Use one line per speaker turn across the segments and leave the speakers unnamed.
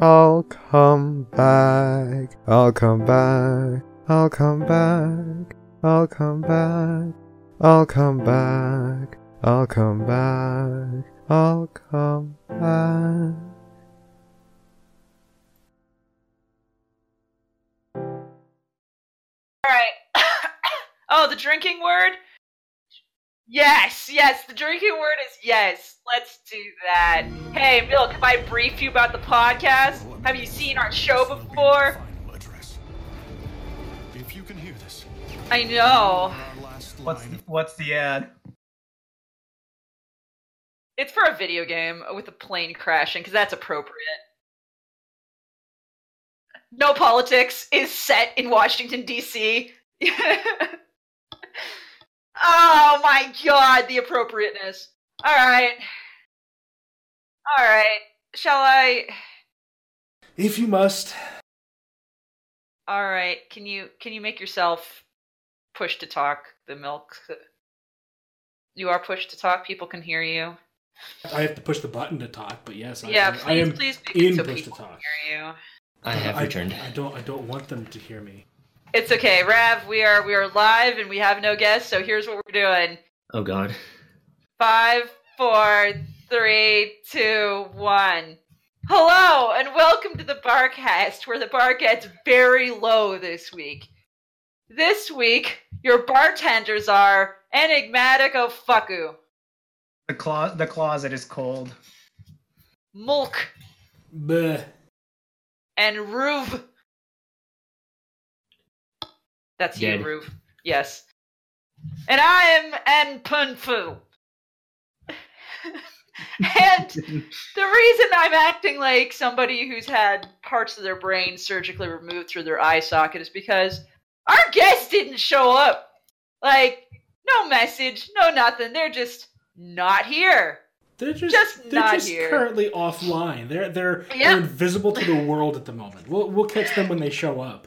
I'll come back. I'll come back. I'll come back. I'll come back. I'll come back. I'll come back. I'll come back.
All right. oh, the drinking word? Yes, yes, the drinking word is yes. Let's do that. Hey, Bill, can I brief you about the podcast? Have you seen our show before?
If you can hear this,
I know.
What's what's the uh, ad?
It's for a video game with a plane crashing, because that's appropriate. No politics is set in Washington, D.C. oh my god, the appropriateness. Alright. Alright. Shall I
If you must.
Alright, can you can you make yourself push to talk the milk? You are pushed to talk, people can hear you.
I have to push the button to talk, but yes, I,
yeah,
I,
please
I am
please make it
in
so
push to
people
talk.
can hear you.
I have
I,
returned.
I don't. I don't want them to hear me.
It's okay, Rav. We are we are live and we have no guests. So here's what we're doing:
Oh god.
five, four, three, two, one. Hello and welcome to the Barcast, where the bar gets very low this week. This week, your bartenders are Enigmatic Ofaku,
The clo- the closet is cold.
Mulk,
Bleh.
and Ruve. That's
Dead.
you, Ruve. Yes. And I am Anpunfu. and the reason I'm acting like somebody who's had parts of their brain surgically removed through their eye socket is because our guests didn't show up. Like, no message, no nothing. They're just not here.
They're just,
Just
they're
not
just
here.
currently offline. They're they're,
Yeah.
they're invisible to the world at the moment. We'll we'll catch them when they show up.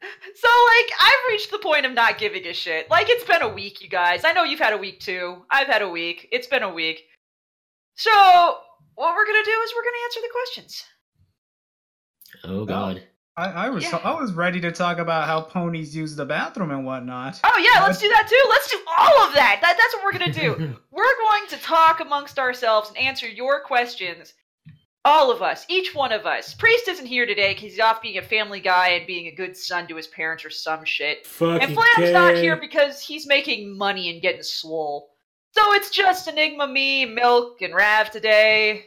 So like I've reached the point of not giving a shit. Like it's been a week, you guys. I know you've had a week too. I've had a week. It's been a week. So what we're gonna do is we're gonna answer the questions.
Oh god.
I, I was
Yeah.
I was ready to talk about how ponies use the bathroom and whatnot.
Oh yeah, let's do that too. Let's do all of that. that that's what we're gonna do. we're going to talk amongst ourselves and answer your questions. All of us, each one of us. Priest isn't here today because he's off being a family guy and being a good son to his parents or some shit.
Fucking
And Flam's not
gay.
here because he's making money and getting swole. So it's just Enigma, me, Milk, and Rav today.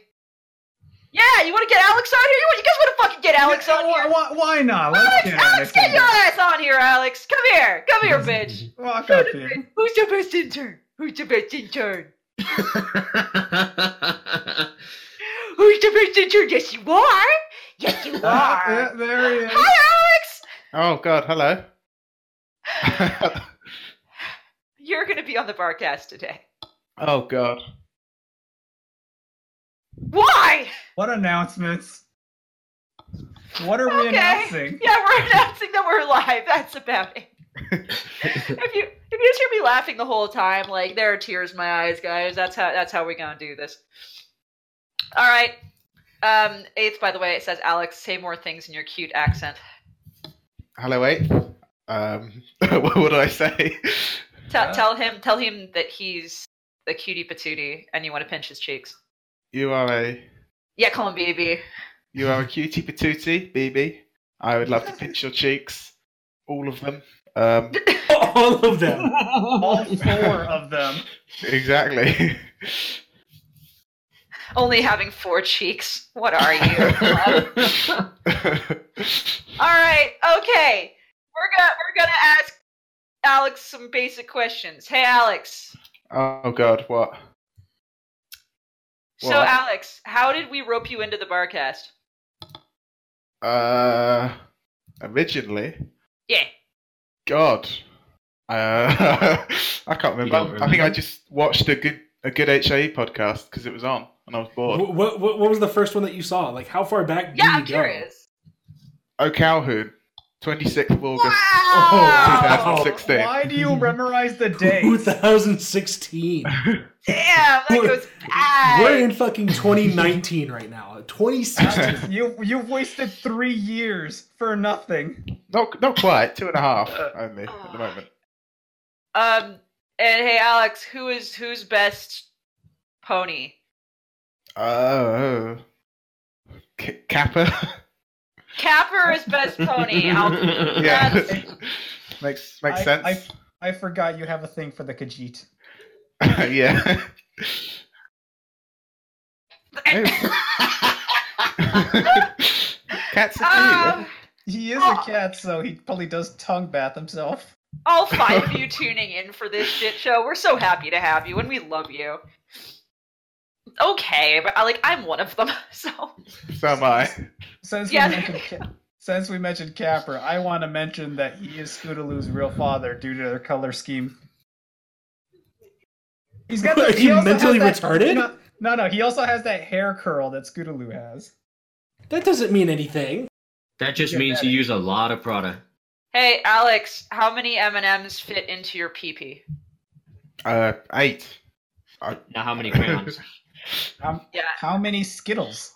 Yeah, you want to get Alex on here? You, want, you guys want to fucking get Alex on
why,
here?
why, why not? Let's
Alex,
get
Alex,
Alex in
get your
here.
ass on here, Alex. Come here, come here, bitch.
Walk up here.
Who's your best intern? Who's your best intern? Who's your best intern? Yes, you are. Yes, you
Ah,
are.
yeah, there he is.
Hi, Alex.
Oh god, hello.
You're gonna be on the barcast today.
oh god.
Why?
What announcements? What are we
Okay.
announcing?
Yeah, we're announcing that we're live. That's about it. if you if you just hear me laughing the whole time, like there are tears in my eyes, guys. That's how that's how we're gonna do this. All right. Um, eighth, by the way, it says Alex, say more things in your cute accent.
Hello, eight. Um, what would I say?
Tell
Yeah.
tell him tell him that he's the cutie patootie, and you want to pinch his cheeks.
You are a
Yeah, call him baby.
you are a cutie patootie, BB. I would love to pinch your cheeks, all of them. Um,
all of them.
All four of them.
exactly.
Only having four cheeks. What are you? All right, okay. We're gonna we're gonna ask Alex some basic questions. Hey, Alex.
oh god, what?
So,
Well-
Alex, how did we rope you into the barcast?
Uh, originally,
Yeah.
God, uh, I can't remember.
don't
I think I
remember?
just watched a good a good HAE podcast because it was on and I was bored.
Wh- What, what what was the first one that you saw? Like how far back? do
Yeah,
you
I'm
go?
curious.
O'Calhoun
26th of August,
Wow!
Oh,
2016.
Why do you memorize the dates?
2016.
Damn, that
We're-
goes back.
We're in fucking 2019 right now. 2016.
you you wasted three years for nothing.
Not, not quite, two and a half only at the moment.
Um, and hey, Alex, who is who's best pony?
Oh. K- Kappa?
Capper is best pony. I'll,
yeah.
that's-
makes makes
I-
sense.
I forgot you have a thing for the Khajiit.
yeah. Cats are
Um,
cute.
He is
Oh.
a cat, so he probably does tongue bath himself.
all five of you tuning in for this shit show. We're so happy to have you, and we love you. Okay, but I like I'm one of them, so
So am I.
Since
Yeah.
we mentioned Ca- since we mentioned Capper, I want to mention that he is Scootaloo's real father due to their color scheme. He's got.
Are
The, he
you
also
mentally
has that-
retarded?
No, no, no, he also has that hair curl that Scootaloo has.
that doesn't mean anything.
That just
You're
means you use a lot of Prada.
Hey, Alex, how many M and M's fit into your peepee?
Uh, eight.
Now, how many crayons?
Yeah.
How many Skittles?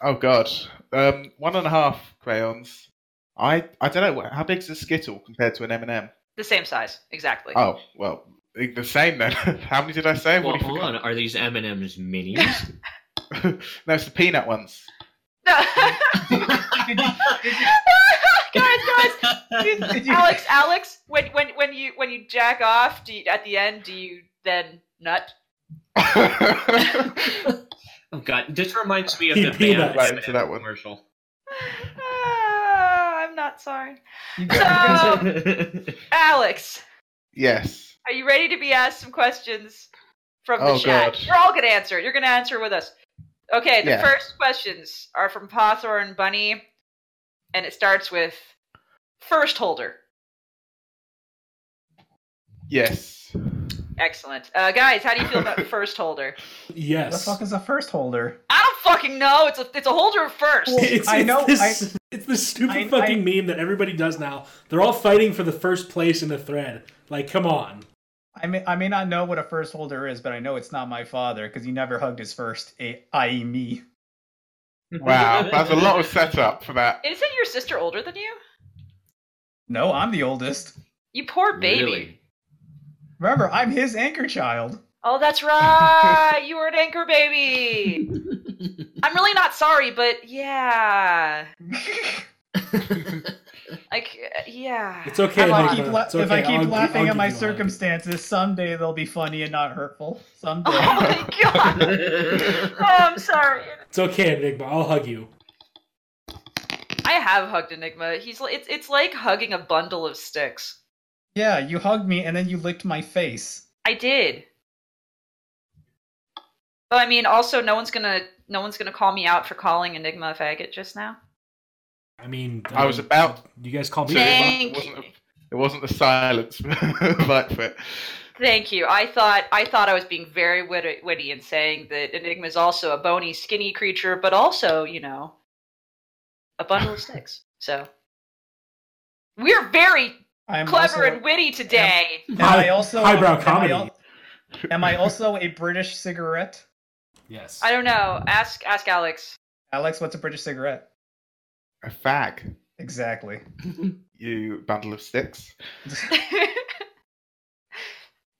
Oh god. Um, one and a half crayons. I I don't know how big's a skittle compared to an M and m
The same size, exactly.
Oh well, the same then. how many did I say? I've
well,
already
hold on.
forgotten.
Are these M and M's minis?
No, it's the peanut ones.
Did you, did you,
guys, guys,
Did you-
Alex, Alex, when when when you when you jack off, do you, at the end, do you then nut?
right
oh God! This reminds me of
He
the
peed
band
right
into that one.
commercial.
Ah, I'm not sorry,
you guys-
So- Alex.
Yes.
Are you ready to be asked some questions from the
Oh,
chat?
God.
You're all gonna answer. it. You're gonna answer with us. Okay, the
Yeah.
first questions are from Pawthorn Bunny, and it starts with first holder.
Yes.
Excellent, uh, guys. How do you feel about first holder?
the
Yes.
fuck is a first holder?
I don't fucking know. It's a it's a holder of first.
Well,
It's,
I
it's
know-
This, it's this stupid
I-
fucking meme that everybody does now. They're all fighting for the first place in the thread. Like, come on.
I may, I may not know what a first holder is, but I know it's not my father because he never hugged his first, a, i.e., me.
Wow, that's a lot of setup for that.
Isn't your sister older than you?
No, I'm the oldest.
You poor baby.
Really?
Remember, I'm his anchor child.
Oh, that's right. you were an anchor baby. I'm really not sorry, but yeah, like uh, yeah.
It's okay.
if I
Nigma.
keep, la-
It's
if I
okay.
keep
I'll-
laughing
I'll
at
give
my
you a hug.
circumstances, someday they'll be funny and not hurtful. Someday.
Oh my god. Oh, I'm sorry.
It's okay, Enigma. I'll hug you.
I have hugged Enigma. He's li- it's it's like hugging a bundle of sticks.
yeah, you hugged me and then you licked my face.
I did. But I mean, also no one's gonna no one's gonna call me out for calling Enigma a faggot just now.
I mean, um,
I was about
You guys call me.
to-
Enigma?
Thank
wasn't
you.
It wasn't the silence like for it.
Thank you. I thought I thought I was being very witty, witty in saying that Enigma is also a bony, skinny creature, but also you know a bundle of sticks. So we're very
I'm
clever
also,
and witty today.
and I also
Highbrow
am
comedy.
I al- am I also a British cigarette?
Yes.
I don't know. Ask ask Alex.
Alex, what's a British cigarette?
A fag,
Exactly.
you bundle of sticks.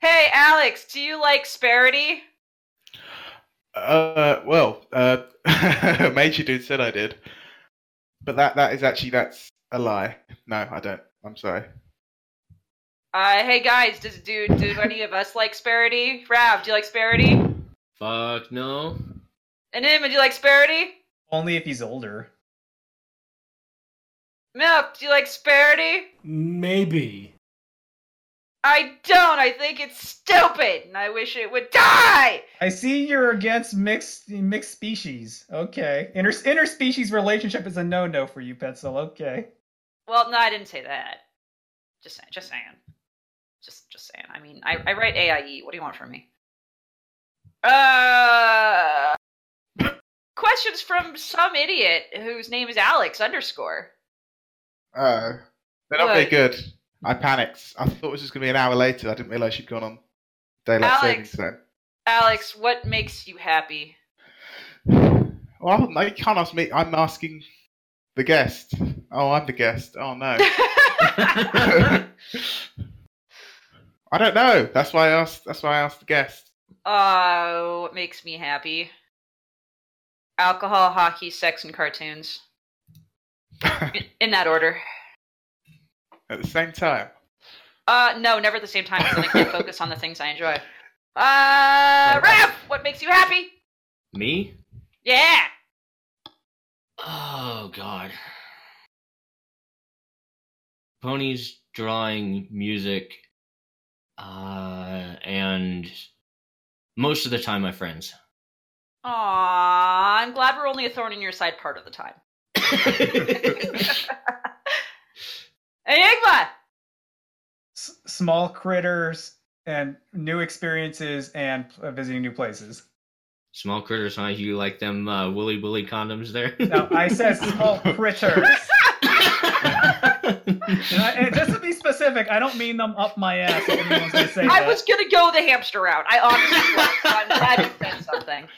hey, Alex, do you like Sparity?
Uh, well, uh, Major Dude said I did, but that that is actually that's a lie. No, I don't. I'm sorry.
Uh, hey guys, does do do any of us like Sparity? Rav, do you like Sparity?
Fuck no.
Enigma, do you like Sparity?
Only if he's older.
Milk, do you like Sparity?
Maybe.
I don't. I think it's stupid, and I wish it would die.
I see you're against mixed mixed species. Okay. Inter- interspecies relationship is a no-no for you, Petzl. Okay.
Well, no, I didn't say that. Just saying. Just saying. Just, just saying. I mean, I, I write AIE. What do you want from me? Uh, questions from some idiot whose name is Alex underscore.
Uh, they're not very
What?
good. I panicked. I thought it was just going to be an hour later. I didn't realize she'd gone on daylight
Alex.
savings time.
Alex, what makes you happy?
Well, I don't know. You can't ask me. I'm asking the guest. Oh, I'm the guest. Oh no. I don't know. That's why I asked. That's why I asked the guest.
Oh, what makes me happy? Alcohol, hockey, sex, and cartoons. In- In that order.
At the same time.
Uh, no, never at the same time. 'cause then I can't focus on the things I enjoy. Uh, Raph, what makes you happy?
Me?
Yeah.
Oh god. Ponies, drawing, music, uh, and most of the time my friends.
Aw, I'm glad we're only a thorn in your side part of the time. Enigma.
S- small critters and new experiences and uh, visiting new places.
Small critters, huh? You like them uh, willy willy condoms there?
No, I said small critters. And I, and just to be specific, I don't mean them up my ass. If anyone's gonna say
I
that.
was gonna go the hamster route. I honestly was. so I'm glad you said something.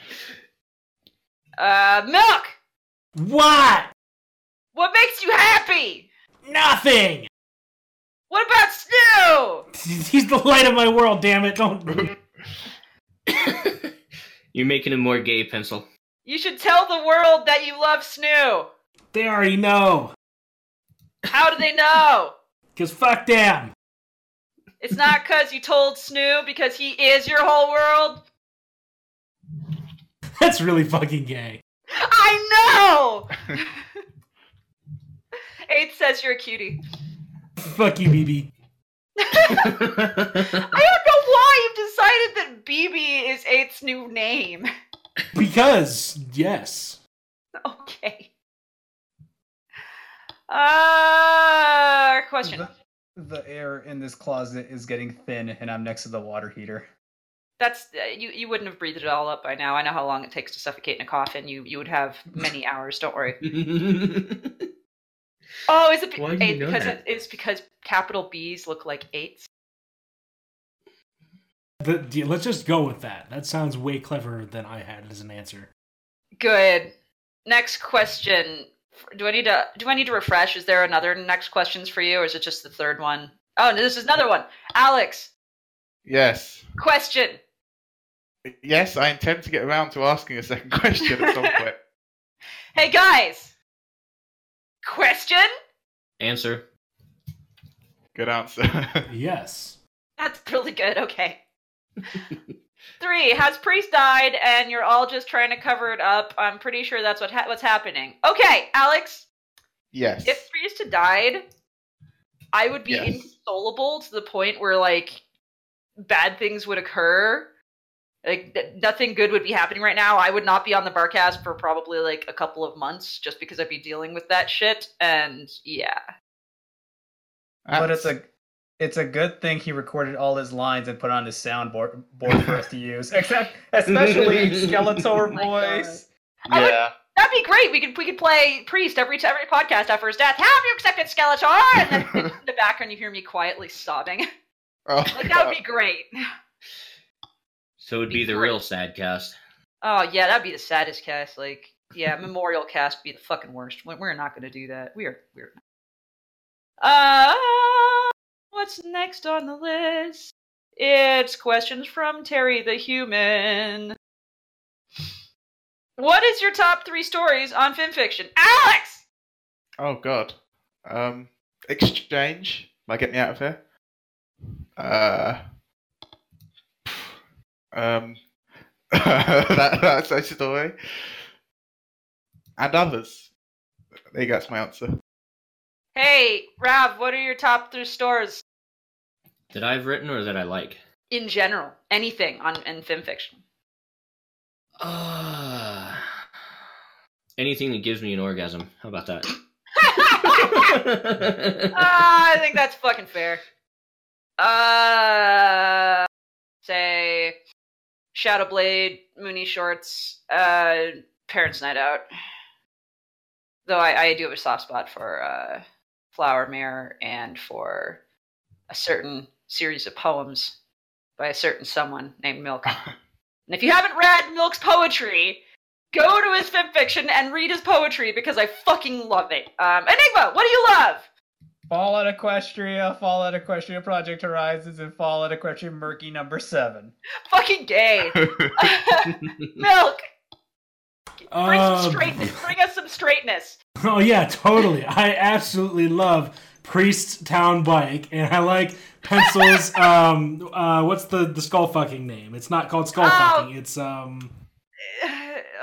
Uh, milk.
What?
What makes you happy?
Nothing.
What about Snoo?
He's the light of my world. Damn it! Don't.
You're making him more gay, pencil.
You should tell the world that you love Snoo.
They already know.
How do they know?
Cause fuck them.
It's not because you told Snoo because he is your whole world.
That's really fucking gay.
I know. Eight says you're a cutie.
Fuck you, BB.
I don't know why you've decided that BB is Eight's new name.
Because yes.
Okay. Uh, question.
The, the air in this closet is getting thin, and I'm next to the water heater.
That's uh, you. You wouldn't have breathed it all up by now. I know how long it takes to suffocate in a coffin. You you would have many hours. Don't worry. Oh, is it be-
Why do you
eight
know
because
that?
it's because capital B's look like eights.
The, yeah, let's just go with that. That sounds way cleverer than I had as an answer.
Good. Next question. Do I need to do I need to refresh? Is there another next questions for you, or is it just the third one? Oh, no, this is another one. Alex,
Yes.
question.
Yes, I intend to get around to asking a second question at some point.
Hey guys, question.
Answer.
Good answer.
Yes.
That's really good. Okay. Three. Has priest died, and you're all just trying to cover it up? I'm pretty sure that's what ha- what's happening. Okay, Alex.
yes.
if Priest had died, I would be
Yes.
inconsolable to the point where like bad things would occur. Like th- nothing good would be happening right now. I would not be on the barcast for probably like a couple of months just because I'd be dealing with that shit. And yeah,
But it's a it's a good thing he recorded all his lines and put on his soundboard board for us to use. Except especially Skeletor
Oh my God.
voice.
I would-
yeah.
that'd be great. We could we could play Priest every every podcast after his death. Have you accepted Skeletor? And then in the background you hear me quietly sobbing.
Oh,
like that would be great.
So it'd be the real sad cast.
Oh yeah, that'd be the saddest cast. Like, yeah, Memorial cast would be the fucking worst. We- We're not gonna do that. We are. We're. Uh, what's next on the list? It's questions from Terry the Human. What is your top three stories on fan fiction, Alex?
Oh God. Um, exchange. Like, get me out of here. Uh. Um. that, that's a story. And others. There you go. That's my answer.
Hey, Rav, what are your top three stories
That I've written or that I like?
in general? Anything on in fan fiction?
Uh, anything that gives me an orgasm. How about that? Uh,
Ah, I think that's fucking fair. Uh, say Shadow Blade, Mooney Shorts, uh, Parents Night Out. Though I, I do have a soft spot for uh, Flower Mare and for a certain series of poems by a certain someone named Milk. and if you haven't read Milk's poetry, go to his fanfiction and read his poetry because I fucking love it. Um, Enigma, what do you love?
Fallout Equestria, Fallout Equestria Project Horizons, and Fallout Equestria Murky Number Seven.
Fucking gay. Milk, bring some
Um,
straightness. Bring us some straightness.
Oh yeah, totally. I absolutely love Priest Town Bike, and I like pencils. um, uh, what's the the skull fucking name? It's not called skull
Oh.
fucking. It's um.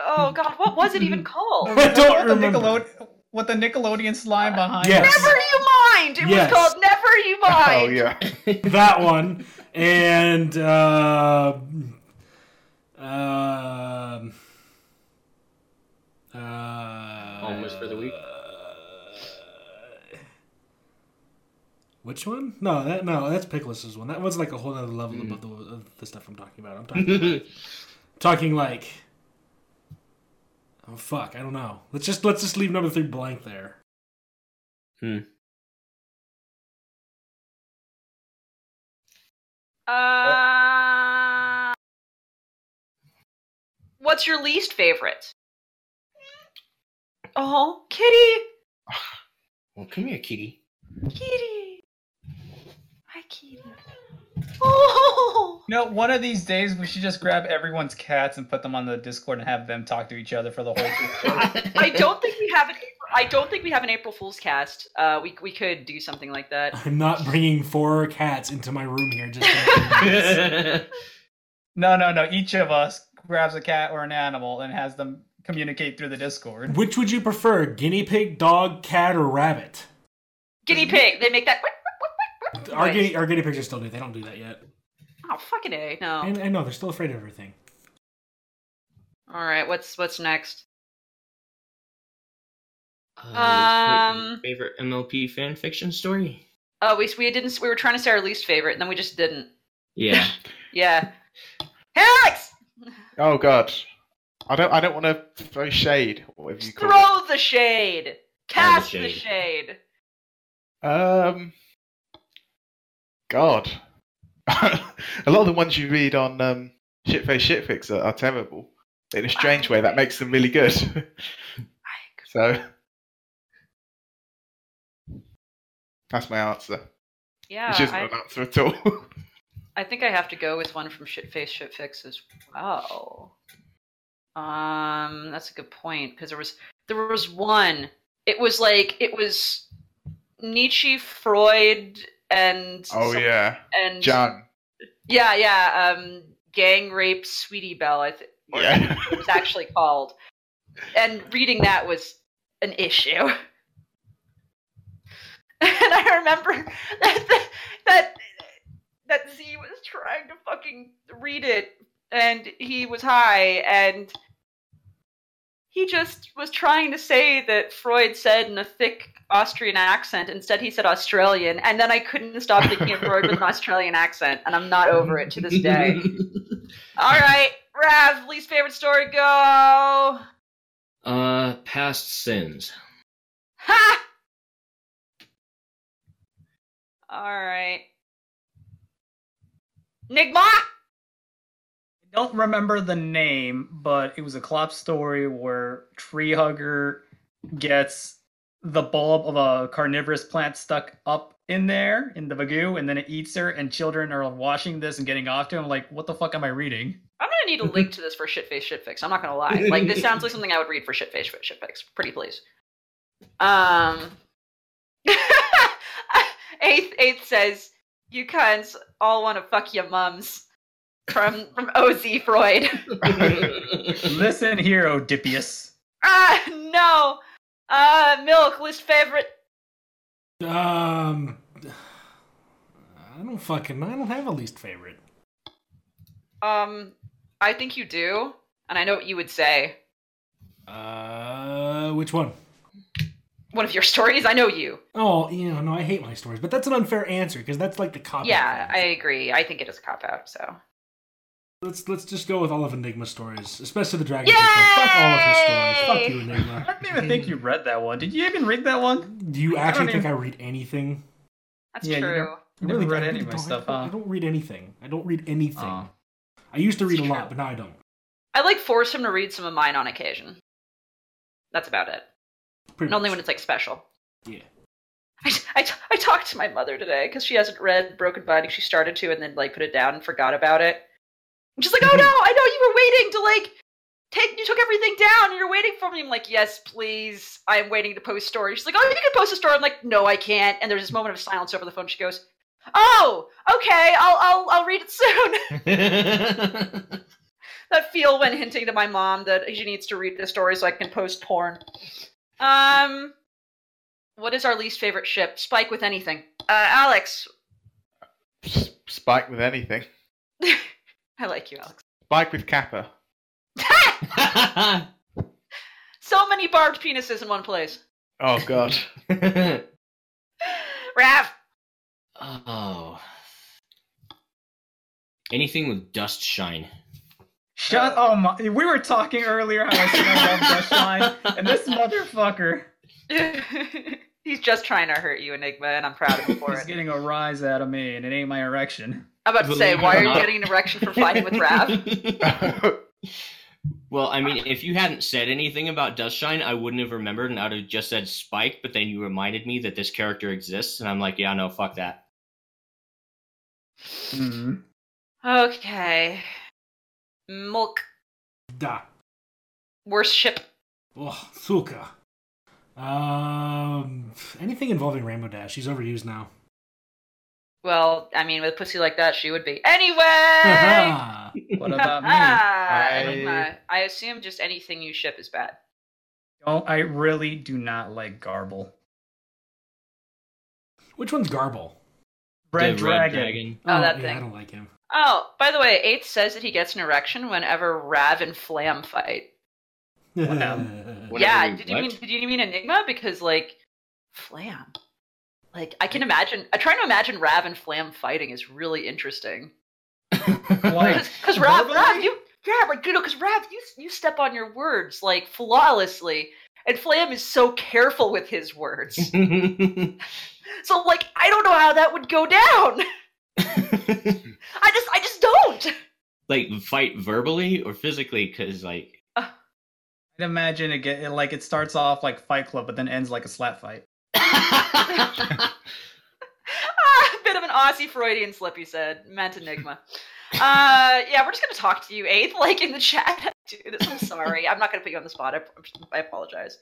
Oh god, what was it even called?
I
With
don't
the
remember.
Nickelode- with the Nickelodeon slime behind.
Yes.
it.
Never You Mind! It
Yes.
was called Never You Mind!
Oh yeah.
that one and uh, um uh,
Almost for the week.
Which one? No, that no, that's Pickles' one. That one's like a whole other level
Mm.
above the, of the stuff I'm talking about. I'm talking talking like oh fuck, I don't know. Let's just let's just leave number three blank there.
Uh, what's your least favorite? Oh, kitty,
well, come here, kitty.
kitty. Hi, kitty. Oh,
You know, one of these days we should just grab everyone's cats and put them on the Discord and have them talk to each other for the whole.
I don't think we have an. April- I don't think we have an April Fool's cast. Uh, we we could do something like that.
I'm not bringing four cats into my room here just to
no, no, no. Each of us grabs a cat or an animal and has them communicate through the Discord.
Which would you prefer, guinea pig, dog, cat, or rabbit?
Guinea pig. They make that.
Our,
noise.
guinea, our guinea pigs are still new. They don't do that yet.
Oh fucking a no.
And I know they're still afraid of everything.
All right. What's what's next? Um,
um, favorite MLP fan fiction story?
Oh, we we didn't. We were trying to say our least favorite, and then we just didn't.
Yeah.
Yeah. Alex,
Oh god. I don't. I don't want to throw shade. or Whatever you call it.
throw the shade. Cast the shade.
Um, God, a lot of the ones you read on um, Shitface Shitfix are, are terrible. In a strange way, that makes them really good. so that's my answer,
Yeah,
which isn't
I,
an answer at all.
I think I have to go with one from Shitface Shitfix as well. Um, that's a good point because there was there was one. It was like it was Nietzsche, Freud, and
oh
some-
yeah,
and
John.
yeah, yeah, um, gang rape, Sweetie Belle. I think
Yeah,
it was actually called. And reading that was an issue. And I remember that that that Z was trying to fucking read it, and he was high, and he just was trying to say that Freud said in a thick Austrian accent. Instead, he said Australian, and then I couldn't stop thinking of Freud with an Australian accent, and I'm not over it to this day. All right, Rav, least favorite story, go. Ha!
uh, past sins.
All right. Nigma?
I don't remember the name, but it was a Klopp story where Tree Hugger gets the bulb of a carnivorous plant stuck up in there in the bagoo, and then it eats her, and children are watching this and getting off to him like, what the fuck am I reading?
I'm gonna need a link to this for shitface shitfix. I'm not gonna lie. Like this sounds like something I would read for shitface Shit- shitfix. Pretty please. Um. eighth eighth says you cunts all want to fuck your mums from from OZ Freud.
Listen here, Oedipius.
ah no. Uh, milk least favorite.
Um, I don't fucking. I don't have a least favorite.
Um, I think you do, and I know what you would say.
Uh, which one?
One of your stories. I know you.
Oh, you know, no, I hate my stories, but that's an unfair answer because that's like the copy.
Yeah, I agree. I think it is a cop out. So
let's let's just go with all of Enigma's stories, especially the dragon. people. Fuck all of his stories. Fuck you,
I
Enigma.
don't even think you read that one. Did you even read that one?
Do you actually
don't
think I
even-
read anything?
That's
Yeah, you
true.
never-
I
You never
really-
read
I
any
really
of my
don't-
stuff,
I
huh?
don't read anything. I don't read anything.
Oh.
I used to read a
It's
lot,
true.
but now I don't.
I like force him to read some of mine on occasion. That's about it.
Pretty
And only when
much.
it's like special.
Yeah.
I, I, I talked to my mother today because she hasn't read Broken Binding. She started to and then like put it down and forgot about it. And she's like, "Oh no, I know you were waiting to like take you took everything down and you're waiting for me." I'm like, "Yes, please. I'm waiting to post story." She's like, "Oh, you can post a story." I'm like, "No, I can't." And there's this moment of silence over the phone. She goes, "Oh, okay. I'll I'll I'll read it soon." that feel when hinting to my mom that she needs to read the story so I can post porn. Um, what is our least favorite ship? Spike with anything. Uh, Alex,
S- Spike with anything.
I like you, Alex.
Spike with Kappa.
So many barbed penises in one place.
Oh god.
Raph,
oh. Anything with dust shine.
Shut oh my we were talking earlier how Oh, I said I love Dust Shine, and this motherfucker
he's just trying to hurt you, Enigma, and I'm proud of him for
is
it.
getting a rise out of me, and it ain't my erection.
I'm about to say,
Believe it
why
or
are you
not.
getting an erection for fighting with Raph?
well, I mean, if you hadn't said anything about dust shine, I wouldn't have remembered, and I'd have just said Spike. But then you reminded me that this character exists, and I'm like, yeah, no, fuck that.
Mhm.
Okay. Milk,
da.
worst ship.
Oh, Suka. Um, anything involving Rainbow Dash. She's overused now.
Well, I mean, with a pussy like that, she would be. Anyway!
Haha.
What about me?
Ah,
I-
Enigma. I assume just anything you ship is bad.
Oh, I really do not like Garble.
Which one's Garble?
Red,
The
Dragon.
Oh, that
yeah,
thing.
I don't like him.
Oh, by the way, Eighth says that he gets an erection whenever Rav and Flam fight.
Wow.
Whenever
yeah,
we
did you
what?
mean did you mean Enigma? Because like Flam. Like I can imagine I trying to imagine Rav and Flam fighting is really interesting.
Why?
Because Rav,
Verbally?
Rav, you yeah, like you know, because Rav, you you step on your words like flawlessly, and Flam is so careful with his words.
Dragon.
so like I don't know how that would go down. I just I just don't.
like fight verbally or physically, because like
I'd imagine it get it, like it starts off like Fight Club, but then ends like a slap fight.
ah, a bit of an Aussie Freudian slip, you said. Meant enigma. uh, yeah, we're just gonna talk to you, Eighth, like in the chat. Dude, I'm sorry. I'm not gonna put you on the spot. I, I apologize.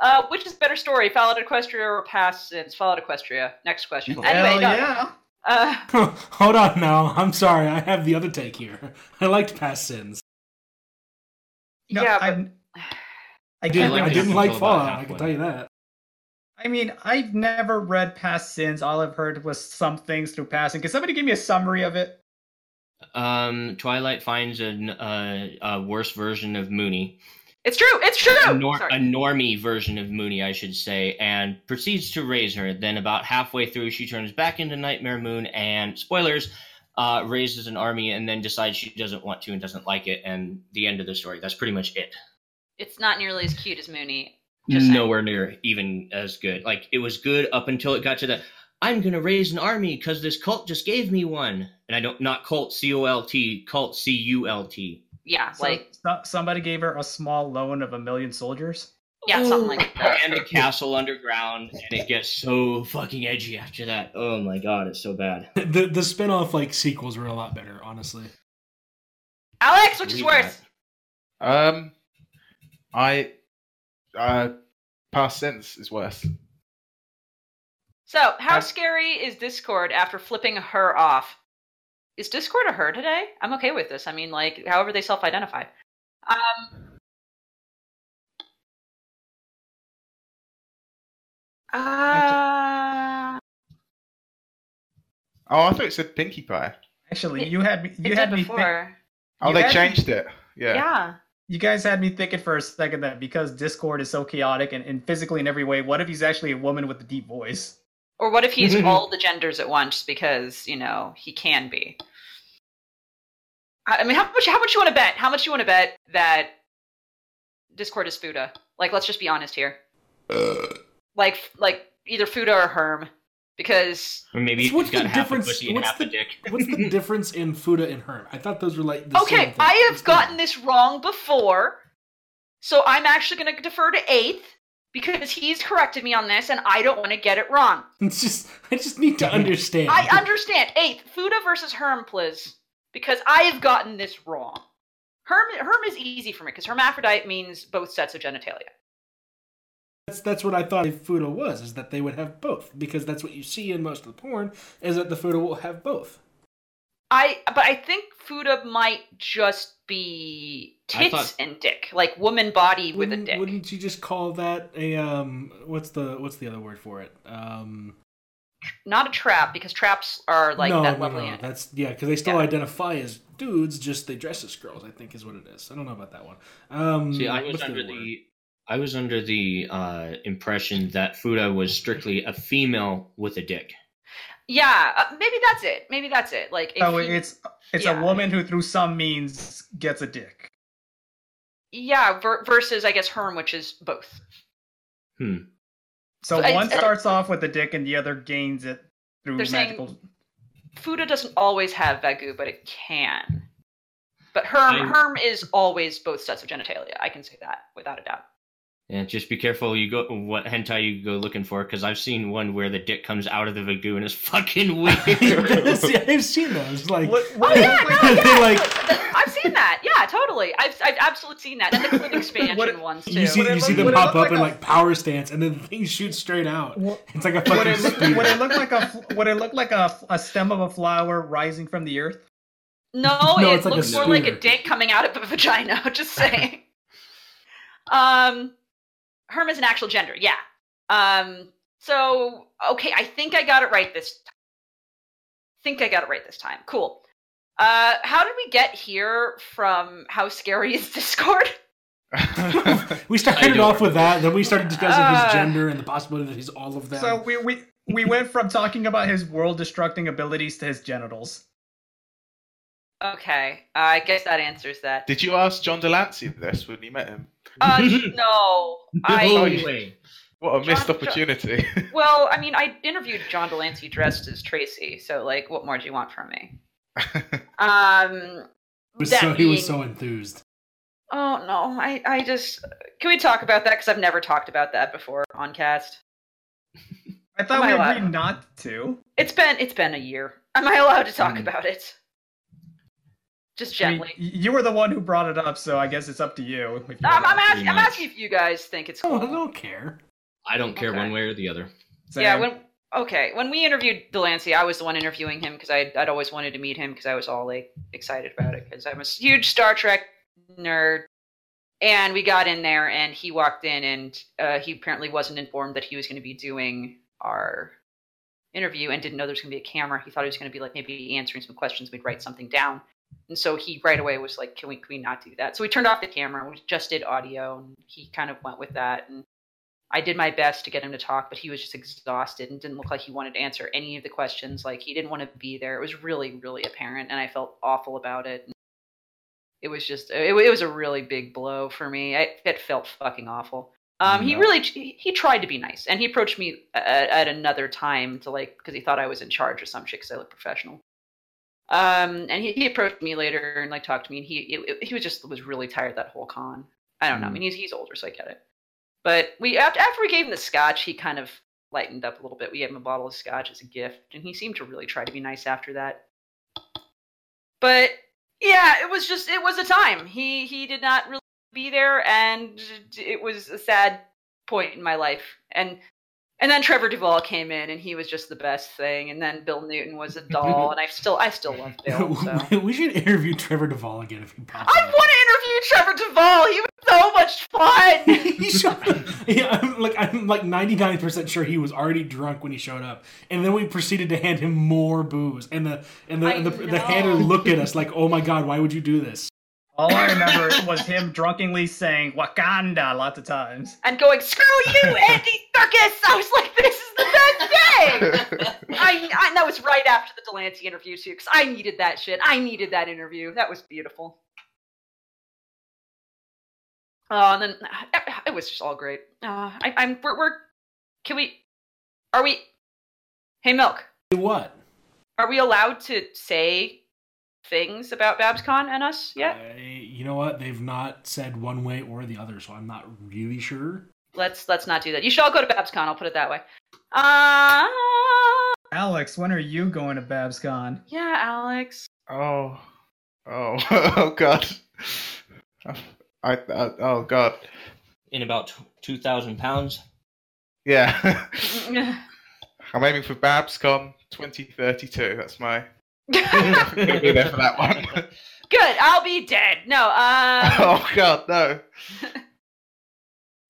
Uh, which is better story, Fallout Equestria or Past Sins? Fallout Equestria. Next question.
Hell
Anyway, done.
yeah.
Uh,
Hold on now. I'm sorry. I have the other take here. I liked past sins.
No,
yeah, but
I've- I
I, didn't-
can't
like
I
the
remember-
didn't like
people about
Fallout. I can
halfway.
tell you that.
I mean, I've never read Past Sins. All I've heard was some things through passing. Can somebody give me a summary of it?
um, Twilight finds an, uh, a worse version of Mooney,
it's true. It's true.
a, nor-
Sorry.
a normie version of Mooney, I should say, and proceeds to raise her. Then, about halfway through, she turns back into Nightmare Moon and spoilers. Uh, raises an army and then decides she doesn't want to and doesn't like it, and the end of the story. That's pretty much it.
It's not nearly as cute as Mooney. Just saying.
nowhere near even as good. Like it was good up until it got to the I'm gonna raise an army because this cult just gave me one, and I don't not cult C O L T cult C U L T.
Yeah,
So-
like
so- somebody gave her a small loan of a million soldiers.
yeah, something like that.
And a castle underground, and it gets so fucking edgy after that. Oh my god, it's so bad.
The the spin-off like sequels were a lot better, honestly.
Alex, which is
Read
worse?
um I uh past sense is worse.
So, how
I-
scary is Discord after flipping her off? Is Discord a her today? I'm okay with this. I mean, like, however they self identify. Um. Uh,
Oh I thought it said Pinkie Pie.
Actually,
It-
you had me. You
it
had
did
me. Think,
before.
Oh
You
they
had-
changed it. Yeah.
yeah.
you guys had me thinking for a second that because Discord is so chaotic and, and physically in every way, what if he's actually a woman with a deep voice?
Or what if he's all the genders at once because, you know, he can be? I I mean, how much? How much you want to bet? How much you want to bet that Discord is Fuda? Like, let's just be honest here. Like, like either Fuda or Herm, because
Or maybe
So what's
he's got
the
half the
difference-
pussy and
what's
half the, dick.
What's the difference in Fuda and Herm? I thought those were like the same
okay,
thing.
I
It's
have gotten this wrong before, so I'm actually going to defer to Eighth because he's corrected me on this, and I don't want to get it wrong.
not- It's just I just need to understand.
I understand. Eighth, Fuda versus Herm, please, because I have gotten this wrong. Herm, Herm is easy for me because hermaphrodite means both sets of genitalia.
that's that's what I thought Fuda was is that they would have both because that's what you see in most of the porn is that the Fuda will have both.
I, but I think Fuda might just be
I
tits
thought-
and dick, like woman body with a
wouldn't,
dick.
wouldn't you just call that a um? What's the what's the other word for it? Um,
Not a trap because traps are like
no,
that
no,
level.
no,
in-
that's yeah, because they still
Yeah.
identify as dudes, just they dress as girls. I think is what it is. I don't know about that one. Um,
See, I was
what's
under
other word?
the I was under the uh, impression that Fuda was strictly a female with a dick.
Yeah, uh, maybe that's it. Maybe that's it. Like a
So
fem-
Oh, it's it's
Yeah.
a woman who through some means gets a dick.
yeah ver- versus I guess Herm, which is both.
So
So I-
one starts off with a dick and the other gains it through
They're saying-
magical.
Fuda doesn't always have Vagu, but it can. But Herm,
I-
Herm is always both sets of genitalia. I can say that without a doubt.
And just be careful you go what hentai you go looking for because I've seen one where the dick comes out of the vagu and it's fucking weird.
See, I've seen those. Like,
Oh yeah, no,
They
yeah,
like-
totally. I've seen that. Yeah, totally. I've I've absolutely seen that, and the clip expansion
What-
ones too.
you see,
Would it
you see
look-
them
would it
pop up
look like
in
a-
like power stance, and then the thing shoots straight out.
What-
It's like a
Would
fucking
it look,
spear.
would it look like a fl- would it look like a, a stem of a flower rising from the earth?
No,
No,
it
it's like a
looks more like a
spear.
dick coming out of a vagina. Just saying. um, Herm is an actual gender. Yeah. Um. So okay, I think I got it right this. time. Think I got it right this time. Cool. Uh, how did we get here from how scary is Discord?
We
I
started
do
off with that, then we started discussing
Ah.
his gender and the possibility that he's all of them.
So we we we went from talking about his world destructing abilities to his genitals.
Okay, I guess that answers that.
Did you ask John Delancey this when you met him?
Uh, no,
No
Oh,
I.
way.
What a
John-
missed
John-
opportunity.
Well, I mean, I interviewed John Delancey dressed as Tracy, so like, what more do you want from me? Um,
He was
that
so, he
being-
was so enthused.
Oh no, I I just can we talk about that because I've never talked about that before on cast.
I thought
Am
we
I
agreed not to.
It's been it's been a year. Am I allowed to talk
Mm.
about it? Just
I mean,
gently.
y- you were the one who brought it up, so I guess it's up to you. if you
I'm,
wanna
I'm,
pretty
asking, I'm
much.
asking if you guys think it's
Oh,
cool.
I don't care.
I don't care
Okay.
one way or the other.
say.
Yeah, when okay, when we interviewed Delancey, I was the one interviewing him because I'd, I'd always wanted to meet him because I was all like excited about it because I'm a huge Star Trek nerd. And we got in there, and he walked in, and uh, he apparently wasn't informed that he was going to be doing our interview and didn't know there was going to be a camera. He thought he was going to be like maybe answering some questions. We'd write something down. And so he right away was like, can we, can we not do that? So we turned off the camera. We just did audio. And he kind of went with that. And I did my best to get him to talk, but he was just exhausted and didn't look like he wanted to answer any of the questions. Like he didn't want to be there. It was really, really apparent. And I felt awful about it. And it was just, it, it was a really big blow for me. I, it felt fucking awful. Um, He
No.
really, he he tried to be nice and he approached me at, at another time to like, because he thought I was in charge or some shit because I look professional. Um, and he, he approached me later and like talked to me, and he it, he was just was really tired that whole con. I don't know. I mean, he's he's older, so I get it. But we after after we gave him the scotch, he kind of lightened up a little bit. We gave him a bottle of scotch as a gift, and he seemed to really try to be nice after that. But yeah, it was just it was a time. He he did not really be there, and it was a sad point in my life. And and then Trevor Duvall came in, and he was just the best thing. And then Bill Newton was a doll, and I still I still love Bill. So.
we should interview Trevor Duvall again if he pops
I
up.
want to interview Trevor Duvall. He was so much fun.
he showed up. Yeah, I'm like I'm like 99% sure he was already drunk when he showed up, and then we proceeded to hand him more booze, and the and the
I
and the, the
know.
hander looked at us like, "Oh my god, why would you do this?"
All I remember was him drunkenly saying Wakanda lots of times.
And going, screw you, Andy Circus. I was like, this is the best thing. I I, I that was right after the Delancey interview too, because I needed that shit. I needed that interview. That was beautiful. Oh, and then it was just all great. Uh, I, I'm we're, we're can we are we? Hey, Milk,
What?
are we allowed to say things about BabsCon and us yet?
I- you know what? They've not said one way or the other, so I'm not really sure.
Let's let's not do that. You should all go to BabsCon. I'll put it that way. Uh
Alex, when are you going to BabsCon?
yeah, Alex.
Oh, oh, oh God! I, I, oh God!
in about two thousand pounds.
Yeah, I'm aiming for BabsCon 2032. That's my. I'm gonna be there for that one.
Good. I'll be dead. No. Uh.
oh God, no!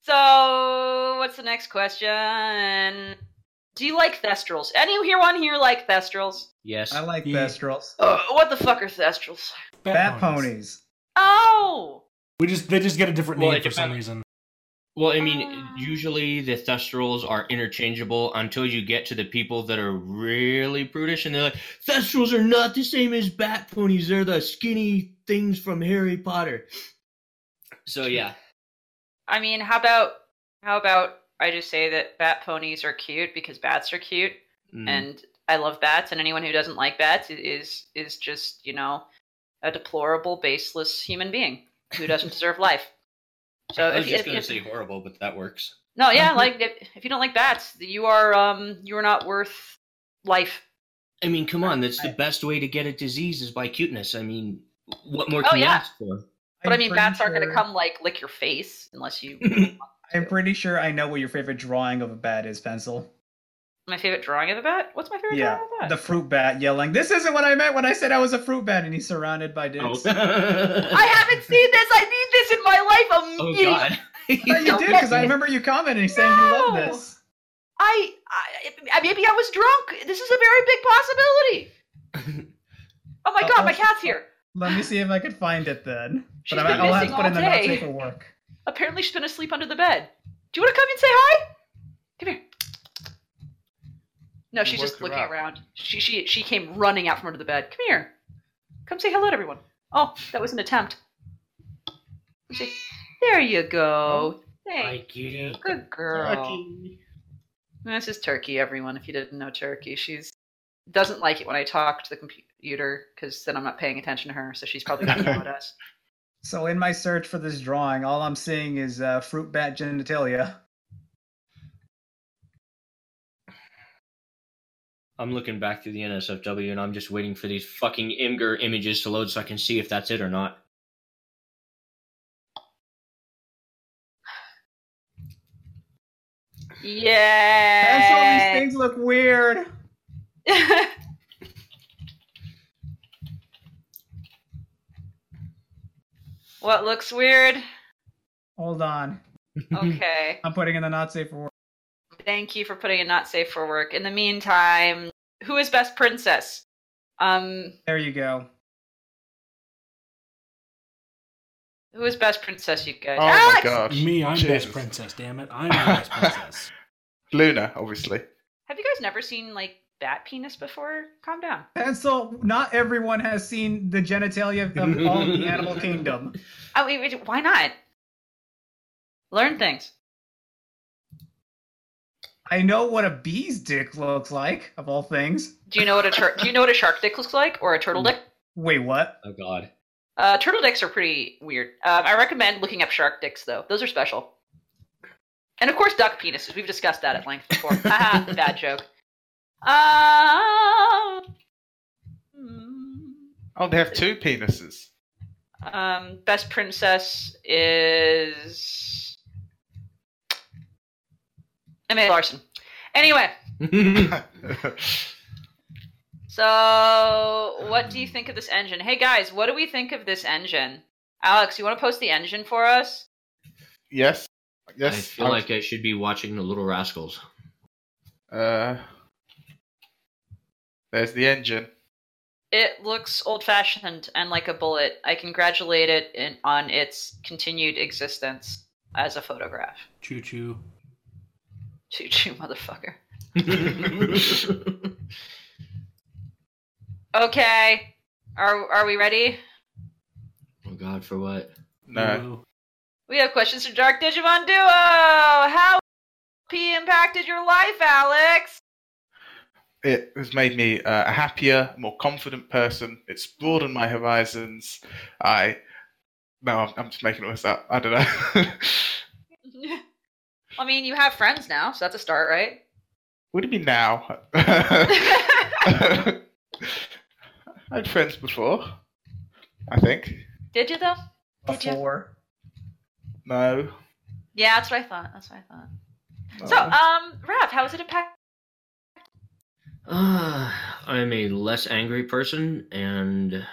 so what's the next question? Do you like thestrals? Any here one here like thestrals?
Yes.
I like
Yeah.
Thestrals.
Uh, what the fuck are thestrals?
Bat ponies.
Oh.
We just they just get a different
Well,
name
it
for some
depends.
reason.
Well, I mean,
Ah.
usually the Thestrals are interchangeable until you get to the people that are really brutish, and they're like, "Thestrals are not the same as bat ponies. They're the skinny things from Harry Potter." So yeah,
I mean, how about how about I just say that bat ponies are cute because bats are cute.
Mm.
and I love bats, and anyone who doesn't like bats i- is is just you know a deplorable, baseless human being who doesn't deserve life. So
I was
if,
just
if,
gonna
if-
say horrible, but that works.
no, yeah, like if, if you don't like bats, you are um you are not worth life.
I mean, come on, that's the best way to get a disease is by cuteness. I mean, what more
Oh,
can you
yeah.
ask for?
But i
I'm
mean,
pretty
bats aren't going to
sure-
come like lick your face unless you.
I'm pretty sure I know what your favorite drawing of a bat is, Pencil.
my favorite drawing of a bat. What's my favorite
Yeah,
drawing of a bat?
the fruit bat yelling, "This isn't what I meant when I said I was a fruit bat," and he's surrounded by
Oh.
dicks.
I
I
haven't seen this. I need this in my life
Oh
immediately.
God.
I thought you
Don't
did
get
because I
me.
remember you commenting saying you love
No.
this.
I, I maybe I was drunk. This is a very big possibility. Oh my god, my
Uh-oh.
cat's here.
Let me see if I could find it then.
She's
Uh, But I,
been
I'll have
missing
to put in the
all
notes
day.
paperwork.
Apparently, she's been asleep under the bed. Do you want to come and say hi? Come here. No,
You
she's just
woke her
looking
up.
around. She she she came running out from under the bed. Come here. Come say hello to everyone. Oh, that was an attempt. Come say- There you go. Thank you. Good girl. This is Turkey, everyone. If you didn't know Turkey, she's doesn't like it when I talk to the computer because then I'm not paying attention to her. So she's probably going to yell at us.
So in my search for this drawing, all I'm seeing is uh, fruit bat genitalia.
I'm looking back through the NSFW and I'm just waiting for these fucking Imgur images to load so I can see if that's it or not.
That's all these
Yeah.
things look weird.
what looks weird?
Hold on,
Okay.
I'm putting in the not safe for work.
Thank you for putting it not safe for work. In the meantime, who is best princess? Um,
There you go.
who is best princess, you guys? Ah!
Oh my
Alex!
God!
Me, I'm
Jesus.
best princess. Damn it, I'm the best princess.
Luna, obviously.
Have you guys never seen like bat penis before? Calm down.
Pencil. Not everyone has seen the genitalia of all the animal kingdom.
Oh, wait, wait, why not? Learn things.
I know what a bee's dick looks like, of all things.
Do you know what a tur- do you know what a shark dick looks like or a
Hmm.
turtle dick?
Wait, what?
Oh god.
Uh, turtle dicks are pretty weird. Um, I recommend looking up shark dicks though; those are special. And of course, duck penises. We've discussed that at length before. Haha, bad joke. Um,
Oh, they have two penises.
um, best princess is Emma Larson. Anyway, so what do you think of this engine? Hey guys, what do we think of this engine? Alex, you want to post the engine for us?
yes.
I
Yes.
feel like I should be watching the Little Rascals.
Uh, there's the engine.
It looks old fashioned and like a bullet. I congratulate it in, on its continued existence as a photograph.
Choo choo.
Oh,
Choo choo, motherfucker.
I
Okay. Are are we ready?
Oh God, for what? Mm.
No.
We have questions from Dark Digimon Duo. How P impacted your life, Alex?
It has made me uh, a happier, more confident person. It's broadened my horizons. I. No, I'm, I'm just making all this up. I don't know.
I mean, you have friends now, so that's a start, right?
Would it be now? I had friends before. I think.
Did you though? Did you?
Before.
No.
Yeah, that's what I thought. That's what I thought.
no.
So, um, Rav, how was it impact?
Uh, I'm a less angry person and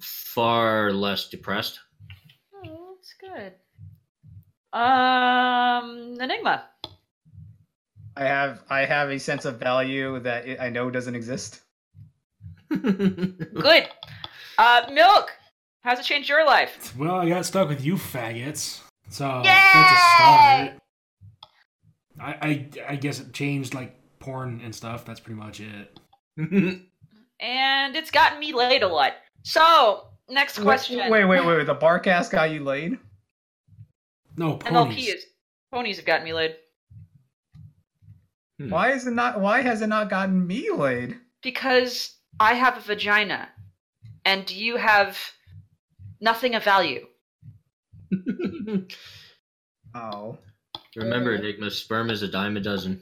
far less depressed.
Oh, that's good. Um, Enigma.
I have I have a sense of value that it, I know doesn't exist.
Good. Uh, Milk. How's it changed your life?
Well, I got stuck with you faggots. So
Yay!
that's a start. I, I I guess it changed like porn and stuff. That's pretty much it.
And it's gotten me laid a lot. So, next question.
Wait, wait, wait, wait. The barcast got you laid?
No ponies.
MLP is ponies have gotten me laid
Hmm.
Why is it not why has it not gotten me laid?
because I have a vagina, and you have nothing of value.
Oh.
Remember, Enigma, sperm is a dime a dozen.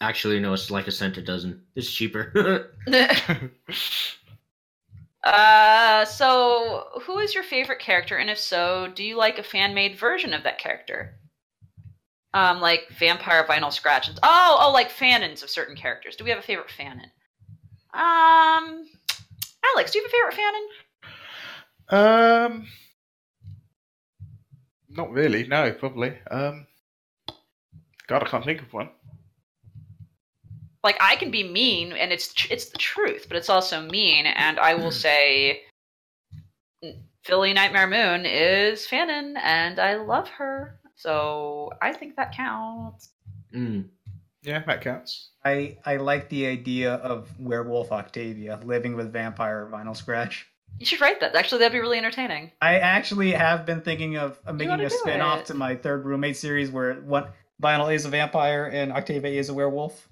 Actually, no, it's like a cent a dozen. It's cheaper.
uh, so who is your favorite character, and if so, do you like a fan-made version of that character? Um, like vampire vinyl scratchings. Oh, oh, like fanins of certain characters. Do we have a favorite fanon? Um, Alex, do you have a favorite fanon?
Um, not really. No, probably. Um, God, I can't think of one.
like I can be mean and it's tr- it's the truth, but it's also mean. And I will say, Philly Nightmare Moon is Fanon, and I love her, so I think that counts.
Mm.
Yeah, that counts.
I I like the idea of werewolf Octavia living with vampire vinyl scratch.
You should write that. Actually, that'd be really entertaining.
I actually have been thinking of of making
oughta
a
do
spin-off
it.
to my third roommate series where one vinyl is a vampire and Octavia is a werewolf.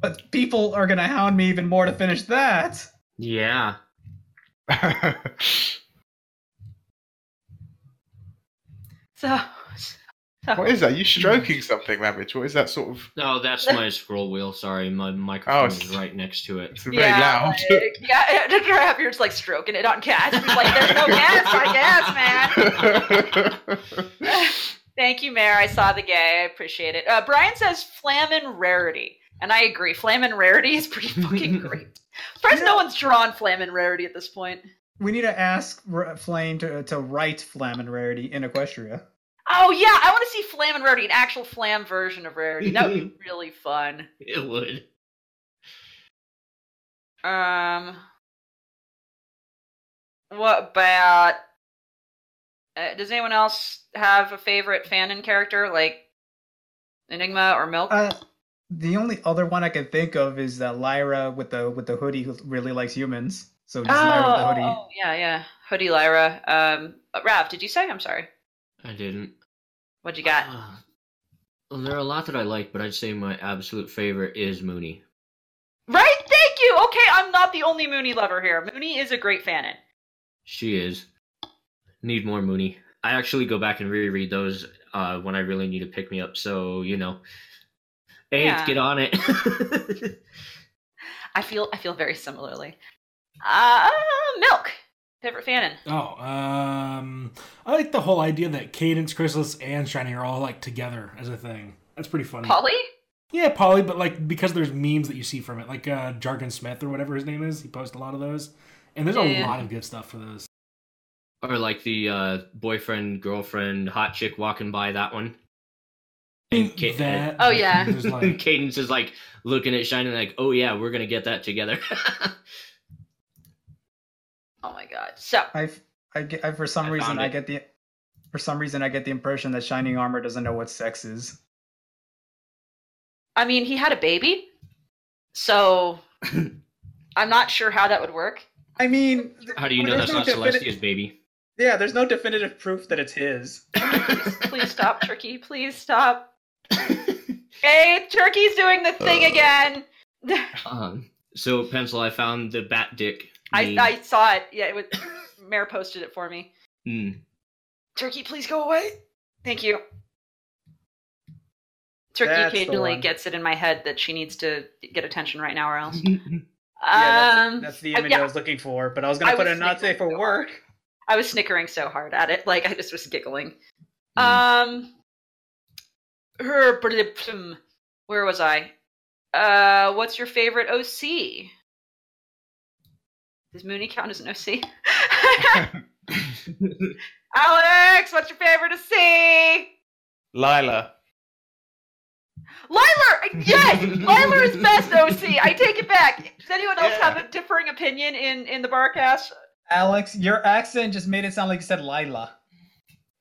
But people are gonna hound me even more to finish that.
Yeah.
So, so
what is that? You stroking something, Ravage? What is that sort of?
No, that's my scroll wheel. Sorry, my
Oh,
microphone
it's-
is right next to it.
It's very
yeah,
loud.
Like, yeah, Dr. Happier just like stroking it on gas. He's like, "There's no gas, I guess, man." Thank you, Mayor. I saw the gay. I appreciate it. Uh, Brian says Flamin' Rarity. And I agree. Flamin' Rarity is pretty fucking great. Surprised no one's drawn Flamin' Rarity at this point.
We need to ask R- Flame to to write Flam and Rarity in Equestria.
Oh, yeah. I want to see Flamin' Rarity, an actual flam version of Rarity. That would be really fun.
It would.
Um, what about. Uh, does anyone else have a favorite fanon character like Enigma or Milk?
Uh, the only other one I can think of is that Lyra with the with the hoodie who really likes humans. So just Lyra with the hoodie.
oh, yeah, yeah. Hoodie Lyra. Um, uh, Rav, did you say? I'm sorry.
I didn't.
What'd you got?
Uh, well, there are a lot that I like, but I'd say my absolute favorite is Mooney.
Right, thank you. Okay, I'm not the only Mooney lover here. Mooney is a great fanon.
She is. Need more Mooney. I actually go back and reread those uh, when I really need a pick me up. So you know, hey,
Yeah.
get on it.
I feel I feel very similarly. Uh, Milk, favorite fanon.
Oh, um, I like the whole idea that Cadence, Chrysalis, and Shiny are all like together as a thing. That's pretty
Um,
funny.
Polly.
Yeah, Polly, but like because there's memes that you see from it, like uh, Jargon Smith or whatever his name is. He posts a lot of those, and there's a
Yeah.
lot of good stuff for those.
or like the uh, boyfriend, girlfriend, hot chick walking by that one. And Ca-
That-
Oh, yeah.
there's,
and
like-
Cadence is like looking at Shine and like, oh yeah, we're gonna get that together.
Oh my God. So
I I get I, for some
I
reason
found
I
it.
get the for some reason I get the impression that Shining Armor doesn't know what sex is.
I mean, he had a baby. So I'm not sure how that would work.
I mean, th-
How do you know
there's
that's
no
not
defini-
Celestia's baby?
Yeah, there's no definitive proof that it's his.
Please stop, Turkey. Please stop. Hey, Turkey's doing the thing
Uh.
again.
Um, so, Pencil, I found the bat dick.
I,
meme.
I saw it. Yeah, it was. Mare posted it for me.
Hmm.
Turkey, please go away. Thank you. Turkey
That's the
occasionally
one.
gets it in my head that she needs to get attention right now, or else.
Hmm.
Yeah,
um,
That's the
I-
image
yeah,
I was looking for, but I was
I
gonna put
was
in not safe
thinking
for
so
work.
I was snickering so hard at it, like I just was giggling.
Hmm.
Um, her- blip- where was I? Uh, what's your favorite OC? Does Mooney count as an OC? Alex, what's your favorite OC?
Lila.
Lyler, yes, Lyler is best OC. I take it back. Does anyone else
Yeah.
have a differing opinion in in the barcast?
Alex, your accent just made it sound like you said Lila.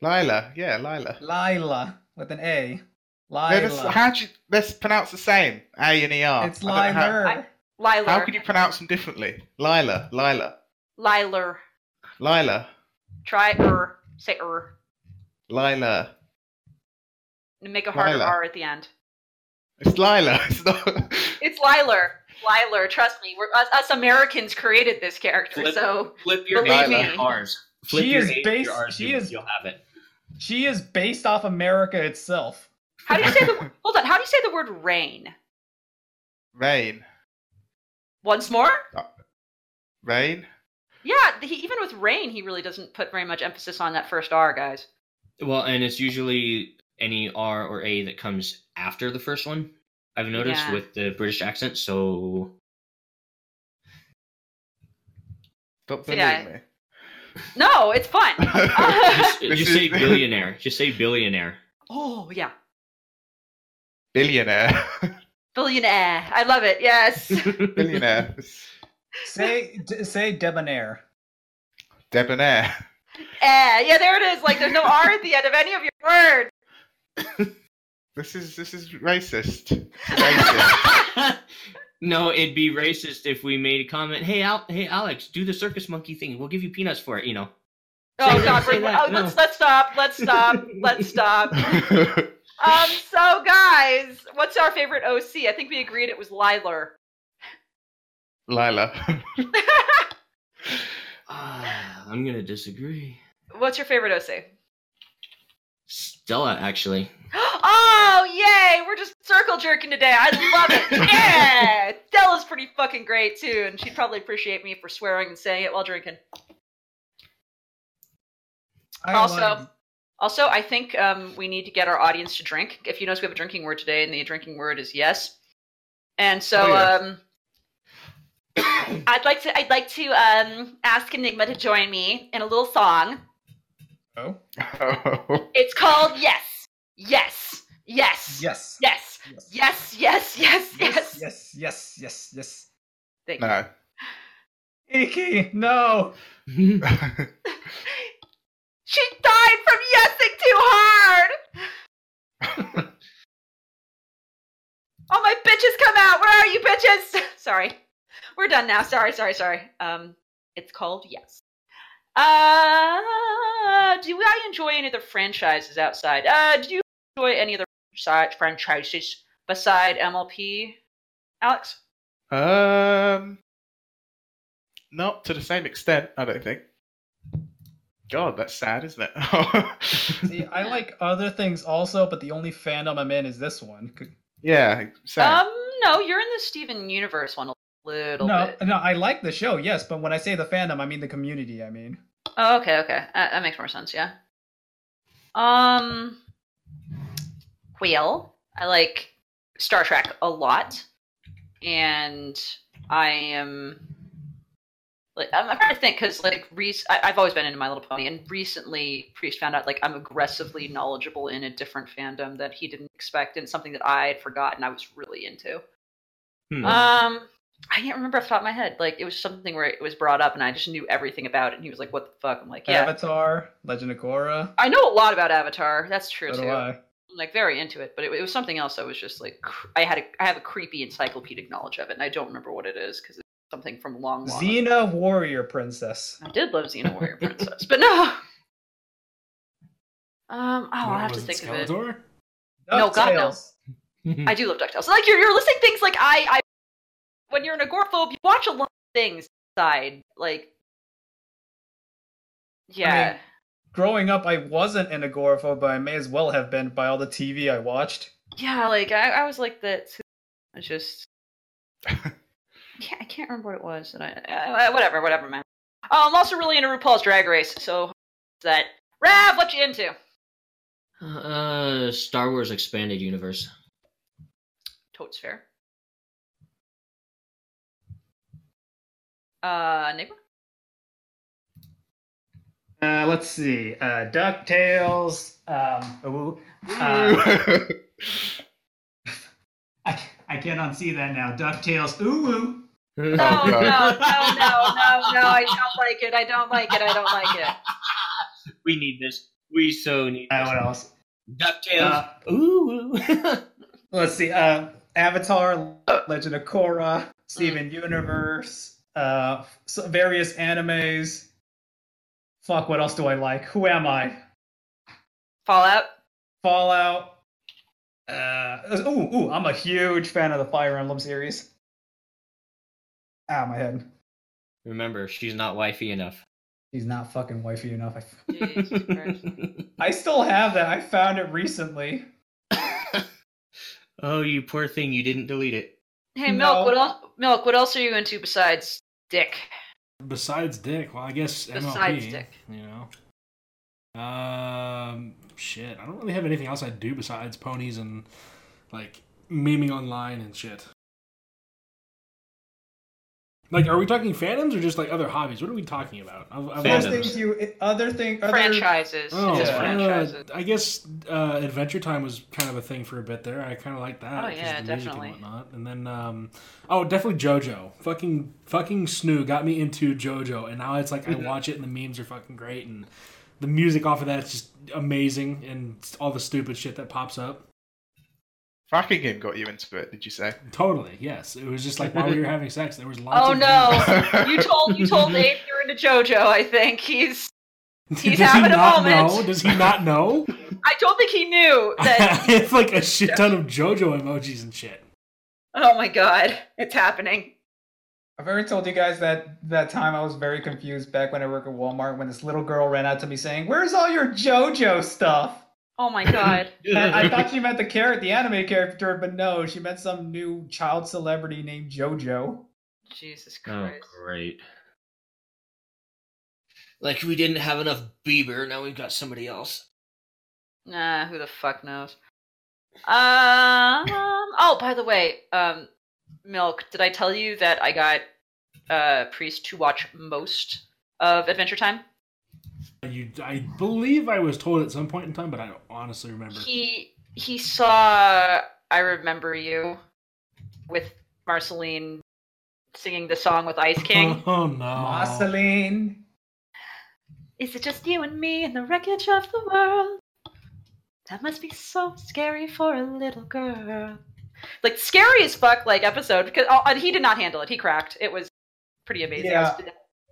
Lila. Yeah, Lila.
Lila with an A.
No, that's-
Lila.
how do you let's pronounce the same? A and E R.
It's
I don't know how-
Lila.
Lyler,
How could you pronounce them differently? Lila, Lila,
Lyler,
Lila,
try er, say er,
Lila.
and make a harder
Lyler.
R at the end.
It's Lila. It's not.
It's Lyler, Lyler. Trust me, we're us, us Americans created this character,
Flip.
so
Flip your
Believe
A's
me.
and R's. Flip
She
your
is
A's and
based-
your R's,
she
you-
is-
You'll have it.
She is based off America itself.
how do you say the hold on? How do you say the word rain?
Rain,
Once more?
rain.
Yeah, he, even with rain, he really doesn't put very much emphasis on that first R, guys.
Well, and it's usually any R or A that comes after the first one. I've noticed
Yeah.
with the British accent, so
Stop
Yeah.
bullying me.
No, it's fun.
just,
This
just
is-
say billionaire. Just say billionaire.
oh yeah,
Billionaire,
billionaire. I love it. Yes.
billionaire,
Say d- say debonair.
debonair.
Eh, yeah, there it is. Like, there's no R at the end of any of your words.
This is this is racist. racist.
no, it'd be racist if we made a comment. Hey, Al- hey, Alex, do the circus monkey thing. We'll give you peanuts for it. You know.
Oh
Say
God,
that,
we're,
say that,
oh,
no.
let's let's stop. Let's stop. Let's stop. Um, so guys, what's our favorite OC? I think we agreed it was Lyler.
Lila,
Ah, I'm gonna disagree.
What's your favorite OC?
Stella, actually.
Oh yay! We're just circle jerking today. I love it. Yeah, Stella's pretty fucking great too, and she'd probably appreciate me for swearing and saying it while drinking.
I
Also-
like-
Also, I think um, we need to get our audience to drink. If you notice, we have a drinking word today, and the drinking word is yes. And so,
Oh, yeah.
um, I'd like to I'd like to um, ask Enigma to join me in a little song.
oh,
It's called Yes, Yes, Yes,
yes.
Yes,
Yes.
Yes, Yes, Yes, Yes.
Yes. Yes. Yes. Yes. Yes.
Thank you.
no.
Icky, no.
She died from yesing too hard. All my bitches come out. Where are you, bitches? sorry, we're done now. Sorry, sorry, sorry. Um, it's called Yes. Uh, do I enjoy any of the franchises outside? Uh, do you enjoy any of the franchi- franchises beside MLP, Alex?
Um, not to the same extent, I don't think. God, that's sad, isn't it?
See, I like other things also, but the only fandom I'm in is this one. C-
yeah, sad.
Um, no, you're in the Steven universe one a little
No,
bit.
no, I like the show, yes, but when I say the fandom, I mean the community. I mean,
Oh, okay, okay. That, that makes more sense, yeah. Um, Wheel. I like Star Trek a lot, and I am. Like, I'm I'm trying to think because like rec- I, I've always been into My Little Pony, and recently Priest found out like I'm aggressively knowledgeable in a different fandom that he didn't expect, and something that I had forgotten I was really into.
Hmm.
Um, I can't remember off the top of my head. Like it was something where it was brought up, and I just knew everything about it. And he was like, "What the fuck?" I'm like, "Yeah,
Avatar, Legend of Korra.
I know a lot about Avatar. That's true
So
too.
do I.
I'm, like very into it, but it, it was something else. I was just like, cr- I had a, I have a creepy encyclopedic knowledge of it, and I don't remember what it is because it's something from Long Long.
Xena Warrior Princess.
I did love Xena Warrior Princess, but no. Um, oh, I'll have to
Was it
think of it.
Skeletor?
No, God, no.
DuckTales.
I do love DuckTales. Like you're you're listing things like I I when you're an agoraphobe, you watch a lot of things side. Like Yeah.
mean- Growing up, I wasn't an agoraphobe, but I may as well have been by all the TV I watched.
yeah, like I, I was like that too. I just I can't, I can't remember what it was that I uh, whatever, whatever, man. Oh, I'm also really into RuPaul's drag race, so that Rav, what you into?
Uh, Star Wars Expanded Universe.
Totes fair. Uh Nigma?
Uh, let's see. Uh, DuckTales. Um, ooh, uh,
Oh,
I, I can't unsee that now. DuckTales. Ooh, ooh.
Oh,
No, no, Oh, no, no, no, no, I don't like it. I don't like it. I don't like it.
We need this. We so need
Uh, what else?
DuckTales.
Uh,
Ooh.
let's see. Uh, Avatar, Legend of Korra, Steven Universe, uh, s- various animes. Fuck, what else do I like? Who am I?
Fallout?
Fallout. Uh, ooh, ooh, I'm a huge fan of the Fire Emblem series. Ow, my head.
Remember, she's not wifey enough.
He's not fucking wifey enough. I,
Jesus Christ.
I still have that. I found it recently.
oh, you poor thing! You didn't delete it.
Hey,
No.
Milk. What else? Milk. What else are you into besides dick?
Besides Dick, well, I guess
Besides
MLP,
Dick.
You know, um, shit. I don't really have anything else I do besides ponies and like memeing online and shit. Like, are we talking fandoms or just like other hobbies? What are we talking about? I've, I've
Those
Fandoms.
things you, other thing, other
franchises.
Oh,
It's just
uh,
franchises.
I guess uh, Adventure Time was kind of a thing for a bit there. I kind of liked that.
Oh,
'cause
yeah,
of
definitely.
and whatnot. And then, um, oh, definitely JoJo. Fucking fucking Snoo got me into JoJo, and now it's like I watch it, and the memes are fucking great, and the music off of that is just amazing, and all the stupid shit that pops up.
Fracking him got you into it, did you say?
Totally, yes. It was just like while we were having sex, there was lots.
Oh
of
no! you told you told Abe you're into JoJo. I think he's. He's
Does
having
he
a
not
moment.
know? Does he not know?
I don't think he knew that.
it's like a shit ton of JoJo emojis and shit.
oh my god, it's happening.
I've already told you guys that that time I was very confused back when I worked at Walmart when this little girl ran out to me saying, "Where's all your JoJo stuff?"
Oh my god.
And I thought she meant the character, the anime character, but no, she meant some new child celebrity named JoJo.
Jesus
Oh,
Christ.
great. Like we didn't have enough Bieber, now we've got somebody else.
Nah, who the fuck knows? Um. Oh, by the way, um, Milk, did I tell you that I got uh Priest to watch most of Adventure Time?
You, I believe I was told at some point in time, but I don't honestly remember.
He he saw I remember you with Marceline singing the song with Ice King.
Oh, no!
Marceline.
Is it just you and me in the wreckage of the world? That must be so scary for a little girl. Like scary as fuck, like episode because oh, and he did not handle it. He cracked. It was pretty amazing. I was-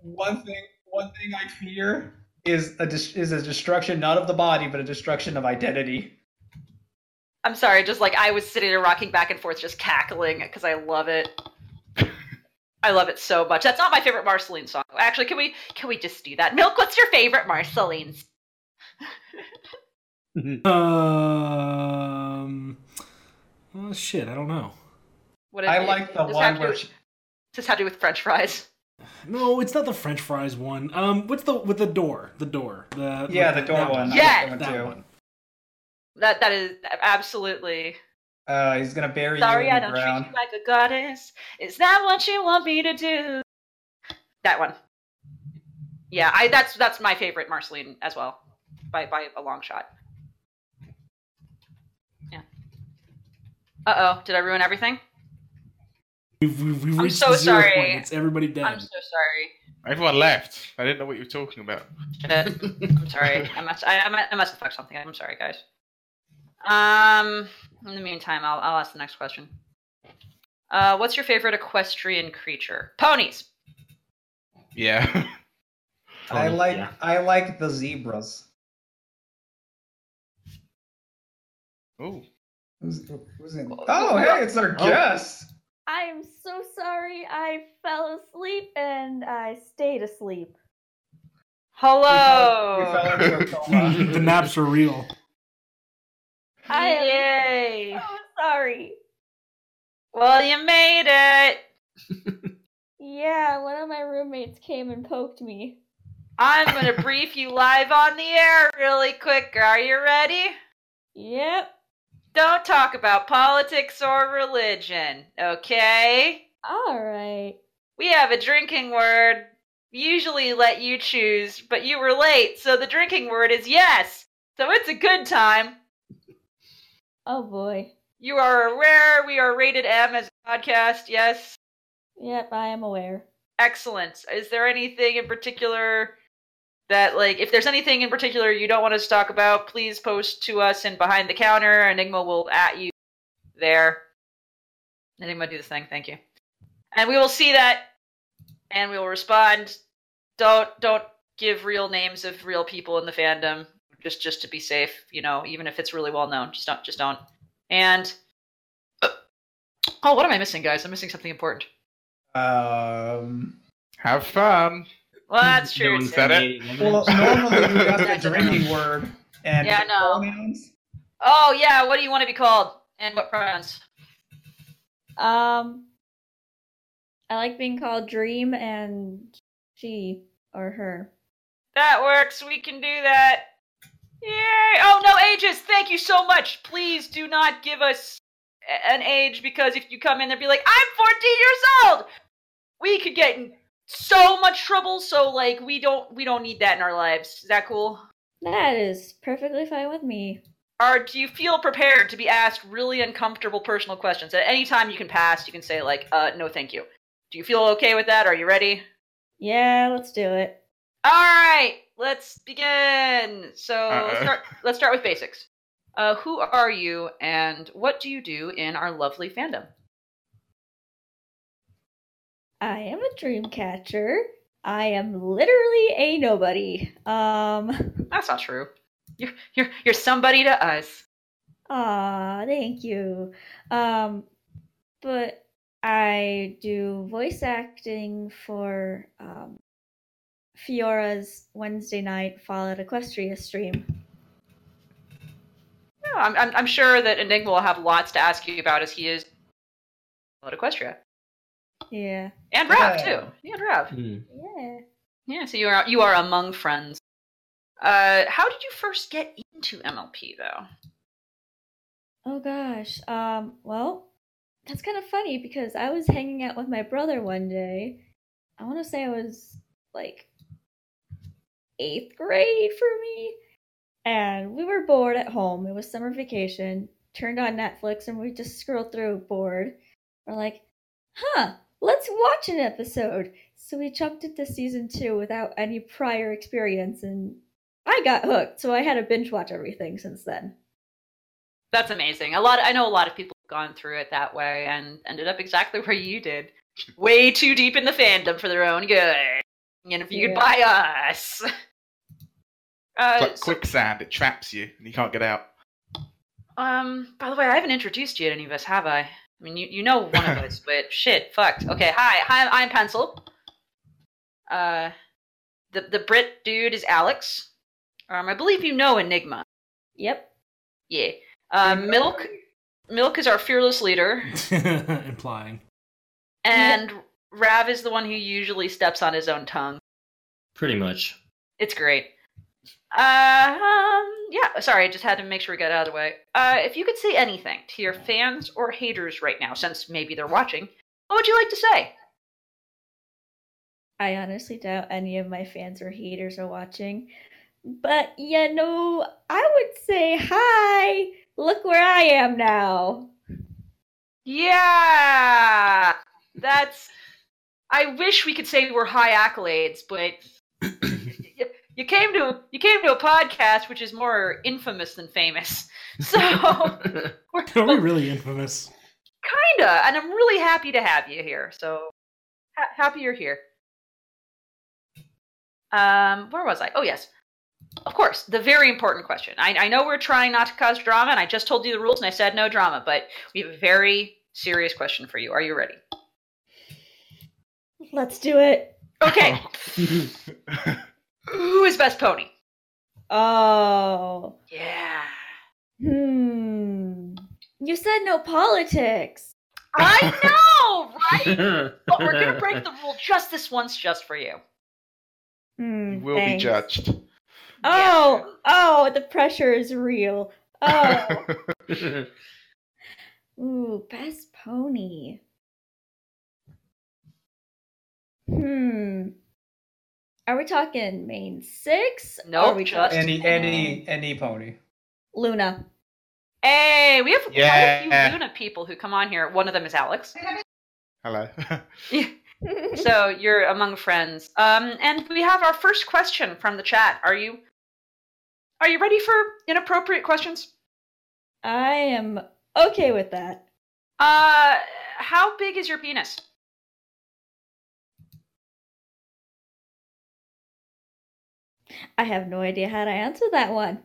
One thing, one thing I fear is a dis- is a destruction not of the body, but a destruction of identity.
I'm sorry, just like I was sitting there rocking back and forth, just cackling because I love it. I love it so much. That's not my favorite Marceline song. Actually, can we can we just do that? Milk, what's your favorite Marceline? s-
Um, well, shit, I don't know.
What
I
it-
like the
does it
one
have to
where
do-
she,
does it have to do with French fries?
No, it's not the French fries one. Um, what's the with the door? The door. The
yeah,
with
the door
that
one. I
Yeah.
like that
That
one too.
one.
That that is absolutely.
Uh, he's gonna bury
Sorry,
you in
I
the
don't
ground.
treat you like a goddess. Is that what you want me to do? That one. Yeah, I that's that's my favorite Marceline as well, by by a long shot. Yeah. Uh oh, did I ruin everything?
We've, we've, we've
I'm
reached
so
the zero
sorry.
point. It's everybody dead.
I'm so sorry.
Everyone left. I didn't know what you were talking about.
I'm sorry. I must I, I must I must have fucked something up. I'm sorry, guys. Um. In the meantime, I'll I'll ask the next question. Uh, what's your favorite equestrian creature? Ponies.
Yeah.
I
Tony,
like
yeah.
I like the zebras.
Ooh.
Who's, who's in?
Oh,
Oh,
yeah.
hey, it's our
Oh.
guest.
I am so sorry I fell asleep and I stayed asleep.
We
Hello.
fell into a
the
coma.
naps are real.
I am-
Yay.
So sorry.
Well, you made it.
Yeah, one of my roommates came and poked me.
I'm going to brief you live on the air really quick. Are you ready?
Yep.
Don't talk about politics or religion, okay?
All right.
We have a drinking word. Usually let you choose, but you were late, so the drinking word is yes. So it's a good time.
Oh boy.
You are aware we are rated M as a podcast, yes?
Yep, I am aware.
Excellent. Is there anything in particular that, like, if there's anything in particular you don't want us to talk about, please post to us in Behind the Counter. Enigma will at you there. Enigma, do this thing. Thank you. And we will see that, and we will respond. Don't don't give real names of real people in the fandom. Just just to be safe, you know, even if it's really well known, just don't just don't. And oh, what am I missing, guys? I'm missing something important.
Um,
Have fun.
Well, that's
No
true.
one's
too.
said it.
dating women.
well, normally we got
Yeah, I
the
don't
drinking word and
Yeah, I know.
pronouns.
Oh yeah, what do you want to be called? And what pronouns?
Um I like being called Dream and she or her.
That works. We can do that. Yay! Oh no, ages. Thank you so much. Please do not give us a- an age because if you come in there, be like, I'm 14 years old. We could get in so much trouble. So like, we don't we don't need that in our lives. Is that cool?
That is perfectly fine with me.
Or do you feel prepared to be asked really uncomfortable personal questions at any time? You can pass. You can say like, uh, no, thank you. Do you feel okay with that? Are you ready?
Yeah, let's do it.
All right, let's begin. So
Uh-oh.
let's start, let's start with basics. Uh, who are you, and what do you do in our lovely fandom?
I am a dream catcher. I am literally a nobody. Um
That's not true. You're you're you're somebody to us.
aw, thank you. Um but I do voice acting for um Fiora's Wednesday night Fallout Equestria stream.
No, I'm, I'm I'm sure that Enigma will have lots to ask you about as he is. Lord Equestria
Yeah.
and Rav
Yeah.
too. Yeah, and Rav.
Hmm.
Yeah.
Yeah, so you are you are among friends. Uh, how did you first get into MLP though?
Oh gosh. Um, well, that's kind of funny because I was hanging out with my brother one day. I want to say I was like eighth grade for me. And we were bored at home. It was summer vacation. Turned on Netflix and we just scrolled through bored. We're like, huh, let's watch an episode. So we jumped into season two without any prior experience and I got hooked. So I had to binge watch everything since then.
That's amazing. A lot. I know a lot of people have gone through it that way and ended up exactly where you did. Way too deep in the fandom for their own good. And if you could
Yeah.
buy us, uh,
It's like
so-
quicksand. It traps you and you can't get out.
um. By the way, I haven't introduced you to any of us, have I? I mean, you you know one of us, but shit, fucked. Okay, hi, hi. I'm Pencil. Uh, the the Brit dude is Alex. Um, I believe you know Enigma.
Yep.
Yeah. Uh, Milk. Milk is our fearless leader.
Implying.
And Rav is the one who usually steps on his own tongue.
Pretty much.
It's great. Uh, um, yeah, sorry, I just had to make sure we got out of the way. Uh, if you could say anything to your fans or haters right now, since maybe they're watching, what would you like to say?
I honestly doubt any of my fans or haters are watching. But you know, I would say hi. Look where I am now.
Yeah, that's. I wish we could say we're high accolades, but you, you came to you came to a podcast which is more infamous than famous. So
Are we really infamous?
Kinda, and I'm really happy to have you here. So ha- happy you're here. Um, where was I? Oh yes, of course. The very important question. I, I know we're trying not to cause drama, and I just told you the rules, and I said no drama. But we have a very serious question for you. Are you ready?
Let's do it.
Okay. Who is best pony?
Oh.
Yeah.
Hmm. You said no politics.
I know, right? but we're gonna break the rule just this once, just for you.
Hmm.
You will
thanks.
be judged.
Oh, oh, the pressure is real. Oh. Ooh, best pony. Hmm. Are we talking main six?
No,
Are we
just-
Any any any pony.
Luna.
Hey, we have quite a
Yeah.
few Luna people who come on here. One of them is Alex.
Hello.
So you're among friends. Um, and we have our first question from the chat. Are you are you ready for inappropriate questions?
I am okay with that.
Uh how big is your penis?
I have no idea how to answer that one.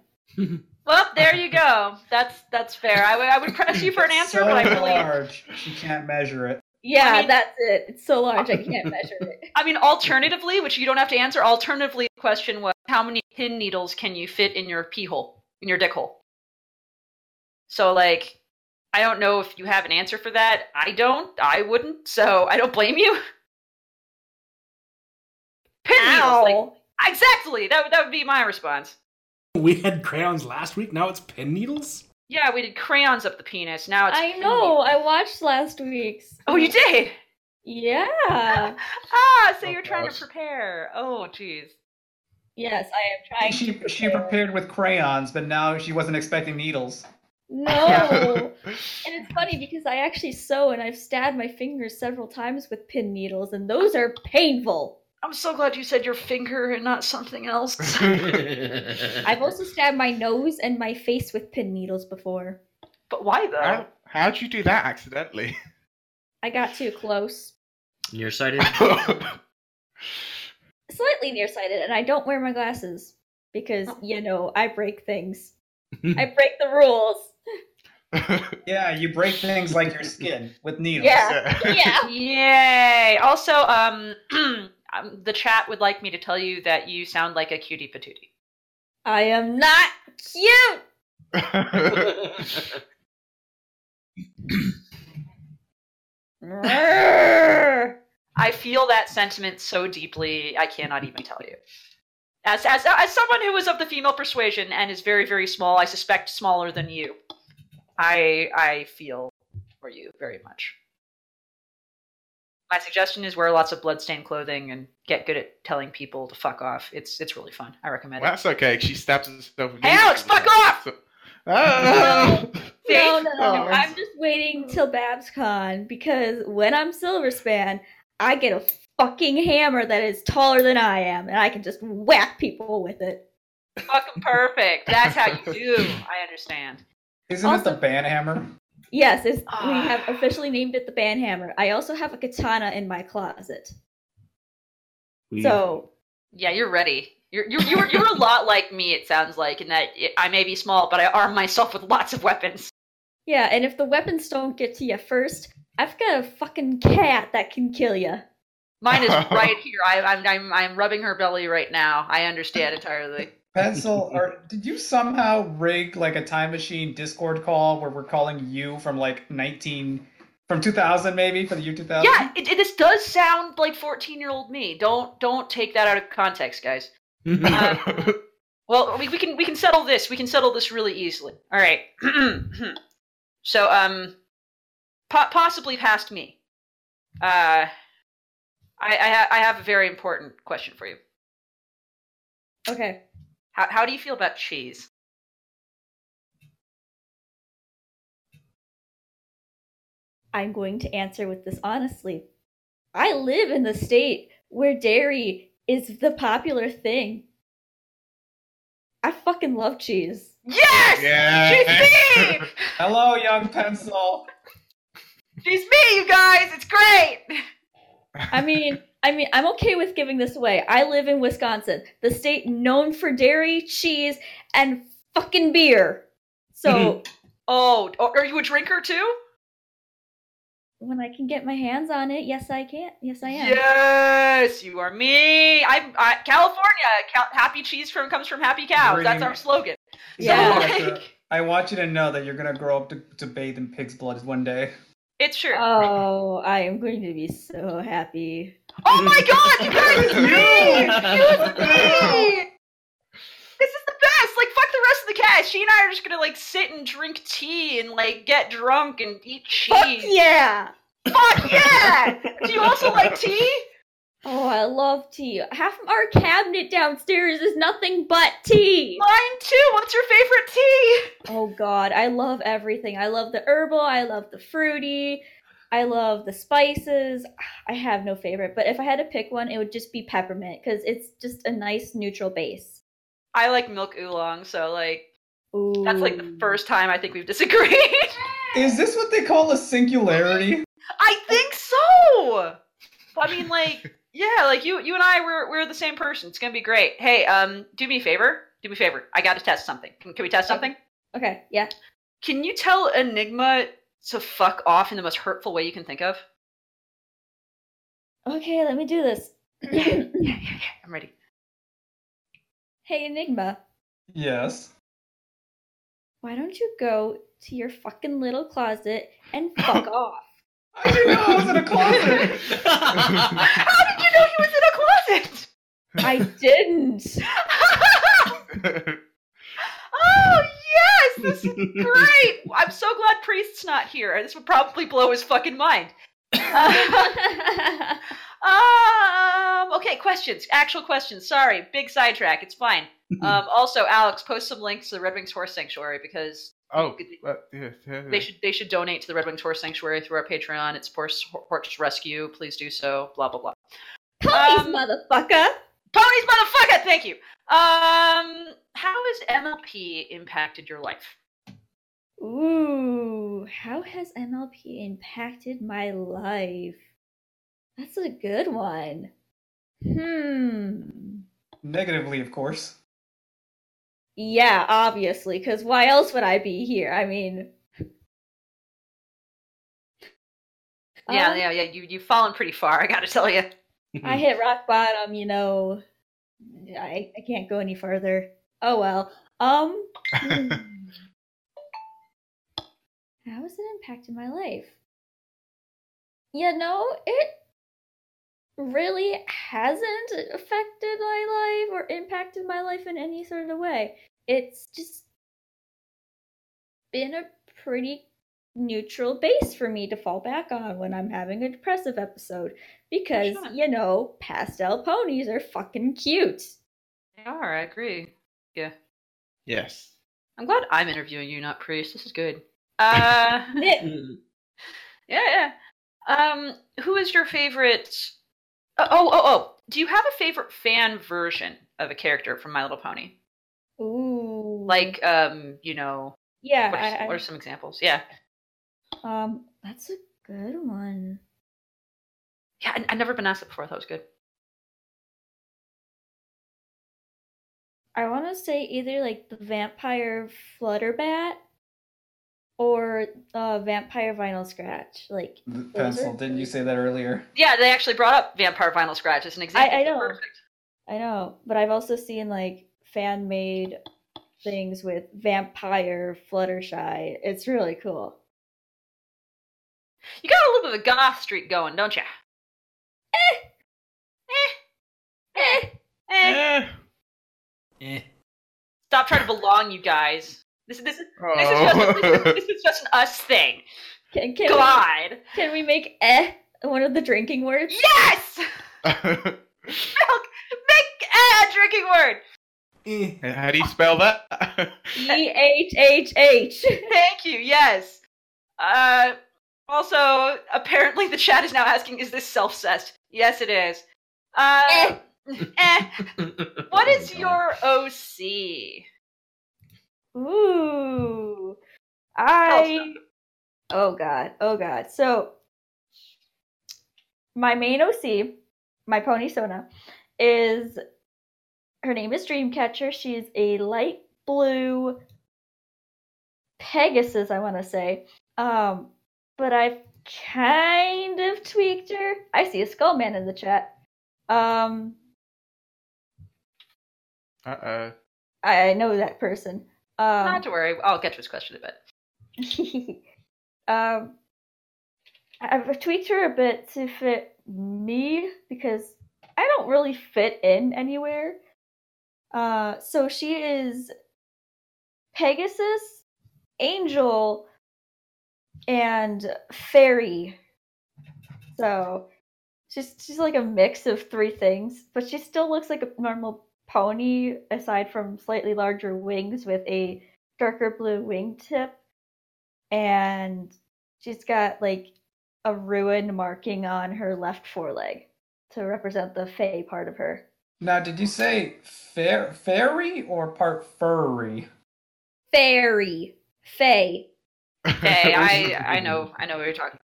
Well, there you go. That's that's fair. I would- I would press you for an answer,
so
but I really
large. She can't measure it.
Yeah,
I mean-
that's it. It's so large I can't measure it.
I mean alternatively, which you don't have to answer, alternatively the question was how many pin needles can you fit in your pee hole, in your dick hole? So like I don't know if you have an answer for that. I don't. I wouldn't. So I don't blame you. Pin needles, like,
Ow.
Exactly. That would that would be my response.
we had crayons last week. Now it's pin needles.
Yeah, we did crayons up the penis. Now it's.
I
pin
know.
needles.
I watched last week's.
Oh, you did.
Yeah.
Ah, so
Oh,
you're trying
gosh.
to prepare. Oh, jeez.
Yes, I am trying.
She
to
she
prepare.
prepared with crayons, but now she wasn't expecting needles.
No. And it's funny because I actually sew and I've stabbed my fingers several times with pin needles, and those are painful.
I'm so glad you said your finger and not something else.
I've also stabbed my nose and my face with pin needles before.
but why though?
How how'd you do that accidentally?
I got too close.
Nearsighted.
Slightly nearsighted, and I don't wear my glasses because, you know, I break things. I break the rules.
Yeah, you break things like your skin with needles.
Yeah.
Yeah.
Yeah.
Yay! Also, um, um, the chat would like me to tell you that you sound like a cutie patootie.
I am not cute. Grrr.
I feel that sentiment so deeply, I cannot even tell you. As, as, as someone who is of the female persuasion and is very, very small, I suspect smaller than you, I, I feel for you very much. My suggestion is wear lots of bloodstained clothing and get good at telling people to fuck off. It's, it's really fun. I recommend it.
That's okay. 'cause She stabs herself. With
Hey,
needles
Alex,
all the
fuck
time,
off!
so- Ah!
See?
no, no, no, no.
Oh.
I'm just waiting till BabsCon because when I'm Silver Span, I get a fucking hammer that is taller than I am, and I can just whack people with it.
Fucking perfect. That's how you do. I understand.
Isn't it the ban hammer?
Yes, it's, we have officially named it the Ban Hammer. I also have a katana in my closet, so
Yeah, you're ready. You're, you're, you're, you're a lot like me, it sounds like, in that I may be small, but I arm myself with lots of weapons.
yeah. And if the weapons don't get to you first, I've got a fucking cat that can kill you.
Mine is right here. I, I'm, I'm, I'm rubbing her belly right now. I understand entirely.
Pencil, or did you somehow rig like a time machine Discord call where we're calling you from like 19, from 2000 maybe for the year
Um,
2000?
Yeah, it, it- this does sound like 14 year old me. Don't don't take that out of context, guys. Um, well, we, we can we can settle this. We can settle this really easily. All right. so, um, po- possibly past me. Uh, I I, ha- I have a very important question for you.
Okay,
How how do you feel about cheese?
I'm going to answer with this honestly. I live in the state where dairy is the popular thing. I fucking love cheese.
Yes.
Yeah.
Cheese!
Hello, young pencil.
She's me, you guys. It's great.
I mean, I mean, I'm okay with giving this away. I live in Wisconsin, the state known for dairy, cheese, and fucking beer. So
Oh, oh, are you a drinker too?
when I can get my hands on it, yes, I can. Yes, I am.
Yes, you are me. I'm I, California. Cal- happy cheese from comes from happy cows. That's
Green.
our slogan.
I
So,
Yeah.
want, you,
like,
I want you to know that you're gonna grow up to, to bathe in pig's blood one day.
it's true.
Oh, I am going to be so happy.
oh my god, you guys, it's me. It was me. This is the best. Like, fuck the rest of the cast. She and I are just gonna like sit and drink tea and like get drunk and eat cheese.
yeah!
Fuck yeah! Do you also like tea?
Oh, I love tea. Half of our cabinet downstairs is nothing but tea.
Mine too. What's your favorite tea?
Oh God, I love everything. I love the herbal. I love the fruity. I love the spices. I have no favorite, but if I had to pick one, it would just be peppermint because it's just a nice neutral base.
I like milk oolong. So like,
Ooh.
that's like the first time I think we've disagreed.
Is this what they call a singularity?
I think so. I mean, like, yeah, like you, you and I, we're we're the same person. It's gonna be great. Hey, um, do me a favor. Do me a favor. I got to test something. Can, can we test something?
Okay, yeah.
Can you tell Enigma to fuck off in the most hurtful way you can think of?
Okay, let me do this.
Yeah, yeah, yeah, yeah. I'm ready.
Hey Enigma,
yes.
why don't you go to your fucking little closet and fuck off?
I didn't know I was in a closet.
How did you know he was in a closet?
I didn't.
oh yes, this is great. I'm so glad Priest's not here. This would probably blow his fucking mind. Um. Okay. Questions. Actual questions. Sorry. Big sidetrack. It's fine. Um. Also, Alex, post some links to the Red Wings Horse Sanctuary because
oh, well, yeah, yeah,
they should they should donate to the Red Wings Horse Sanctuary through our Patreon. It's Horse Horse Rescue. Please do so. Blah blah blah.
Puppies,
Um,
motherfucker.
Ponies, motherfucker. Thank you. Um. How has MLP impacted your life?
Ooh, how has MLP impacted my life? That's a good one. Hmm.
Negatively, of course.
Yeah, obviously, because why else would I be here? I mean.
Yeah.
Um,
Yeah. Yeah. You you've fallen pretty far. I gotta tell you.
I hit rock bottom, you know. I, I can't go any further. Oh well. Um. hmm. How has it impacted my life? You know, it really hasn't affected my life or impacted my life in any sort of way. It's just been a pretty neutral base for me to fall back on when I'm having a depressive episode because,
Sure.
you know, pastel ponies are fucking cute.
They are. I agree.
Yes.
I'm glad I'm interviewing you, not Priest. This is good. Uh. Yeah, yeah. Um, who is your favorite? Oh, oh, oh, oh. Do you have a favorite fan version of a character from My Little Pony?
Ooh.
Like, um, you know,
yeah,
what are,
I- I-
what are some examples? Yeah,
Um, that's a good one.
yeah. I, I've never been asked that before. I thought it was good.
I want to say either like the vampire flutterbat or uh, vampire vinyl scratch. Like
Pencil, didn't you say that earlier?
Yeah, they actually brought up Vampire Vinyl Scratch as an example.
I know.
Perfect.
I know, but I've also seen like fan made things with vampire fluttershy. It's really cool.
You got a little bit of a goth streak going, don't you?
Eh,
Eh.
Yeah.
Eh.
Stop trying to belong, you guys. This, this, this, is just, this, is,
Oh.
this is just an us thing.
Can can we,
God.
can we make eh one of the drinking words?
Yes!
Oh.
Milk! Make a drinking word!
Eh.
How do you spell that?
E H H H.
Thank you. Yes. Uh, also, apparently the chat is now asking, "Is this self-cessed?" Yes, it is. Uh, eh. What
Oh
is your OC?
Ooh.
Tell us
I Oh god. Oh god. So my main OC, my pony Sona, is her name is Dreamcatcher. She is a light blue Pegasus, I want to say. Um, but I've kind of tweaked her. I see a skull man in the chat. Um,
Uh oh.
I I know that person. Um,
Not to worry. I'll get to his question in a bit.
um, I- I've tweaked her a bit to fit me because I don't really fit in anywhere. Uh, so she is Pegasus, Angel, and Fairy. So she's she's like a mix of three things, but she still looks like a normal pony aside from slightly larger wings with a darker blue wingtip and she's got like a ruined marking on her left foreleg to represent the fey part of her.
Now, did you say fair, fairy or part furry?
Fairy, fey.
Okay, I I know I know what you're talking.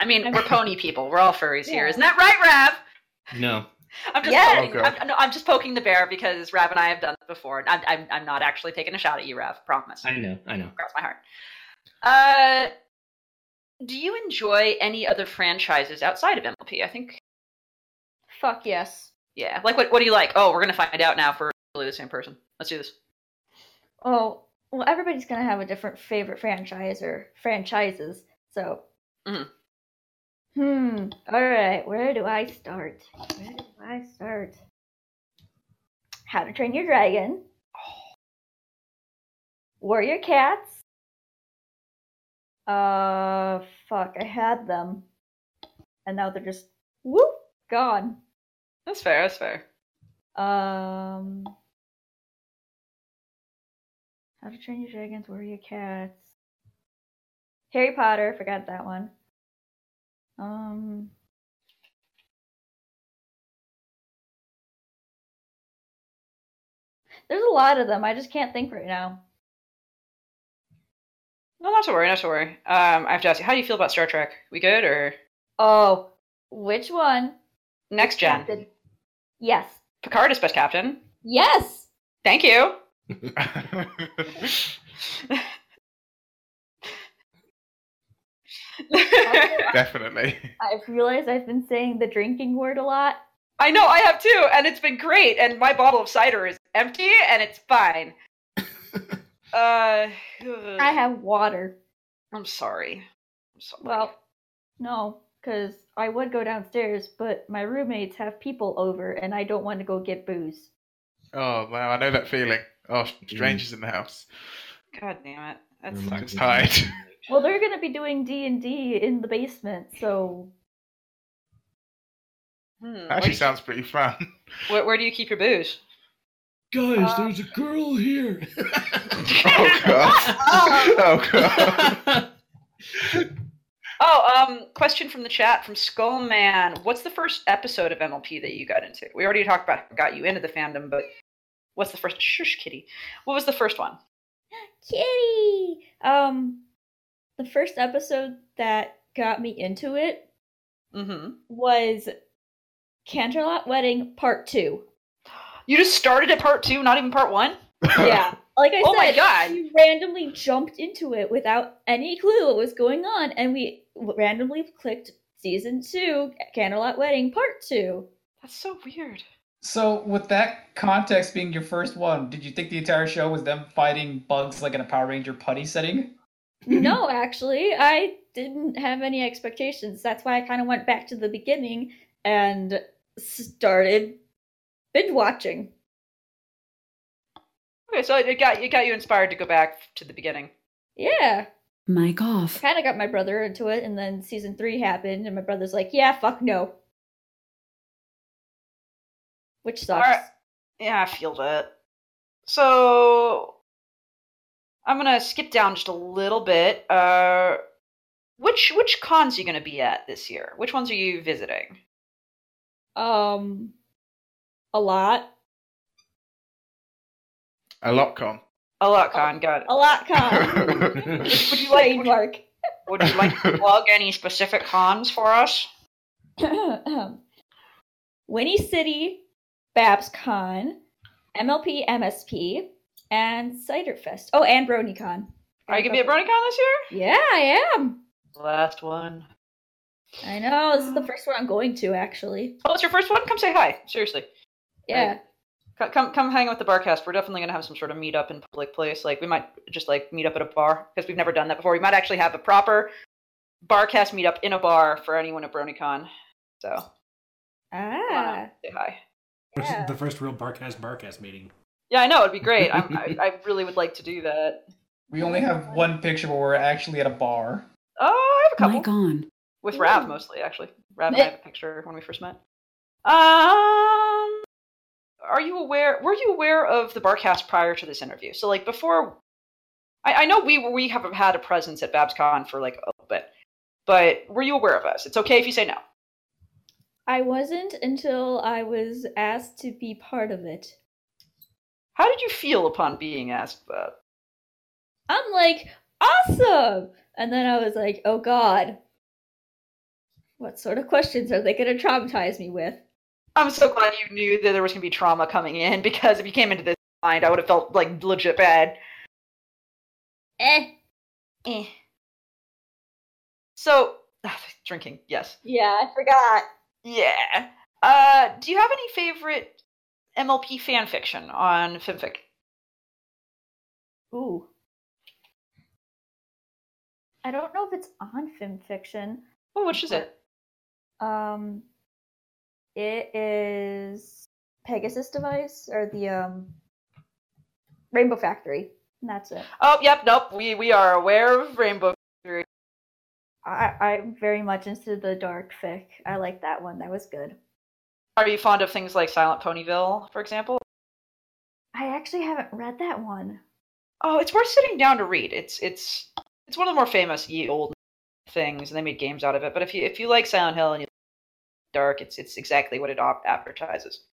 I mean, we're pony people. We're all furries here,
Yeah.
isn't that right, Rab?
No.
I'm just
Yes.
poking, I'm, no, I'm just poking the bear because Rav and I have done it before. and I'm, I'm, I'm not actually taking a shot at you, Rav. Promise.
I know. I know.
Cross my heart. Uh, do you enjoy any other franchises outside of MLP? I think
Fuck yes.
yeah. Like what? What do you like? Oh, we're gonna find out now for really the same person. Let's do this.
Oh, well, everybody's gonna have a different favorite franchise or franchises. So,
Mhm.
hmm. All right, where do I start? Where do I start? How to Train Your Dragon, Warrior Cats. Uh, fuck, I had them, and now they're just whoop gone.
That's fair. That's fair.
Um, How to Train Your Dragons, Warrior Cats, Harry Potter. Forgot that one. Um, there's a lot of them. I just can't think right now.
No, not to worry. Not to worry. Um, I have to ask you, how do you feel about Star Trek? We good or
Oh, which one?
next gen?
Captain. Yes.
Picard is best captain.
Yes.
Thank you.
Definitely.
I've realized I've been saying the drinking word a lot.
I know I have too, and it's been great. And my bottle of cider is empty, and it's fine. uh,
I have water.
I'm sorry. I'm sorry.
Well, no, because I would go downstairs, but my roommates have people over and I don't want to go get booze.
Oh wow, I know that feeling. Oh, strangers in the house.
God damn it. That's
Remarkable.
Just hide.
Well, they're going to be doing D&D in the basement, so
hmm, where, do
Actually,
you,
sounds pretty fun.
where, where do you keep your booze?
Guys,
Uh,
there's a girl here.
Oh god. oh god.
Oh, um, question from the chat from Skullman. What's the first episode of MLP that you got into? We already talked about got you into the fandom, but what's the first? Shush, kitty. What was the first one?
kitty. Um the first episode that got me into it
Mm-hmm.
was Canterlot Wedding Part 2.
You just started at part two, not even part one.
Yeah. Like I
Oh
said,
my God.
we randomly jumped into it without any clue what was going on, and we randomly clicked season two, Candlelight Wedding, part two.
That's so weird.
So, with that context being your first one, did you think the entire show was them fighting bugs like in a Power Ranger putty setting?
Mm-hmm.
no, actually, I didn't have any expectations. That's why I kind of went back to the beginning and started binge watching.
Okay, so it got it got you inspired to go back to the beginning.
Yeah,
Mic
I
off.
kind of got my brother into it, and then season three happened, and my brother's like, "Yeah, fuck no," which sucks.
Alright. Yeah, I feel that. So I'm gonna skip down just a little bit. Uh, which which cons are you gonna be at this year? Which ones are you visiting?
Um, a lot.
A lot con.
A lot con, got it. Uh,
A lot, Con.
I
Would you like
would
Mark?
Would you like to plug any specific cons for us?
Winnie City, BabsCon, MLP MSP, and Ciderfest. Oh, and BronyCon.
Are you gonna be at BronyCon this year?
Yeah, I am.
Last one.
I know. This is the first one I'm going to, actually.
Oh, it's your first one. Come say hi. Seriously,
Yeah.
C- come come hang with the barcast. We're definitely gonna have some sort of meet up in public place. Like we might just like meet up at a bar because we've never done that before. We might actually have a proper barcast meet up in a bar for anyone at BronyCon. So come on out,
Ah.
say hi.
Which is
Yeah.
the first real Barcast Barcast meeting.
Yeah, I know it'd be great. I'm, I I really would like to do that.
We only have one picture where we're actually at a bar.
Oh, I have a couple.
Mic on.
with
Yeah.
Rav mostly actually. Rav and I have a picture when we first met. Um, are you aware? Were you aware of the Barcast prior to this interview? So like before, I, I know we we have had a presence at BabsCon for like a little bit, but were you aware of us? It's okay if you say no.
I wasn't until I was asked to be part of it.
How did you feel upon being asked uh, that?
I'm like, awesome! And then I was like, oh god. What sort of questions are they gonna traumatize me with?
I'm so glad you knew that there was gonna be trauma coming in because if you came into this blind, I would have felt like legit bad.
Eh. Eh.
So drinking, yes.
Yeah, I forgot.
Yeah. Uh, do you have any favorite MLP fan fiction on FinFic?
Ooh. I don't know if it's on film fiction.
Well, Oh, which is it?
Um it is Pegasus device or the um Rainbow Factory. And that's it.
Oh, yep, nope. We we are aware of Rainbow.
I, I'm very much into the dark fic. I like that one. That was good.
Are you fond of things like Silent Ponyville, for example?
I actually haven't read that one.
Oh, it's worth sitting down to read. It's it's it's one of the more famous ye old things, and they made games out of it. But if you if you like Silent Hill and you like dark, it's it's exactly what it op- advertises.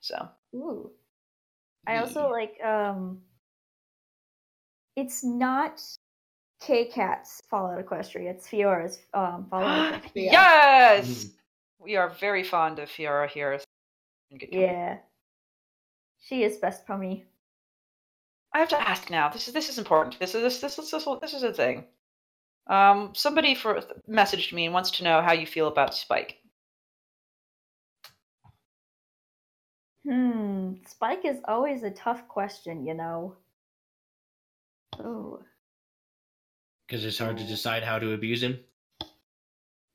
So
Ooh. I also like um it's not K Cat's Fallout Equestria, it's Fiora's um Fallout Equestria.
yes, we are very fond of Fiora here. Good company.
Yeah. She is best pony.
I have to ask now. This is this is important. This is this this this this, this is a thing. Um, somebody for messaged me and wants to know how you feel about Spike.
Hmm. Spike is always a tough question, you know. Ooh.
because it's hard to decide how to abuse him.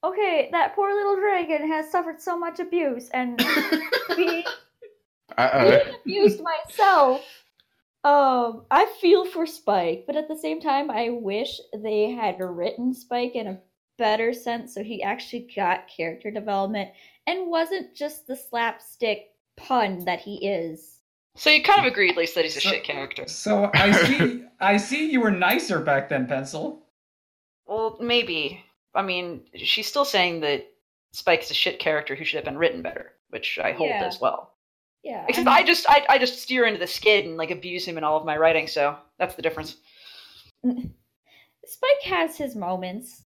Okay, that poor little dragon has suffered so much abuse and being
Uh
abused myself. Um, I feel for Spike, but at the same time, I wish they had written Spike in a better sense so he actually got character development and wasn't just the slapstick pun that he is.
So you kind of agreed, at least, that he's a
So-
shit character.
So I see, I see you were nicer back then, Pencil.
Well, maybe. I mean, she's still saying that Spike is a shit character who should have been written better, which I hold
Yeah.
as well.
Yeah.
Except I just I, I just steer into the skid and like abuse him in all of my writing, so that's the difference.
Spike has his moments,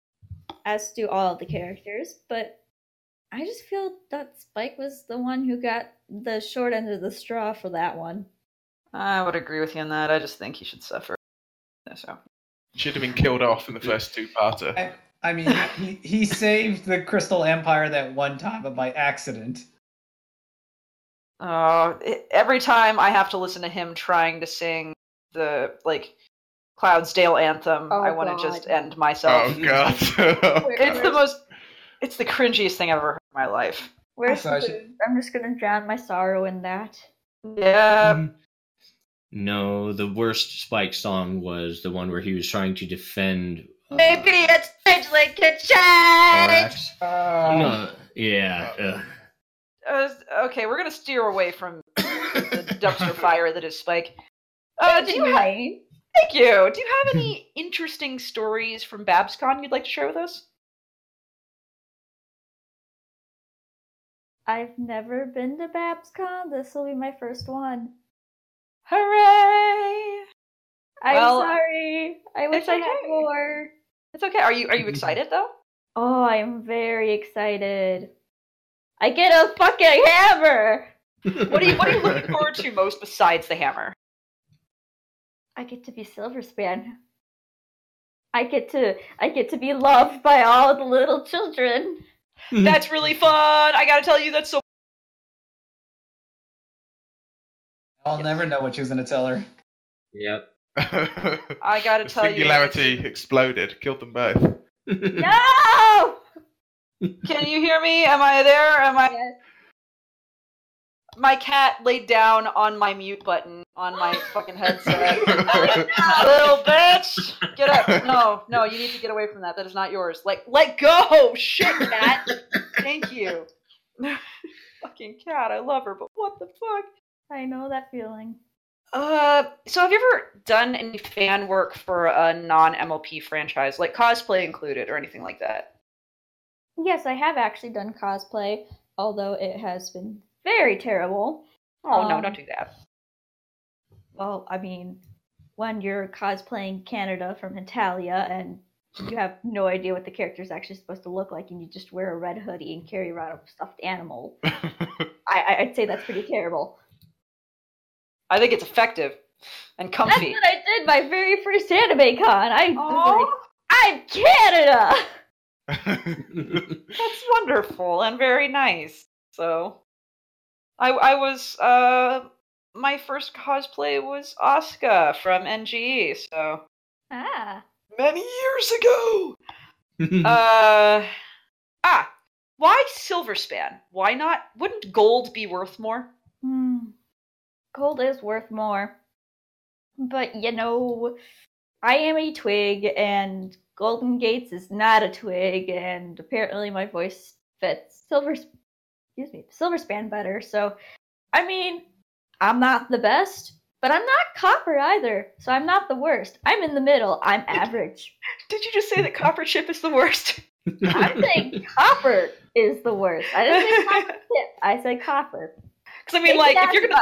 as do all of the characters, but I just feel that Spike was the one who got the short end of the straw for that one.
I would agree with you on that. I just think he should suffer. So
Should have been killed off in the first two-parter.
I, I mean, he, he saved the Crystal Empire that one time, but by accident.
Uh, it- every time I have to listen to him trying to sing the like Cloudsdale anthem,
Oh,
I want to
God.
just end myself.
Oh god. oh,
Where-
It's the
where's-
most, it's the cringiest thing I've ever heard in my life.
Where's
Also, I
the
should-
food? I'm just gonna drown my sorrow in that.
Yeah,
No, the worst Spike song was the one where he was trying to defend. uh,
it's Pidgley Kitchen!
Thorax.
Uh,
No, yeah.
Uh, okay, we're gonna steer away from the dumpster fire that is Spike. Uh, do you have,
Lane.
thank you. Do you have any interesting stories from BabsCon you'd like to share with us?
I've never been to BabsCon. This will be my first one.
Hooray!
I'm
Well,
sorry. I wish
it's
I had
okay.
more.
It's okay. Are you are
Mm-hmm.
you excited though?
Oh, I'm very excited. I get a fucking hammer.
What are you what are you looking forward to most besides the hammer?
I get to be Silverspan. I get to I get to be loved by all the little children.
That's really fun. I gotta tell you, that's so.
I'll never know what she was gonna tell her.
Yep.
I gotta
The
tell you.
Singularity exploded, killed them both.
No!
Can you hear me? Am I there? Am I?
Yes.
My cat laid down on my mute button on my fucking headset. Little bitch, get up! No, no, you need to get away from that. That is not yours. Like, let go, shit, cat. Thank you. fucking cat, I love her, but what the fuck?
I know that feeling.
Uh, so have you ever done any fan work for a non MLP franchise, like cosplay included or anything like that?
Yes, I have actually done cosplay, although it has been very terrible.
Oh no,
Um,
don't do that.
Well, I mean, when you're cosplaying Canada from Italia and you have no idea what the character is actually supposed to look like, and you just wear a red hoodie and carry around a stuffed animal,
Eh,
I, I- I'd say that's pretty terrible.
I think it's effective and
That's
comfy.
what I did my very first anime con. I was like,
Oh,
I'm Canada!
that's wonderful and very nice. So, I I was uh my first cosplay was Asuka from NGE. So
Ah,
many years ago. Uh, ah, why silver span? Why not? Wouldn't gold be worth more?
hmm. Gold is worth more. But you know, I am a twig, and Golden Gates is not a twig, and apparently my voice fits Silver, excuse me, Silverspan better. So, I mean, I'm not the best, but I'm not copper either, so I'm not the worst. I'm in the middle. I'm average.
Did you just say that copper chip is the worst?
I'm saying copper is the worst. I didn't say copper
Because
tip. I said copper.
I mean, like, if you're gonna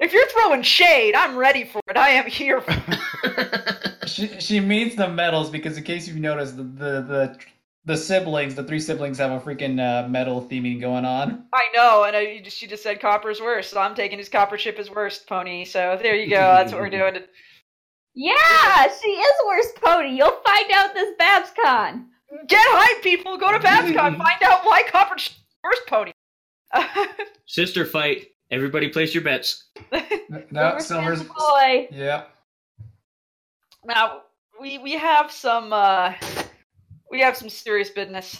if you're throwing shade, I'm ready for it. I am here. For
She she means the medals because in case you've noticed the the the, the siblings, the three siblings have a freaking uh, medal theming going on.
I know, and I, you just, she just said copper is worse, so I'm taking his copper chip is worst pony. So there you go. That's what we're doing.
Yeah, she is worst pony. You'll find out this BabsCon.
Get hype, people. Go to BabsCon. Find out why copper chip is worst pony.
Sister fight. Everybody place your bets.
No,
Silver's
silver's.
the boy.
Yeah.
now we we have some uh we have some serious business.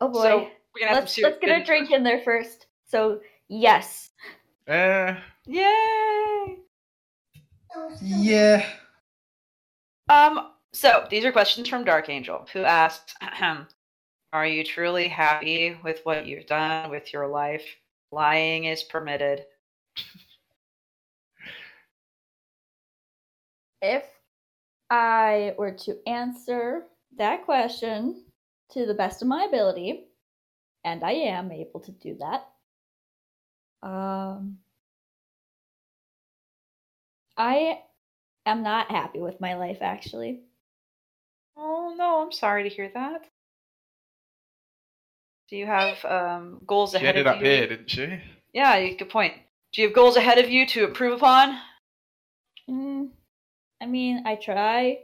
Oh boy.
So we're gonna have
let's
some serious
let's get a
business.
drink in there first. So yes.
Eh,
Yay!
Yeah.
Um, so these are questions from Dark Angel, who asks, "Are you truly happy with what you've done with your life? Lying is permitted."
If I were to answer that question to the best of my ability, and I am able to do that, um, I am not happy with my life actually.
Oh no, I'm sorry to hear that. Do you have um, goals
she
ahead
ended
of
up
you?
here, didn't she?
Yeah, you- good point. Do you have goals ahead of you to improve upon?
Mm, I mean, I try.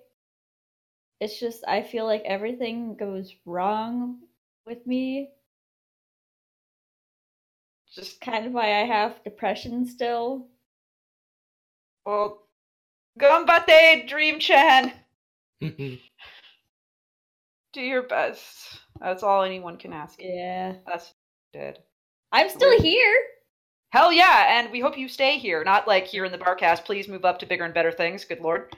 It's just I feel like everything goes wrong with me.
Just
Kind of why I have depression still.
well, Gombate Dream Chan, do your best. That's all anyone can ask.
Yeah.
That's good.
I'm still here.
Hell yeah, and we hope you stay here, not like here in the barcast. Please move up to bigger and better things. Good lord.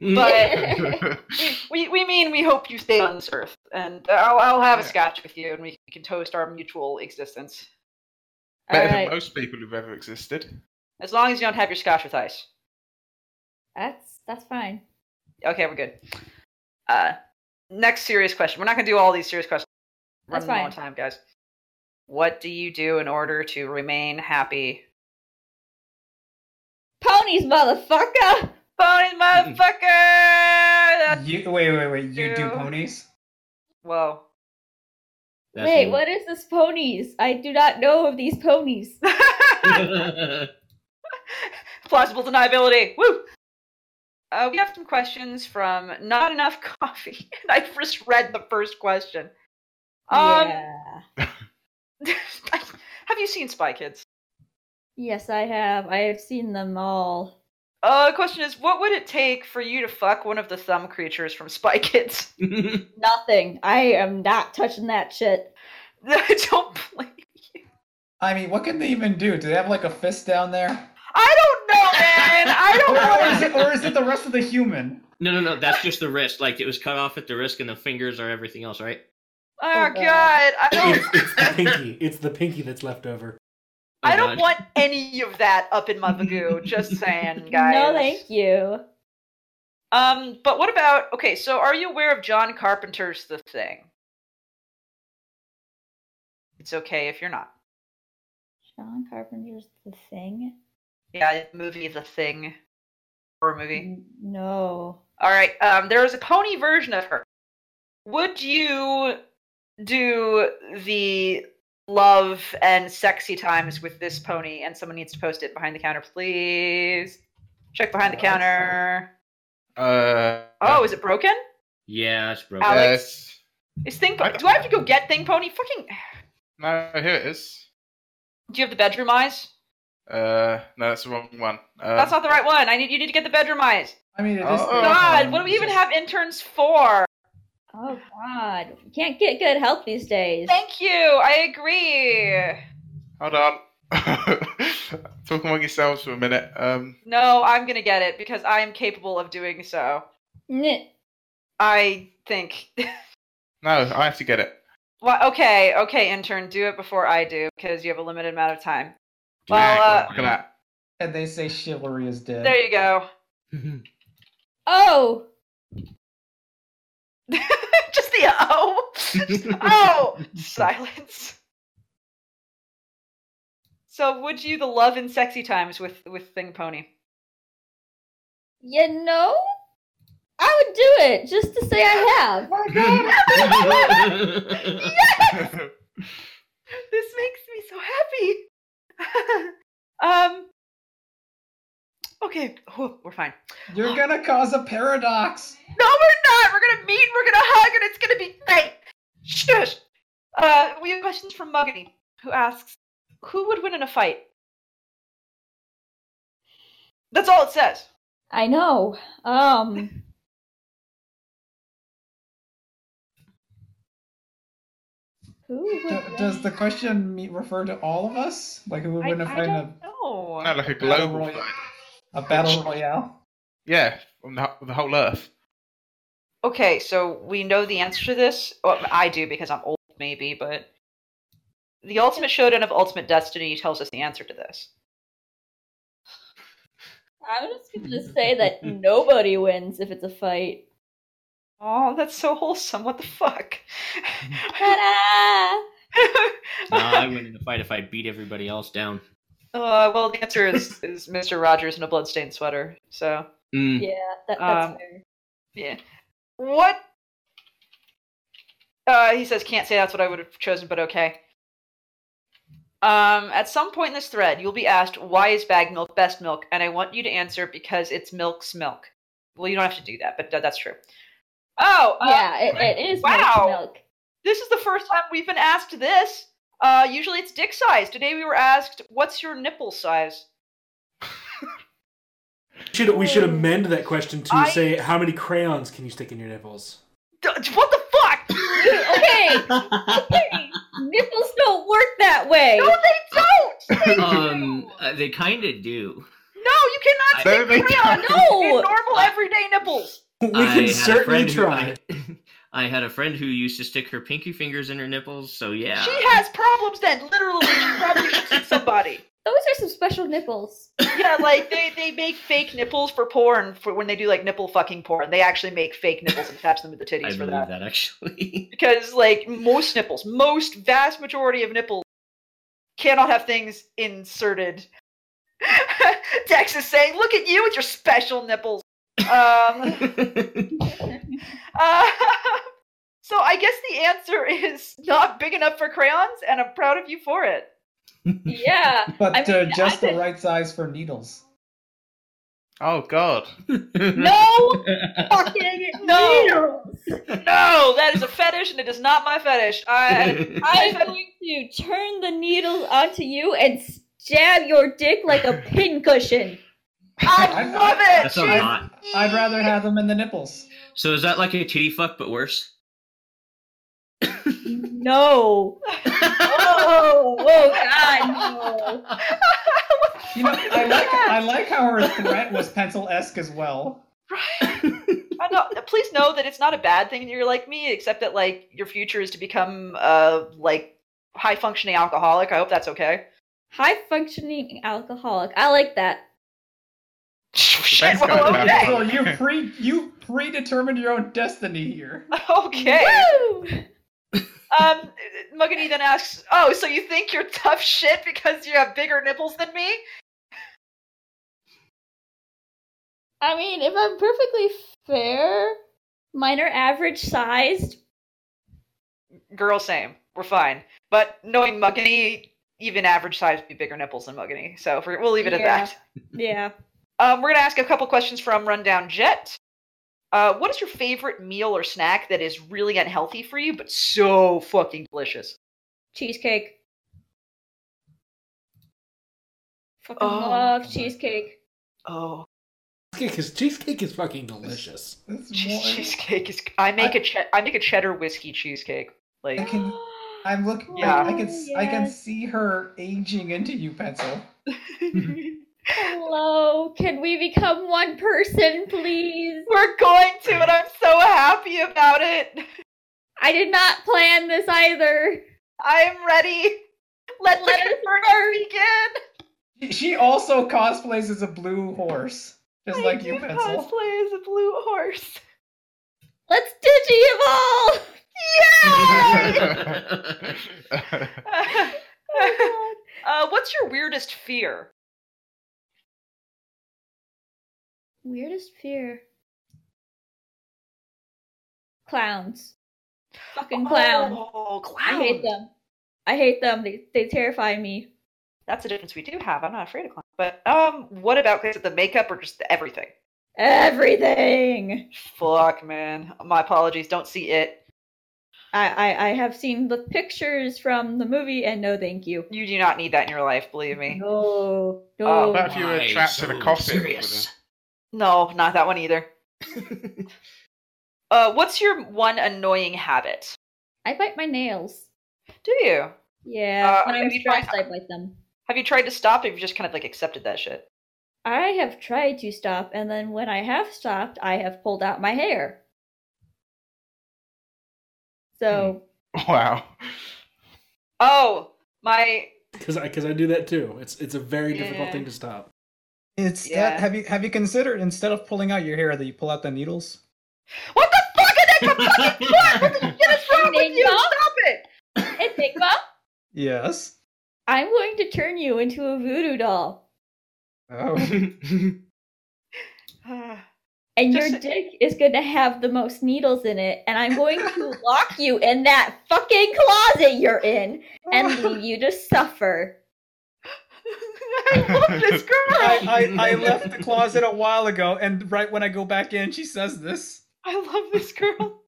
But we, we mean we hope you stay on this earth, and I'll, I'll have a
Yeah.
scotch with you, and we can toast our mutual existence.
Better
Alright.
than most people who've ever existed.
As long as you don't have your scotch with ice.
That's that's fine.
Okay, we're good. Uh, next serious question. We're not going to do all these serious questions. We're
That's
running low on
fine.
time, guys. What do you do in order to remain happy?
Ponies, motherfucker.
Pony motherfucker! That's-
You, wait, wait, wait. You do
Ew.
ponies?
Whoa.
That's
Wait,
me.
what is this ponies? I do not know of these ponies.
Plausible deniability. Woo! Uh, we have some questions from Not Enough Coffee. I just read the first question. Um,
yeah.
have you seen Spy Kids?
Yes, I have. I have seen them all.
Uh, the question is, what would it take for you to fuck one of the thumb creatures from Spy Kids?
Nothing. I am not touching that shit.
I don't play.
I mean, what can they even do? Do they have like a fist down there?
I don't know, man. I
Or,
don't
or is
know.
it, or is it the rest of the human?
no, no, no. That's just the wrist. Like it was cut off at the wrist, and the fingers are everything else, right?
Oh
God.
god, I don't.
It's, it's the pinky. It's the pinky that's left over.
Oh,
I don't
God.
want any of that up in my bagoo. Just saying, guys.
No, thank you.
Um, but what about okay? So, are you aware of John Carpenter's The Thing? It's okay if you're not.
John Carpenter's The Thing?
Yeah, the movie The Thing, horror movie.
N- No.
All right. Um, there is a pony version of her. Would you do the love and sexy times with this pony? And someone needs to post it behind the counter, please. Check behind the
Oh,
counter.
Uh,
Oh, is it broken?
Yeah, it's broken.
Ow.
yes.
Is thing?
I-
Do I have to go get thing pony? Fucking.
No, here it is.
Do you have the bedroom eyes?
Uh, no, that's the wrong one. Um,
That's not the right one. I need you need to get the bedroom eyes.
I mean, it is.
Oh.
God,
um,
what do we even have interns for?
Oh, God. You can't get good help these days.
Thank you. I agree.
Hold on. Talk among yourselves for a minute. Um,
No, I'm gonna get it because I am capable of doing so.
Nyeh.
I think.
no, I have to get it.
well, okay, okay, intern, do it before I do because you have a limited amount of time. Well,
Yeah,
uh,
look at that.
And they say chivalry is dead.
there you go.
Oh!
Just the oh, oh, silence. So, would you the love and sexy times with with Thing Pony?
You know? I would do it just to say I have.
this makes me so happy. um. Okay, whew, we're fine.
You're gonna cause a paradox.
No, we're not. We're gonna meet. We're gonna hug, and it's gonna be great. Shush. Uh, we have questions from Muggany, who asks, "Who would win in a fight?" That's all it says.
I know. Um. Who
D-
would
does
win?
the question me- refer to all of us? Like, who would
I,
win a
I
fight in a,
don't know.
No, like a global.
Battle
fight.
a battle royale?
Yeah, on the, on the whole Earth.
Okay, so we know the answer to this. Well, I do because I'm old, maybe, but the Ultimate Showdown of Ultimate Destiny tells us the answer to this.
I'm just gonna say that nobody wins if it's a fight.
Oh, that's so wholesome. What the fuck?
Ta-da!
Nah, I win in the fight if I beat everybody else down.
Uh, well, the answer is, is Mr. Rogers in a bloodstained sweater. So,
Mm.
Yeah, that, that's
Um,
fair.
yeah. What? Uh, he says, can't say that's what I would have chosen, but okay. Um, at some point in this thread, you'll be asked, why is bag milk best milk? And I want you to answer because it's milk's milk. Well, you don't have to do that, but th- that's true. Oh, uh,
yeah, it, it is milk
wow.
milk.
This is the first time we've been asked this. Uh, usually it's dick size. Today we were asked, what's your nipple size?
Should we should amend that question to
I-
say how many crayons can you stick in your nipples?
D- what the fuck?
Okay, okay, nipples don't work that way.
No, they don't. They
um,
do.
uh, they kind of do.
No, you cannot
No, they
stick crayons
don't.
in
No.
normal everyday nipples.
We
I had
can
a
certainly try.
friend who- I, I had a friend who used to stick her pinky fingers in her nipples, so yeah.
She has problems then. Literally, she probably should see somebody.
Those are some special nipples.
Yeah, like they, they make fake nipples for porn for when they do like nipple fucking porn. They actually make fake nipples and attach them to the
I
titties for
believe
that.
that, actually.
Because like most nipples, most vast majority of nipples cannot have things inserted. Dex is saying, "Look at you with your special nipples." Um, uh, so I guess the answer is not big enough for crayons, and I'm proud of you for it.
yeah.
But
I mean,
uh, just
I
the
could-
right size for needles.
Oh God.
No,
Fucking
No.
needles.
no, that is a fetish, and it is not my fetish. I,
I'm going to turn the needles onto you and stab your dick like a pincushion.
I
I'm-
love it.
That's a
She's-
lot.
I'd rather have them in the nipples.
So is that like a titty fuck but worse?
No. Oh, oh God, no.
You know, I like I like how her threat was pencil esque as well.
I know. Please know that it's not a bad thing that you're like me, except that like your future is to become uh like high functioning alcoholic. I hope that's okay.
High functioning alcoholic. I like that.
Shit.
That's kinda
Well,
bad.
okay.
Well, you pre you predetermined your own destiny here.
Okay.
Woo!
Um, Mugany then asks, "Oh, so you think you're tough shit because you have bigger nipples than me?"
I mean, if I'm perfectly fair, mine are average sized.
Girl, same. We're fine. But knowing Mugany, even average size would be bigger nipples than Mugany, so if we're, we'll leave it at
Yeah.
that.
Yeah.
Um, we're gonna ask a couple questions from Rundown Jet. Uh, what is your favorite meal or snack that is really unhealthy for you but so fucking delicious?
Cheesecake. Fucking
Oh.
love cheesecake.
Oh,
Cheesecake is, cheesecake is fucking delicious.
This
cheese-
one-
cheesecake is. I make a che- I make a cheddar whiskey cheesecake.
I
Like
can I'm looking.
Yeah.
I can s- I can
Yes.
see her aging into you, pencil.
Hello, can we become one person, please?
we're going to, and I'm so happy about it.
I did not plan this either.
I'm ready. Let
Let
let
us
it burn begin.
She also cosplays as a blue horse, just
I
like
do
you, pencil.
cosplay as a blue horse.
Let's digi evolve.
uh, what's your weirdest fear?
Weirdest fear. Clowns. Fucking clowns.
Oh, clown.
I hate them. I hate them. They they terrify me.
That's a difference we do have. I'm not afraid of clowns. But um, what about is it the makeup or just the everything?
Everything.
Fuck, man. My apologies. Don't see it.
I, I I have seen the pictures from the movie and no thank you.
You do not need that in your life. Believe me.
No. No.
Oh,
What if you were
Why
trapped in a coffin with
serious?
No, not that one either. uh, what's your one annoying habit?
I bite my nails.
Do you
Yeah.
Uh,
when I'm
have you tried-
stressed, I bite them.
have you tried to stop? Or have you just kind of like accepted that shit?
I have tried to stop, and then when I have stopped, I have pulled out my hair. So
Wow.
Oh, my
Because I, 'cause I do that too. It's it's a very
Yeah.
difficult thing to stop.
It's uh,
Yeah.
have you have you considered instead of pulling out your hair that you pull out the needles?
what the fuck is that? for fucking what? What the shit is wrong with you?
Enigma?
Stop it!
Enigma,
Yes.
I'm going to turn you into a voodoo doll,
Oh.
and your
Just-
dick is going to have the most needles in it, and I'm going to lock you in that fucking closet you're in and leave you to suffer.
I love this girl.
I, I, I left the closet a while ago, and right when I go back in, she says this.
I love this girl.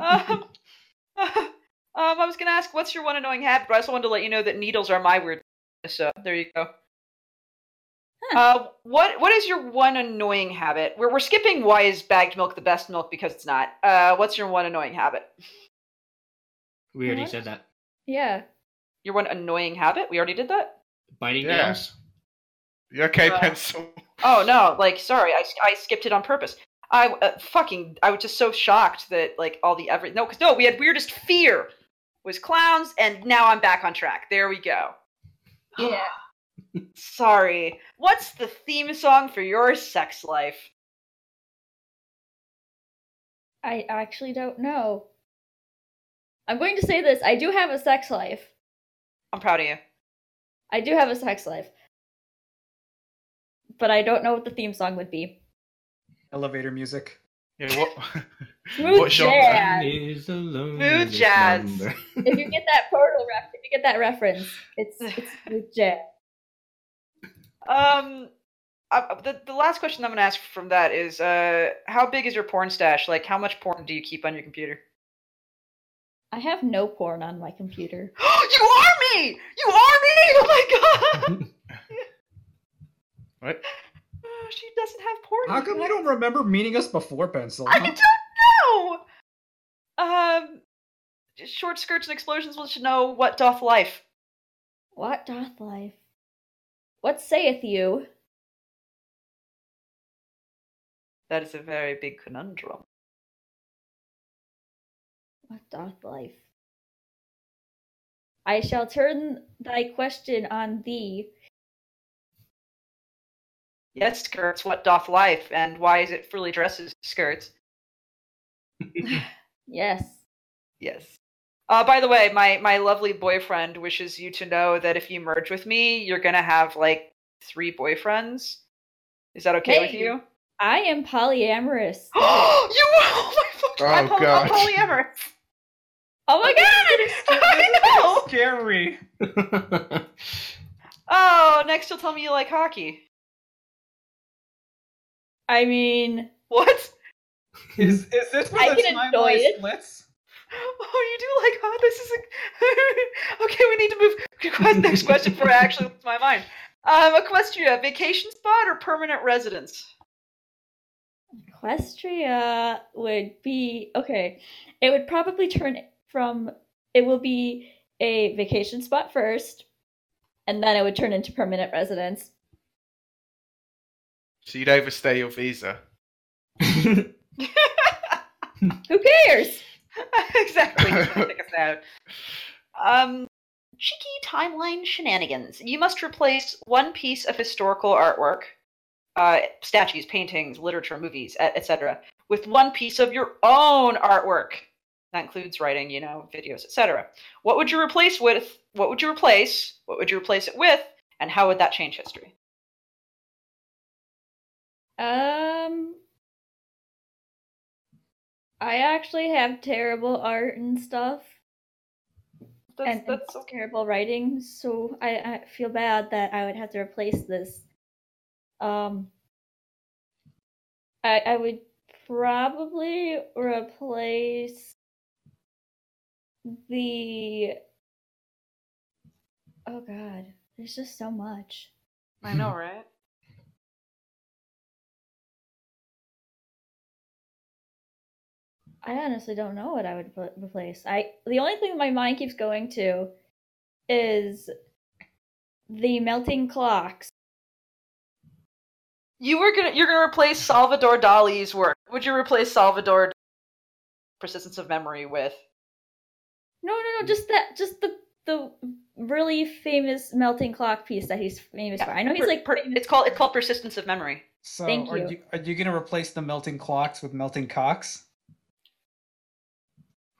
um, um, I was gonna ask, what's your one annoying habit? But I also wanted to let you know that needles are my weird. So there you go.
Huh.
Uh, what what is your one annoying habit? We're we're skipping why is bagged milk the best milk because it's not. Uh, what's your one annoying habit?
we already
What?
said that.
Yeah.
Your one annoying habit? We already did that.
Biting
Yeah.
nails.
You okay,
Wow.
pencil?
Oh no! Like sorry, I, s- I skipped it on purpose. I uh, fucking I was just so shocked that like all the every no 'cause- no we had weirdest fear was clowns and now I'm back on track. There we go.
Yeah.
Sorry. What's the theme song for your sex life?
I actually don't know. I'm going to say this I do have a sex life.
I'm proud of you.
I do have a sex life. but I don't know what the theme song would be.
Elevator music.
Yeah, what?
Smooth
What genre?
jazz.
Is the
Smooth jazz.
number.
if you get that portal ref, if you get that reference, it's it's smooth jazz.
Um, uh, the the last question I'm gonna ask from that is, uh, how big is your porn stash? Like, how much porn do you keep on your computer?
I have no porn on my computer.
you are me! You are me! Oh my god!
What?
Oh, she doesn't have porn.
How come you don't remember meeting us before, Pencil?
I
huh?
don't know. Um, short skirts and explosions wants to know what doth life.
What doth life? What saith you?
That is a very big conundrum.
What doth life? I shall turn thy question on thee.
Yes, skirts. What doth life, and why is it frilly dresses, skirts?
Yes.
Yes. Uh, by the way, my my lovely boyfriend wishes you to know that if you merge with me, you're gonna have like three boyfriends. Is that okay with
Hey.
you?
I am polyamorous.
you oh my fucking I'm,
Oh,
poly- I'm
God.
polyamorous.
Oh my god!
I know.
Scary.
Oh, next you'll tell me you like hockey.
I mean,
What?
Is is this where
I
the
can
timeline
enjoy it.
splits?
Oh, you do like oh, this is a... okay. We need to move. Quest- Next question before I actually lose my mind. Um, Equestria, vacation spot or permanent residence?
Equestria would be okay. It would probably turn from it will be a vacation spot first, and then it would turn into permanent residence.
So you'd overstay your visa.
Who cares?
exactly. Check us out. Um, cheeky timeline shenanigans. You must replace one piece of historical artwork, uh, statues, paintings, literature, movies, e- etc., with one piece of your own artwork. That includes writing, you know, videos, etc. What would you replace with? What would you replace? What would you replace it with? And how would that change history?
Um, I actually have terrible art and stuff,
That's,
and
that's okay.
terrible writing. So I, I feel bad that I would have to replace this. Um, I I would probably replace the. Oh God, there's just so much.
I know, right?
I honestly don't know what I would pl- replace. I the only thing my mind keeps going to is the melting clocks.
You were gonna you're gonna replace Salvador Dali's work. Would you replace Salvador persistence of memory with
No, no, no, just that, just the the really famous melting clock piece that he's famous for. I know he's
Per-
like
per-
famous-
it's called it's called persistence of memory.
So
Thank
are
you.
you are you gonna replace the melting clocks with melting cocks?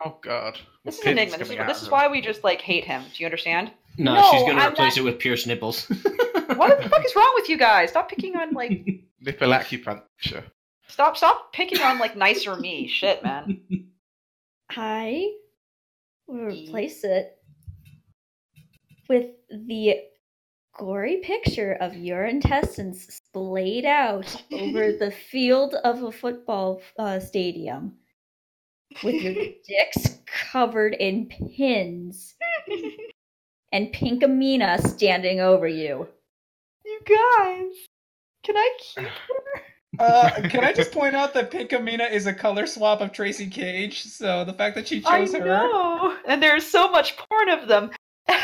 Oh God.
This is
Pins
enigma. This
coming
is,
out
this
of
is
them.
why we just like hate him. Do you understand?
no,
No,
she's gonna
I'm
replace it with pierced nipples.
What the fuck is wrong with you guys? Stop picking on like
Nipple acupuncture.
stop stop picking on like nicer me. Shit, man.
I will replace it with the gory picture of your intestines splayed out over the field of a football uh, stadium with your dicks covered in pins and pink amina standing over you.
You guys, can I keep?
Uh, can I just point out that Pinkamina is a color swap of Tracy Cage? So the fact that she
I
chose her.
know, and there's so much porn of them.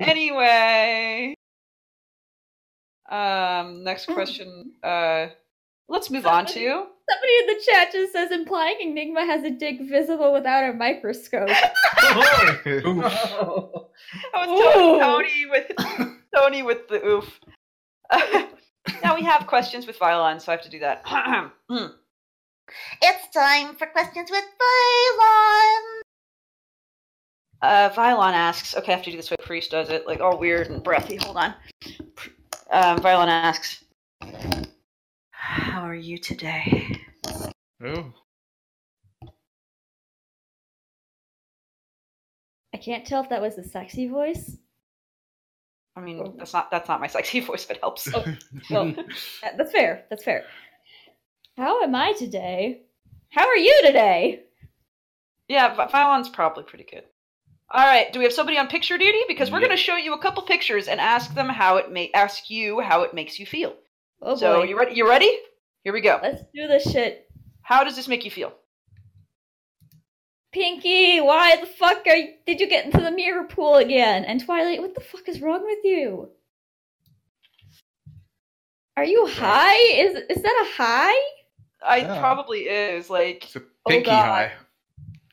anyway, um, next
Hmm.
question. Uh, let's move on to.
Somebody in the chat just says implying Enigma has a dick visible without a microscope.
I was Tony,
Ooh.
Tony with Tony with the oof. now we have questions with Violon, so I have to do that. it's time for questions with Violon. Uh, Violon asks. Okay, I have to do this way. Priest does it like all weird and breathy. Hold on. Um, Violon asks. How are you today?
Oh,
I can't tell if that was the sexy voice.
I mean, that's not that's not my sexy voice, but it helps.
Well, that- that's fair. That's fair. How am I today? How are you today?
Yeah, Vi- Violin's probably pretty good. All right, do we have somebody on picture duty? Because we're
Yeah.
going to show you a couple pictures and ask them how it may ask you how it makes you feel.
Oh
so
boy.
you ready? You ready? Here we go.
Let's do this shit.
How does this make you feel?
Pinky, why the fuck are you, did you get into the mirror pool again? And Twilight, what the fuck is wrong with you? Are you high? Is is that a high?
I
Yeah.
probably is like
it's a pinky
God.
high.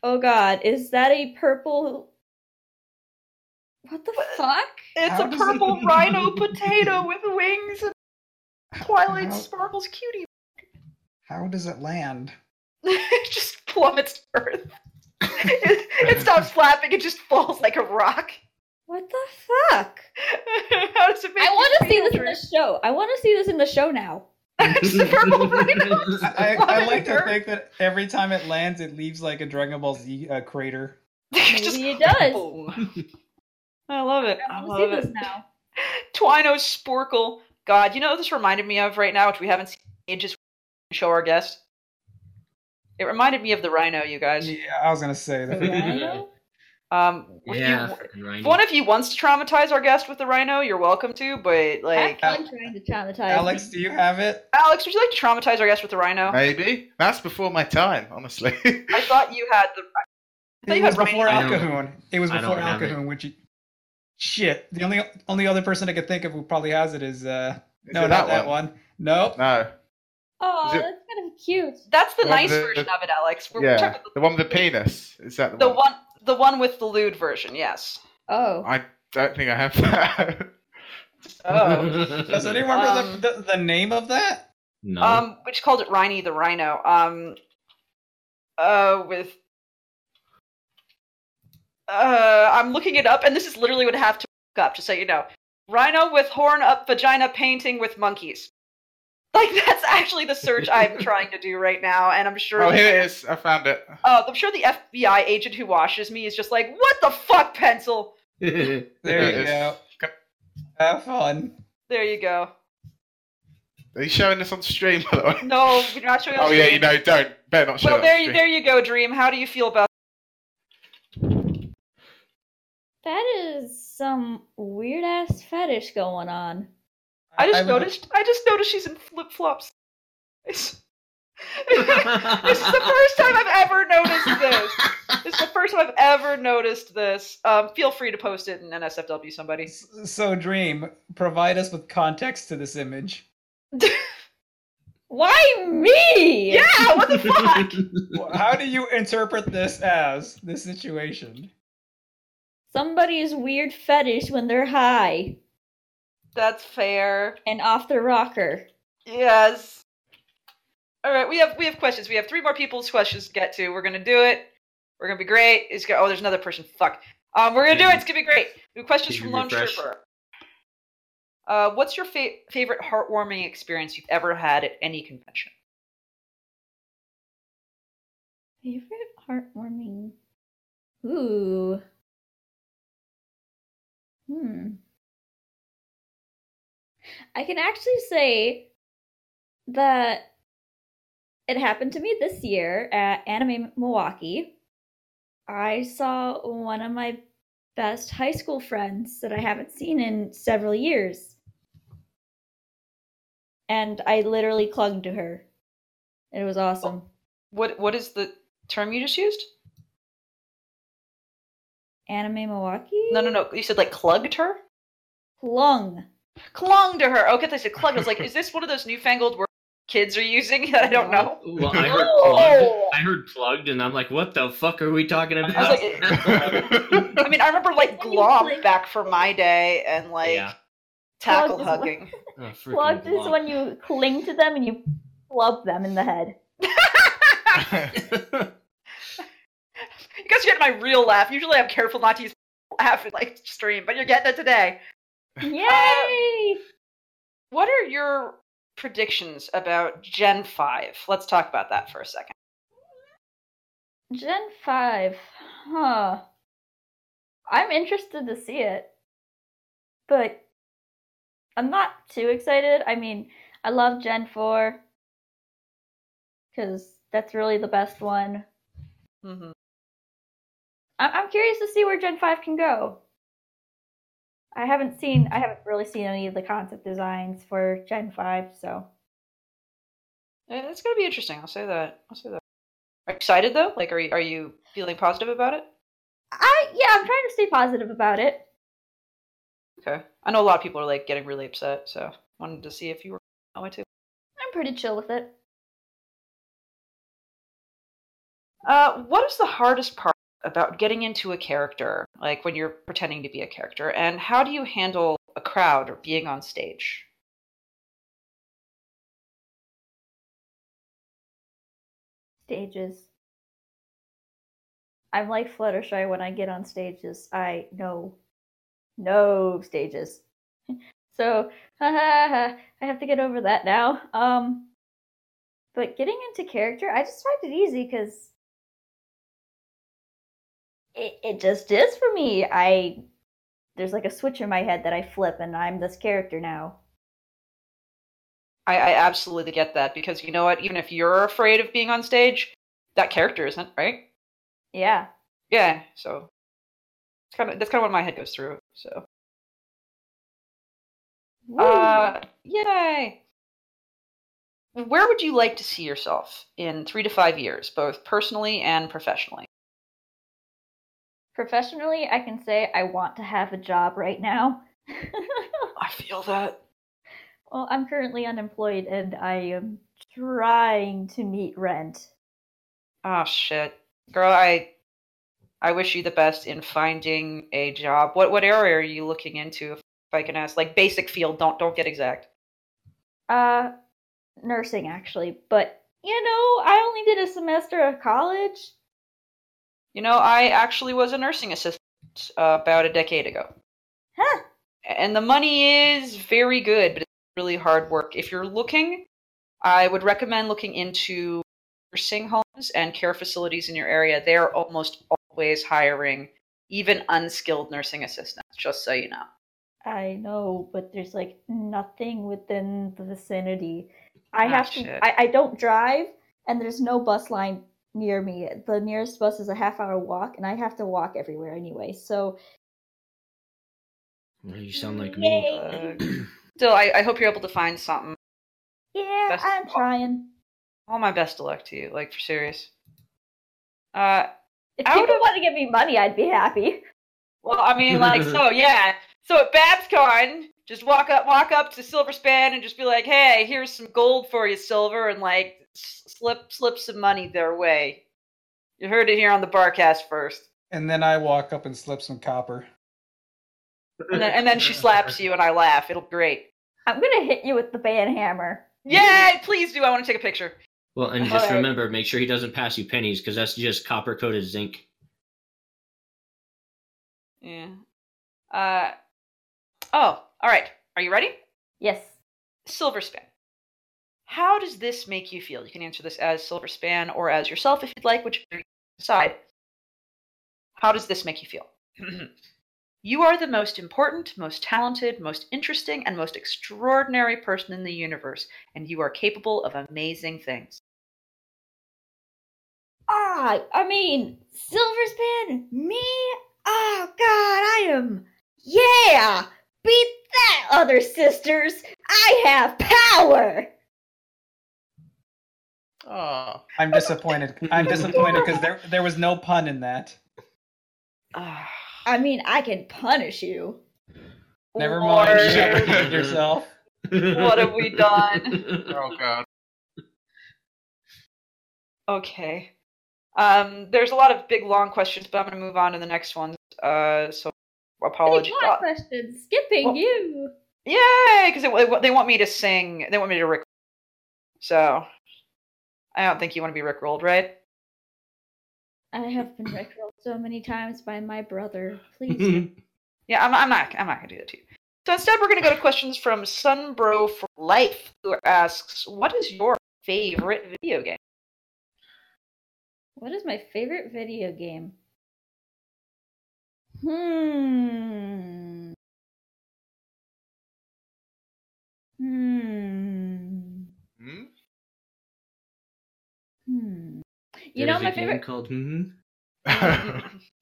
Oh god, is that a purple? What the
What?
fuck?
it's
How
a
does it-
purple rhino potato with wings and Twilight
How-
Sparkles cutie.
How does it land?
it just plummets to earth. it, it stops flapping. It just falls like a rock.
What the fuck?
How does it make
I
you
want to see
feel,
this in
Drew?
the show. I want to see this in the show now.
It's the purple rhino.
I, I,
Why would
I like
it
to
hurt?
think that every time it lands, it leaves like a Dragon Ball Z uh, crater.
Maybe it does.
boom. I love it. I
I want
love
to see
it.
this now.
Twino Sporkle. God, you know what this reminded me of right now, which we haven't seen in ages. we Show our guest. It reminded me of the rhino, you guys.
Yeah, I was gonna say
The
that.
rhino?
Um, if you-
Yeah,
if one of you wants to traumatize our guest with the rhino, you're welcome to. But like,
Have fun trying to traumatize. me.
Alex, do you have it?
Alex, would you like to traumatize our guest with the rhino? I,
Maybe that's before my time, honestly.
thought you had the. I thought
It
you had
was
rhino.
before
I
Al
don't-
Cahoon. It was
I
before
don't
Al
have it.
Cahoon, which you... shit. The only only other person I could think of who probably has it is uh
Is
no,
it
not that one. No.
No,
Oh,
Is it-
that's kind of cute.
That's the
Well,
nice
the-
version of it, Alex. We're
yeah,
talking about
the one with the penis. Is that the,
the
one?
one, the one with the lewd version. Yes.
Oh,
I don't think I have that.
Oh.
Does anyone remember
Um,
the, the the name of that?
no.
Um, which called it Rhino the Rhino. Um, uh, with uh, I'm looking it up, and this is literally what I have to look up, just so you know. Rhino with horn up vagina painting with monkeys. Like that's actually the search I'm trying to do right now, and I'm sure.
oh, here it is. I found it.
Uh, I'm sure the FBI agent who watches me is just like, "What the fuck, pencil?"
There
It
you
is.
go.
Come-
Have fun.
There you go.
Are you showing this on stream? By the way?
No, we're not showing.
Oh
on
yeah,
screen.
you know, don't. Better not show
Well,
that
there
on
you
stream.
there you go, Dream. How do you feel about?
that is some weird ass fetish going on.
I just
would-
noticed. I just noticed she's in flip flops. this is the first time I've ever noticed this. This is the first time I've ever noticed this. Um, feel free to post it in NSFW, somebody.
So, Dream, provide us with context to this image.
Why me?
Yeah, what the fuck?
Wh- How do you interpret this as this situation?
Somebody's weird fetish when they're high
That's fair.
and off the rocker.
Yes. All right, we have we have questions. We have three more people's questions to get to. We're gonna do it. We're gonna be great. It's gonna, oh, there's another person. Fuck. Um, we're gonna do it. It's gonna be great. We have questions
Can
from
you
Lone
refresh?
Trooper. Uh, what's your fa- favorite heartwarming experience you've ever had at any convention?
Favorite heartwarming. Ooh. Hmm. I can actually say that it happened to me this year at Anime Milwaukee. I saw one of my best high school friends that I haven't seen in several years. And I literally clung to her. It was awesome.
What what is the term you just used?
Anime Milwaukee?
No, no, no. You said like clugged her?
Clung.
Clung to her. Okay, I said clugged. I was like, is this one of those newfangled words kids are using that I don't know?
Well, I heard
No!
plugged. I heard plugged, and I'm like, what the fuck are we talking about?
was I mean, I remember like
When you
glomp
click-
back from my day and like
Yeah.
tackle
Clog is one-
hugging.
Oh, freaking
Plugged is
blocked.
when you cling to them and you club them in the head.
You guys are getting my real laugh. Usually I'm careful not to use laugh in like
Ah!
stream, but you're getting it today.
Yay!
What are your predictions about Gen 5. Let's talk about that for a second.
Gen 5. Huh. I'm interested to see it. But I'm not too excited. I mean, I love Gen 4 cuz that's really the best one.
Mhm.
I- I'm curious to see where Gen 5 can go. I haven't seen I haven't really seen any of the concept designs for Gen 5, so
Eh, It's going to be interesting. I'll say that. I'll say that. Are you excited though? Like, are you, are you feeling positive about it?
I yeah, I'm trying to stay positive about it.
Okay. I know a lot of people are like getting really upset, so wanted to see if you were that way too.
I'm pretty chill with it.
Uh, what is the hardest part about getting into a character, like when you're pretending to be a character, and how do you handle a crowd or being on stage?
stages. I'm like Fluttershy when I get on stages. I know no stages. so I have to get over that now. Um but getting into character, I just find it easy because it, it just is for me. I there's like a switch in my head that I flip and I'm this character now.
I, I absolutely get that because you know what? Even if you're afraid of being on stage, that character isn't, right?
Yeah.
Yeah. So it's kind of that's kind of what my head goes through. So. Uh, yay! Where would you like to see yourself in three to five years, both personally and professionally?
Professionally, I can say I want to have a job right now.
I feel that.
Well, I'm currently unemployed and I am trying to meet rent.
Oh shit, girl! I I wish you the best in finding a job. What what area are you looking into? If I can ask, like basic field. Don't don't get exact.
Uh nursing actually, but you know, I only did a semester of college.
You know, I actually was a nursing assistant uh, about a decade ago.
Huh.
And the money is very good, but it's really hard work. If you're looking, I would recommend looking into nursing homes and care facilities in your area. They're almost always hiring even unskilled nursing assistants, just so you know.
I know, but there's like nothing within the vicinity. I
Ah,
have to
shit.
I, I don't drive and there's no bus line near me. The nearest bus is a half hour walk and I have to walk everywhere anyway. So
Well, you sound like
Yay.
me.
Uh, still, I, I hope you're able to find something.
yeah,
That's-
I'm trying.
All my best of luck to you, like for serious. Uh,
If
I
people
would've-
want to give me money, I'd be happy.
Well, I mean, like, so yeah. So at BabsCon, just walk up, walk up to Silver Span, and just be like, "Hey, here's some gold for you, Silver," and like s- slip, slip some money their way. You heard it here on the Barcast first,
And then I walk up and slip some copper.
and then, and then she slaps you, and I laugh. It'll be great.
I'm gonna hit you with the ban hammer.
Yay! Please do. I want to take a picture.
Well, and just
Alright.
remember, make sure he doesn't pass you pennies because that's just copper coated zinc.
Yeah. Uh. Oh, all right. Are you ready?
Yes.
Silver Span. How does this make you feel? You can answer this as Silver Span or as yourself if you'd like, which you decide. How does this make you feel? you are the most important, most talented, most interesting, and most extraordinary person in the universe, and you are capable of amazing things.
Ah, I mean, Silver Span, me? Oh, God, I am. Yeah! Beat that, other sisters! I have power!
Ah,
I'm disappointed. I'm disappointed because there there was no pun in that.
Ah.
I mean, I can punish you.
Never mind. You
Lord.
should repeat yourself.
What have we done?
oh god.
Okay. Um, there's a lot of big, long questions, but I'm going to move on to the next ones. Uh, so, uh, apologies.
Any questions? Skipping
Well-
you.
Yay! Because they, they want me to sing. They want me to Rick. So, I don't think you want to be Rickrolled, right?
I have been rickrolled so many times by my brother. Please.
Wait,
Yeah, I'm, I'm not. I'm not gonna do that to you. So instead, we're going to go to questions from Sunbro for Life, who asks, "What is your favorite video game?"
What is my favorite video game? Hmm. Hmm.
Hmm?
Hmm. You know
There's
my
a game
favorite.
called hmm
Oh,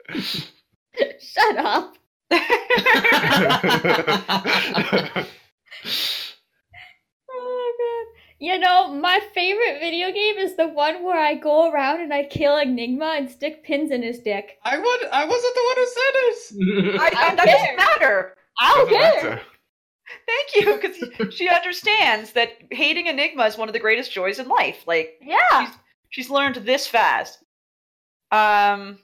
Shut up. Oh my god. You know my favorite video game is the one where I go around and I kill Enigma and stick pins in his dick.
I would. I wasn't the one who said it.
I, I, that
care.
doesn't matter.
I'll
Doesn't
get it.
matter.
Thank you, because she understands that hating Enigma is one of the greatest joys in life. Like
Yeah.
she's learned this fast. Um,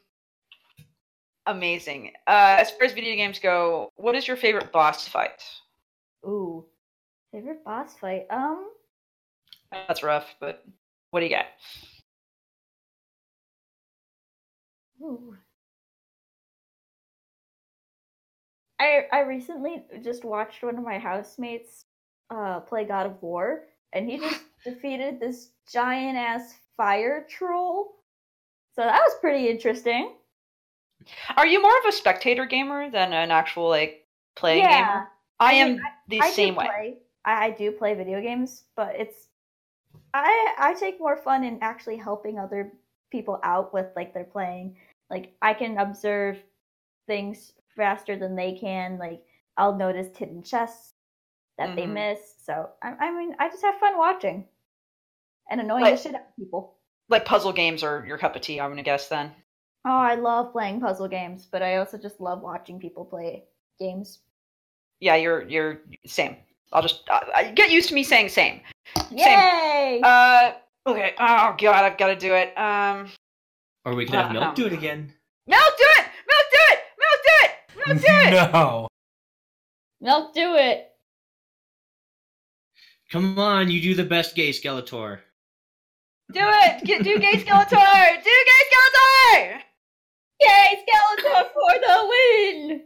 amazing. Uh, as far as video games go, what is your favorite boss fight?
Ooh. Favorite boss fight. Um.
That's rough, but what do you got?
Ooh. I I recently just watched one of my housemates uh play God of War and he just defeated this giant ass fire troll. So that was pretty interesting.
Are you more of a spectator gamer than an actual like playing gamer?
I
I
mean,
am the
I
same
do
way.
play. I, I do play video games, but it's I I take more fun in actually helping other people out with like they're playing. Like I can observe things faster than they can. Like I'll notice hidden chests that they
Mhm.
miss. So I, I mean, I just have fun watching and annoying
Like-
the shit out of people.
Like puzzle games are your cup of tea. I'm gonna guess then.
Oh, I love playing puzzle games, but I also just love watching people play games.
Yeah, you're you're same. I'll just uh, I- get used to me saying same.
Yay!
Uh, okay. Oh god, I've got to do it. Um,
or we could have
Uh-uh.
milk do it again.
Mel, do it. Mel, do it. Mel, do it. Mel, do it.
no.
Milk, do it.
Come on, you do the best gay Skeletor.
Do it. Get, do gay Skeletor. Do gay Skeletor.
Yay, Skeletor for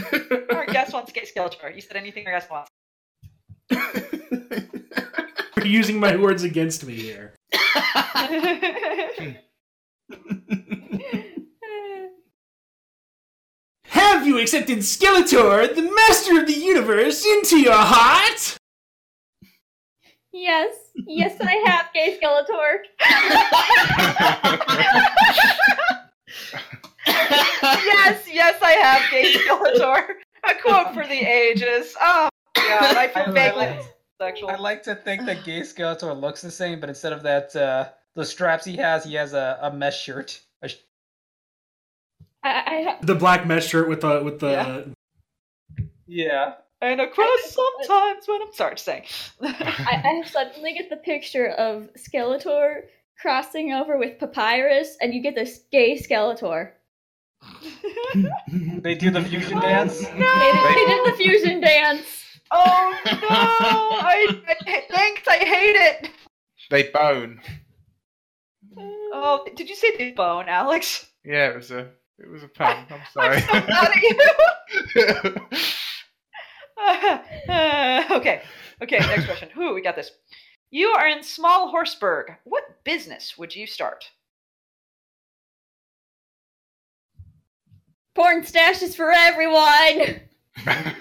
the win!
Our guest wants gay Skeletor. You said anything our guest wants.
You're using my words against me here. Have you accepted Skeletor, the master of the universe, into your heart?
yes, yes, I have gay Skeletor.
yes, yes, I have gay Skeletor. A quote for the ages. Oh god, I
I
feel
like
vaguely
it.
sexual.
I like to think that Gay Skeletor looks the same, but instead of that, uh, the straps he has, he has a, a mesh shirt. A sh-
I,
The black mesh shirt with the with the
Yeah.
yeah.
And of course, sometimes when I'm sorry to say,
I, I, I suddenly get the picture of Skeletor crossing over with Papyrus, and you get this gay Skeletor.
They do the fusion dance.
They did, they did the fusion dance.
oh no! I, I thanks, I hate it.
They bone.
Oh, did you say they bone, Alex?
Yeah, it was a it was a pun. I'm
I'm
sorry.
so mad at you. Uh, okay, okay. Next question. Who we got this? You are in small Horseburg. What business would you start?
Porn stashes for everyone!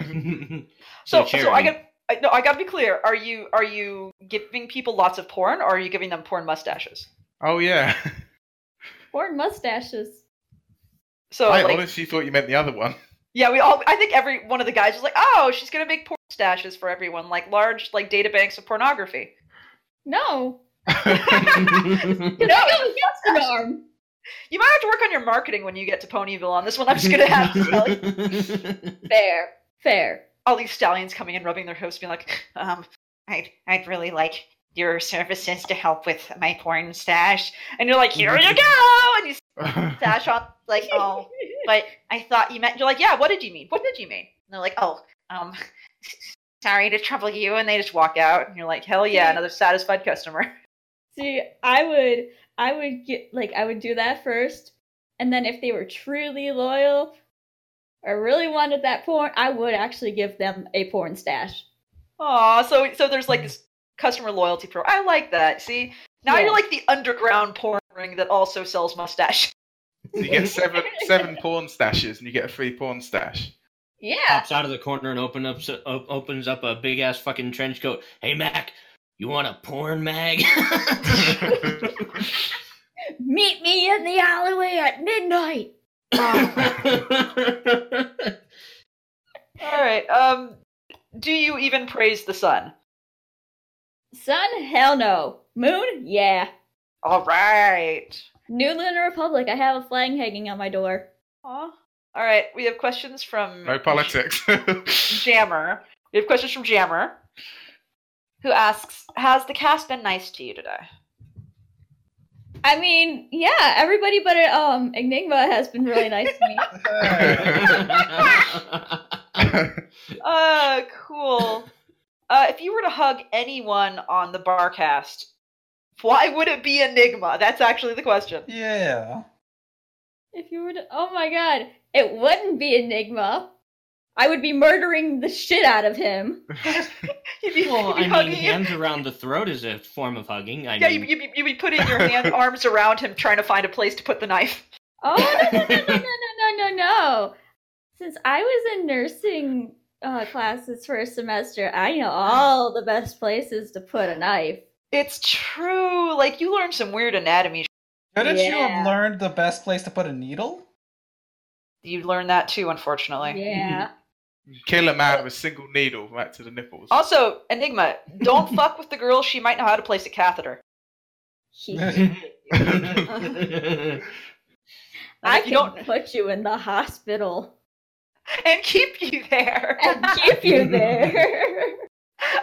So,
So
so I
charity.
got. I, no, I gotta be clear. Are you are you giving people lots of porn, or are you giving them porn mustaches?
oh yeah.
Porn mustaches.
So
I
like,
honestly thought you meant the other one.
yeah, we all. I think every one of the guys was like, "Oh, she's gonna make porn stashes for everyone, like large like databanks of pornography."
No.
I
Because
No.
I go against the norm.
You might have to work on your marketing when you get to Ponyville on this one. I'm just gonna have to tell you.
Fair. Fair.
all these stallions coming and rubbing their hooves, being like, um, I'd, I'd really like your services to help with my porn stash. And you're like, here you go! And you stash on, like, oh, but I thought you meant, you're like, yeah, what did you mean? What did you mean? And they're like, oh, um, sorry to trouble you. And they just walk out, and you're like, hell yeah, another satisfied customer.
See, I would, I would get like I would do that first, and then if they were truly loyal, or really wanted that porn, I would actually give them a porn stash.
Aw, so so there's like this customer loyalty pro. I like that. See, now
Yeah.
you're like the underground porn ring that also sells mustache.
So you get seven seven porn stashes, and you get a free porn stash.
Yeah.
Pops out of the corner and open up, o- opens up a big ass fucking trench coat. Hey, Mac, you want a porn mag?
Meet me in the alleyway at midnight.
All right. Um, do you even praise the sun?
Sun? Hell no. Moon? Yeah.
All right.
New Lunar Republic. I have a flag hanging on my door.
Aw. All right. We have questions from
no politics.
Jammer. We have questions from Jammer, who asks, "Has the cast been nice to you today?"
I mean, yeah, everybody but um Enigma has been really nice to me.
Uh, cool. Uh, if you were to hug anyone on the barcast, why would it be Enigma? That's actually the question.
Yeah.
If you were to, oh my god, it wouldn't be Enigma. I would be murdering the shit out of him.
You'd be, you'd
well,
be
I mean,
hugging him.
hands around the throat is a form of hugging. I
Yeah,
mean,
you'd, you'd, be, you'd be putting your hand, arms around him, trying to find a place to put the knife.
Oh no no no no no no no no no! Since I was in nursing uh, classes for a semester, I know all the best places to put a knife.
It's true. Like you learn some weird anatomy. sh-
Couldn't you
Yeah.
have learned the best place to put a needle?
You learn that too, unfortunately.
Yeah.
Kill a man with a single needle right to the nipples.
Also, Enigma, don't fuck with the girl. She might know how to place a catheter. And
I
if you
can
don't,
put you in the hospital
and keep you there.
and keep you there.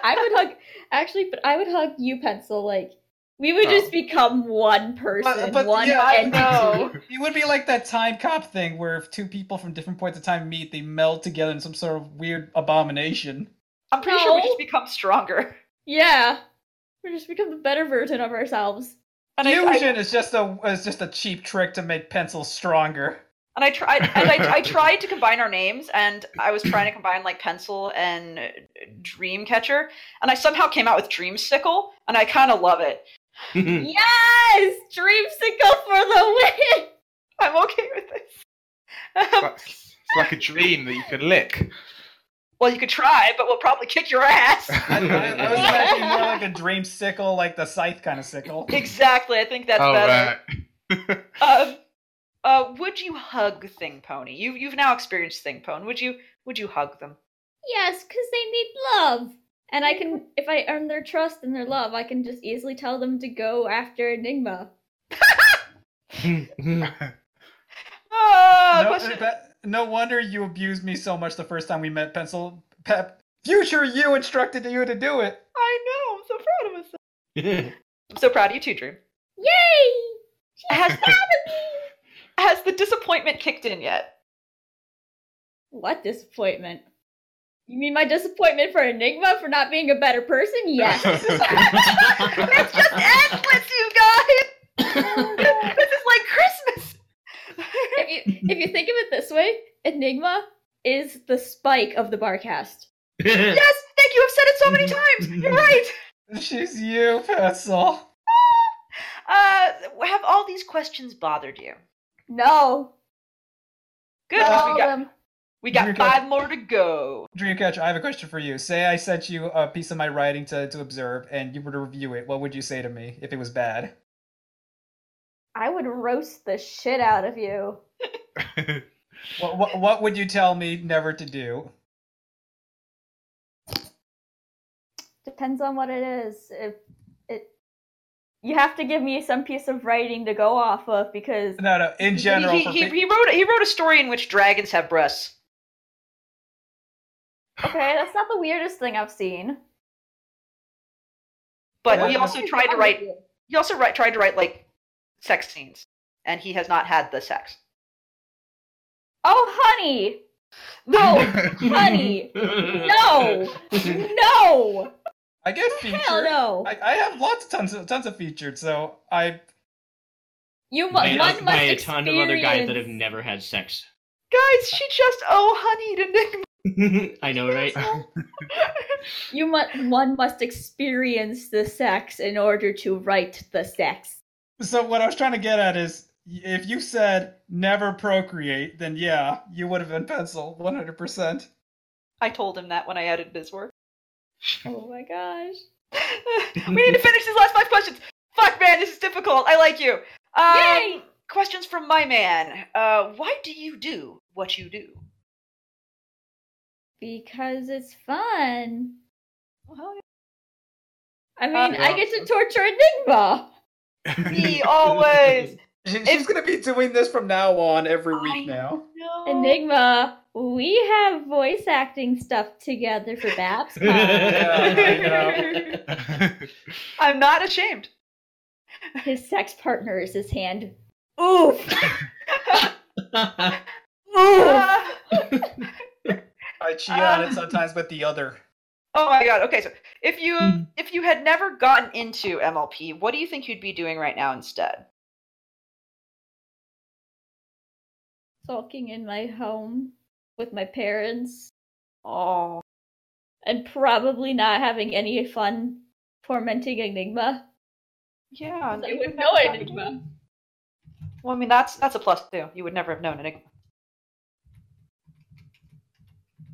I would hug, actually, but I would hug you, Pencil. Like we would just become one person,
Oh. but
one
yeah, I
entity.
know.
It would be like that time cop thing where if two people from different points of time meet, they meld together in some sort of weird abomination.
I'm pretty sure we
No.
just become stronger.
Yeah. We just become the better version of ourselves.
And I- I-
Fusion is just a is just a cheap trick to make pencils stronger.
And I tried, and I, I tried to combine our names, and I was trying to combine like pencil and uh, Dreamcatcher, and I somehow came out with Dreamsicle, and I kind of love it.
Hmm.
yes! Dreamsicle for the win!
I'm okay with
It's
this.
like, it's like a dream that you can lick.
well, you could try, but we'll probably kick your ass.
I, I- I was imagining more like a dream sickle, like the scythe kind of sickle.
exactly, I think that's
oh
better.
right.
Um, uh, would you hug Thing Pony? You you've now experienced Thing Pony. Would you would you hug them?
Yes, because they need love. And I can, if I earn their trust and their love, I can just easily tell them to go after Enigma.
Oh,
no, uh,
question.
Pe- no wonder you abused me so much the first time we met, Pencil. Pep, future you instructed you to do it.
I know. I'm so proud of myself. I'm so proud of you too, Dream.
Yay!
Has, has the disappointment kicked in yet?
What disappointment? You mean my disappointment for Enigma for not being a better person? Yes.
It's just endless, you guys. this is like Christmas.
if, you, if you think of it this way, Enigma is the spike of the barcast.
yes, thank you. I've said it so many times. You're right.
She's you, Pencil.
Uh, have all these questions bothered you?
No. Um,
Good.
No.
'cause
all
We got,
of them.
we
You're good.
got five more to go.
Dreamcatcher, I have a question for you. Say I sent you a piece of my writing to, to observe and you were to review it. What would you say to me if it was bad?
I would roast the shit out of you.
What, what, what would you tell me never to do?
Depends on what it is. If it, you have to give me some piece of writing to go off of because
No, no, in general.
he,
for
he,
pe-
he wrote he wrote a story in which dragons have breasts.
okay, that's not the weirdest thing I've seen.
But
Yeah.
he also tried to write he also write, tried to write like sex scenes, and he has not had the sex.
Oh, honey, no, honey, Oh, no, no,
I get featured.
hell no.
I, I have lots of tons of tons of featured, so I
You mu-
By,
one must
by a ton of other guys that have
experience-
never had sex.
Guys, she just oh honey to Nick.
I know, right?
You mu- one must experience the sex in order to write the sex.
So what I was trying to get at is, if you said never procreate, then yeah, you would have been pencil 100%.
I told him that when I added Bisworth.
Oh my gosh.
we need to finish these last five questions. Fuck, man, this is difficult. I like you. Um,
Yay!
Questions from my man. Uh, why do you do what you do?
Because it's fun.
Well,
I mean,
Uh,
I get to torture Enigma.
me always.
She-
It's-
She's going to be doing this from now on every
I
week now.
know.
Enigma, we have voice acting stuff together for Uh, BabsCon.
I'm not ashamed.
His sex partner is his hand. Ooh, ooh.
Uh,
I cheat
Ah.
on it sometimes with the other.
oh my god. Okay, so if you
Hmm.
if you had never gotten into MLP, what do you think you'd be doing right now instead?
Sulking in my home with my parents
Oh,
and probably not having any fun tormenting Enigma.
yeah.
I
you
would
would
know
never-
Enigma.
Well, I mean that's that's a plus too. You would never have known Enigma.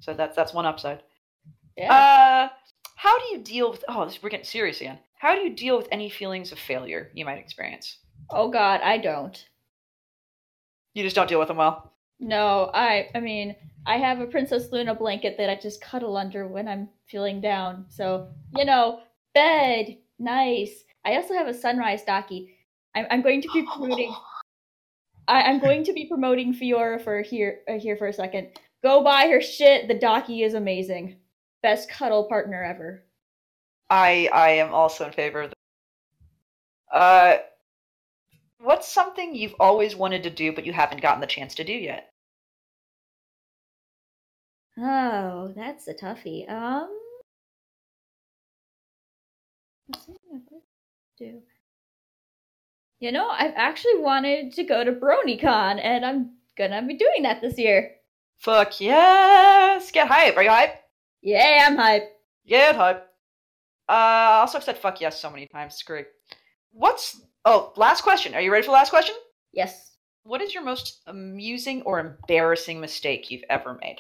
So that's that's one upside.
Yeah.
Uh, how do you deal with? Oh, this, we're getting serious again. How do you deal with any feelings of failure you might experience?
oh God, I don't.
You just don't deal with them well.
No, I I mean, I have a Princess Luna blanket that I just cuddle under when I'm feeling down. So, you know, bed, nice. I also have a sunrise docky. I'm I'm going to be promoting I, I'm going to be promoting Fiora for here uh, here for a second. Go buy her shit. The docky is amazing. Best cuddle partner ever.
I I am also in favor of. That. Uh, what's something you've always wanted to do but you haven't gotten the chance to do yet?
Oh, that's a toughie. Um, let's see what I do. You know, I've actually wanted to go to BronyCon, and I'm gonna be doing that this year.
Fuck yes! Get hype. Are you hype?
Yeah, I'm hyped.
Get hype. Uh, I also said fuck yes so many times. It's great. What's oh last question? Are you ready for last question?
Yes.
What is your most amusing or embarrassing mistake you've ever made?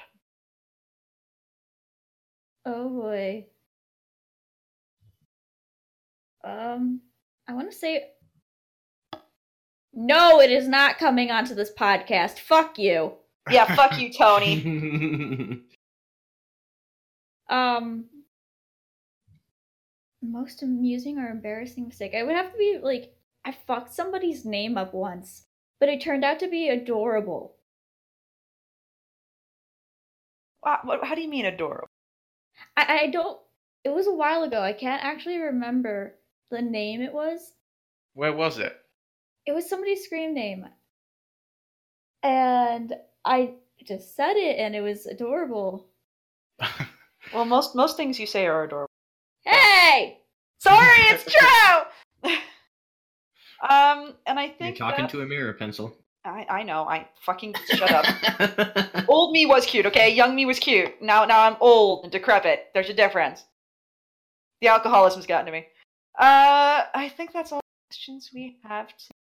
Oh boy. Um, I want to say. No, it is not coming onto this podcast. Fuck you.
Yeah, fuck you, Tony.
Um, most amusing or embarrassing mistake? I would have to be like, I fucked somebody's name up once, but it turned out to be adorable.
Wha- what- How do you mean adorable?
I, I don't. It was a while ago. I can't actually remember the name it was.
Where was it?
It was somebody's scream name, and I just said it, and it was adorable.
Well, most most things you say are adorable.
Hey,
Sorry, it's true. um, and I
You're
think
talking
that-
to a mirror pencil.
I, I know. I fucking shut up. old me was cute, okay? Young me was cute. Now now I'm old and decrepit. There's a difference. The alcoholism's gotten to me. Uh I think that's all the questions we have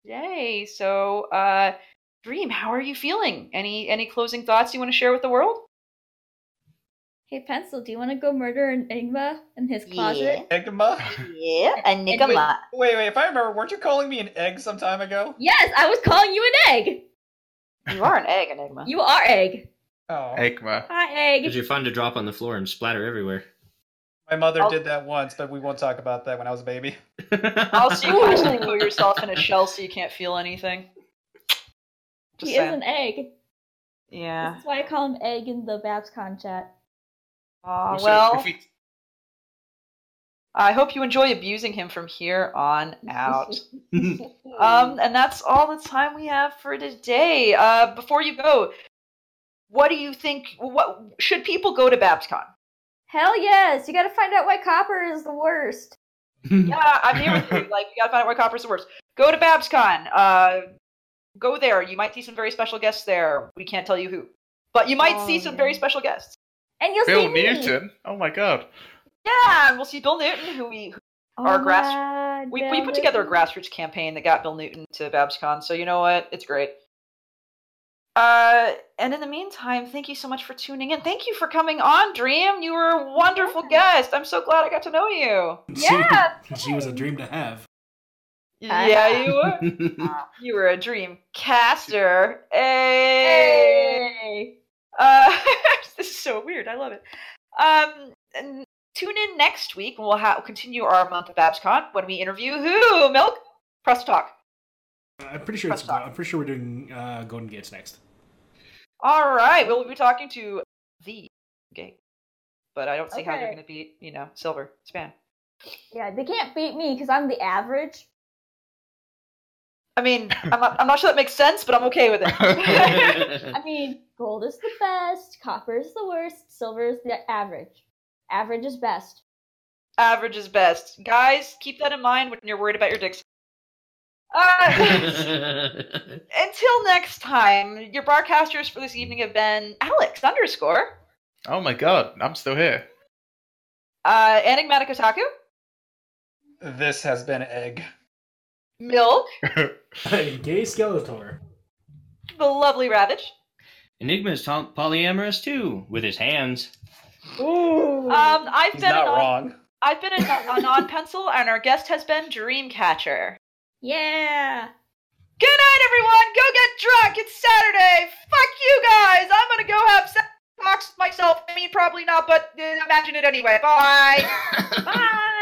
today. So uh Dream, how are you feeling? Any any closing thoughts you want to share with the world?
hey, pencil. Do you want to go murder an Enigma in his closet?
Enigma?
Yeah, a
Wait, wait, wait, if I remember, weren't you calling me an egg some time ago?
Yes, I was calling you an egg.
You are an egg, Enigma.
You are egg.
Oh.
Egma.
Hi, egg.
Because you're fun to drop on the floor and splatter everywhere.
My mother
I'll-
did that once, but we won't talk about that when I was a baby.
also, you constantly put yourself in a shell so you can't feel anything. Just
He is
saying.
an egg.
Yeah.
That's why I call him Egg in the BabsCon chat.
Aw,
Also,
well,
if we-
I hope you enjoy abusing him from here on out. Um, and that's all the time we have for today. Uh, before you go, what do you think? What should people go to BabsCon?
Hell yes! You gotta find out why copper is the worst.
Yeah, I'm here with you. Like, you gotta find out where coppers are worse. Go to BabsCon. Uh, Go there. You might see some very special guests there. We can't tell you who, but you might
Oh,
see some
yeah.
very special guests.
And you'll see
Bill
me.
Newton. Oh my god.
Yeah, and we'll see Bill Newton, who we
Oh
Our grass-
my
we, we
God,
put together a
Bill
grassroots campaign that got Bill Newton to BabsCon. So you know what? It's great. Uh, and in the meantime, thank you so much for tuning in. Thank you for coming on, Dream. You were a wonderful guest. I'm so glad I got to know you.
Yeah,
she, she was a dream to have.
Yeah, you were. You were a dream caster. Hey.
Hey.
Uh, this is so weird. I love it. Um, and tune in next week. and We'll ha- continue our month of BabsCon when we interview who? Milk? Press talk.
I'm pretty sure it's.
Press on.
I'm pretty sure we're doing uh, Golden Gates next.
All right, we'll be talking to the gate, but I don't see how they're
Okay.
going to beat, you know, Silver Span.
Yeah, they can't beat me because I'm the average.
I mean, I'm not, I'm not sure that makes sense, but I'm okay with it.
I mean, gold is the best, copper is the worst, silver is the average. Average is best.
Average is best, guys. Keep that in mind when you're worried about your dicks. Uh, until next time, your barcasters for this evening have been Alex underscore
Oh my god. I'm still here.
uh, Enigmatic Otaku,
This has been egg.
Milk,
Gay Skeletor.
the lovely Ravage,
Enigma is tom- polyamorous too, with his hands.
um, I've
He's
been
not
an on,
wrong.
I've been an, an on pencil, and our guest has been Dreamcatcher.
Yeah.
Good night, everyone. Go get drunk. It's Saturday. Fuck you guys. I'm gonna go have sex with myself. I mean, probably not, but uh, imagine it anyway. Bye. Bye.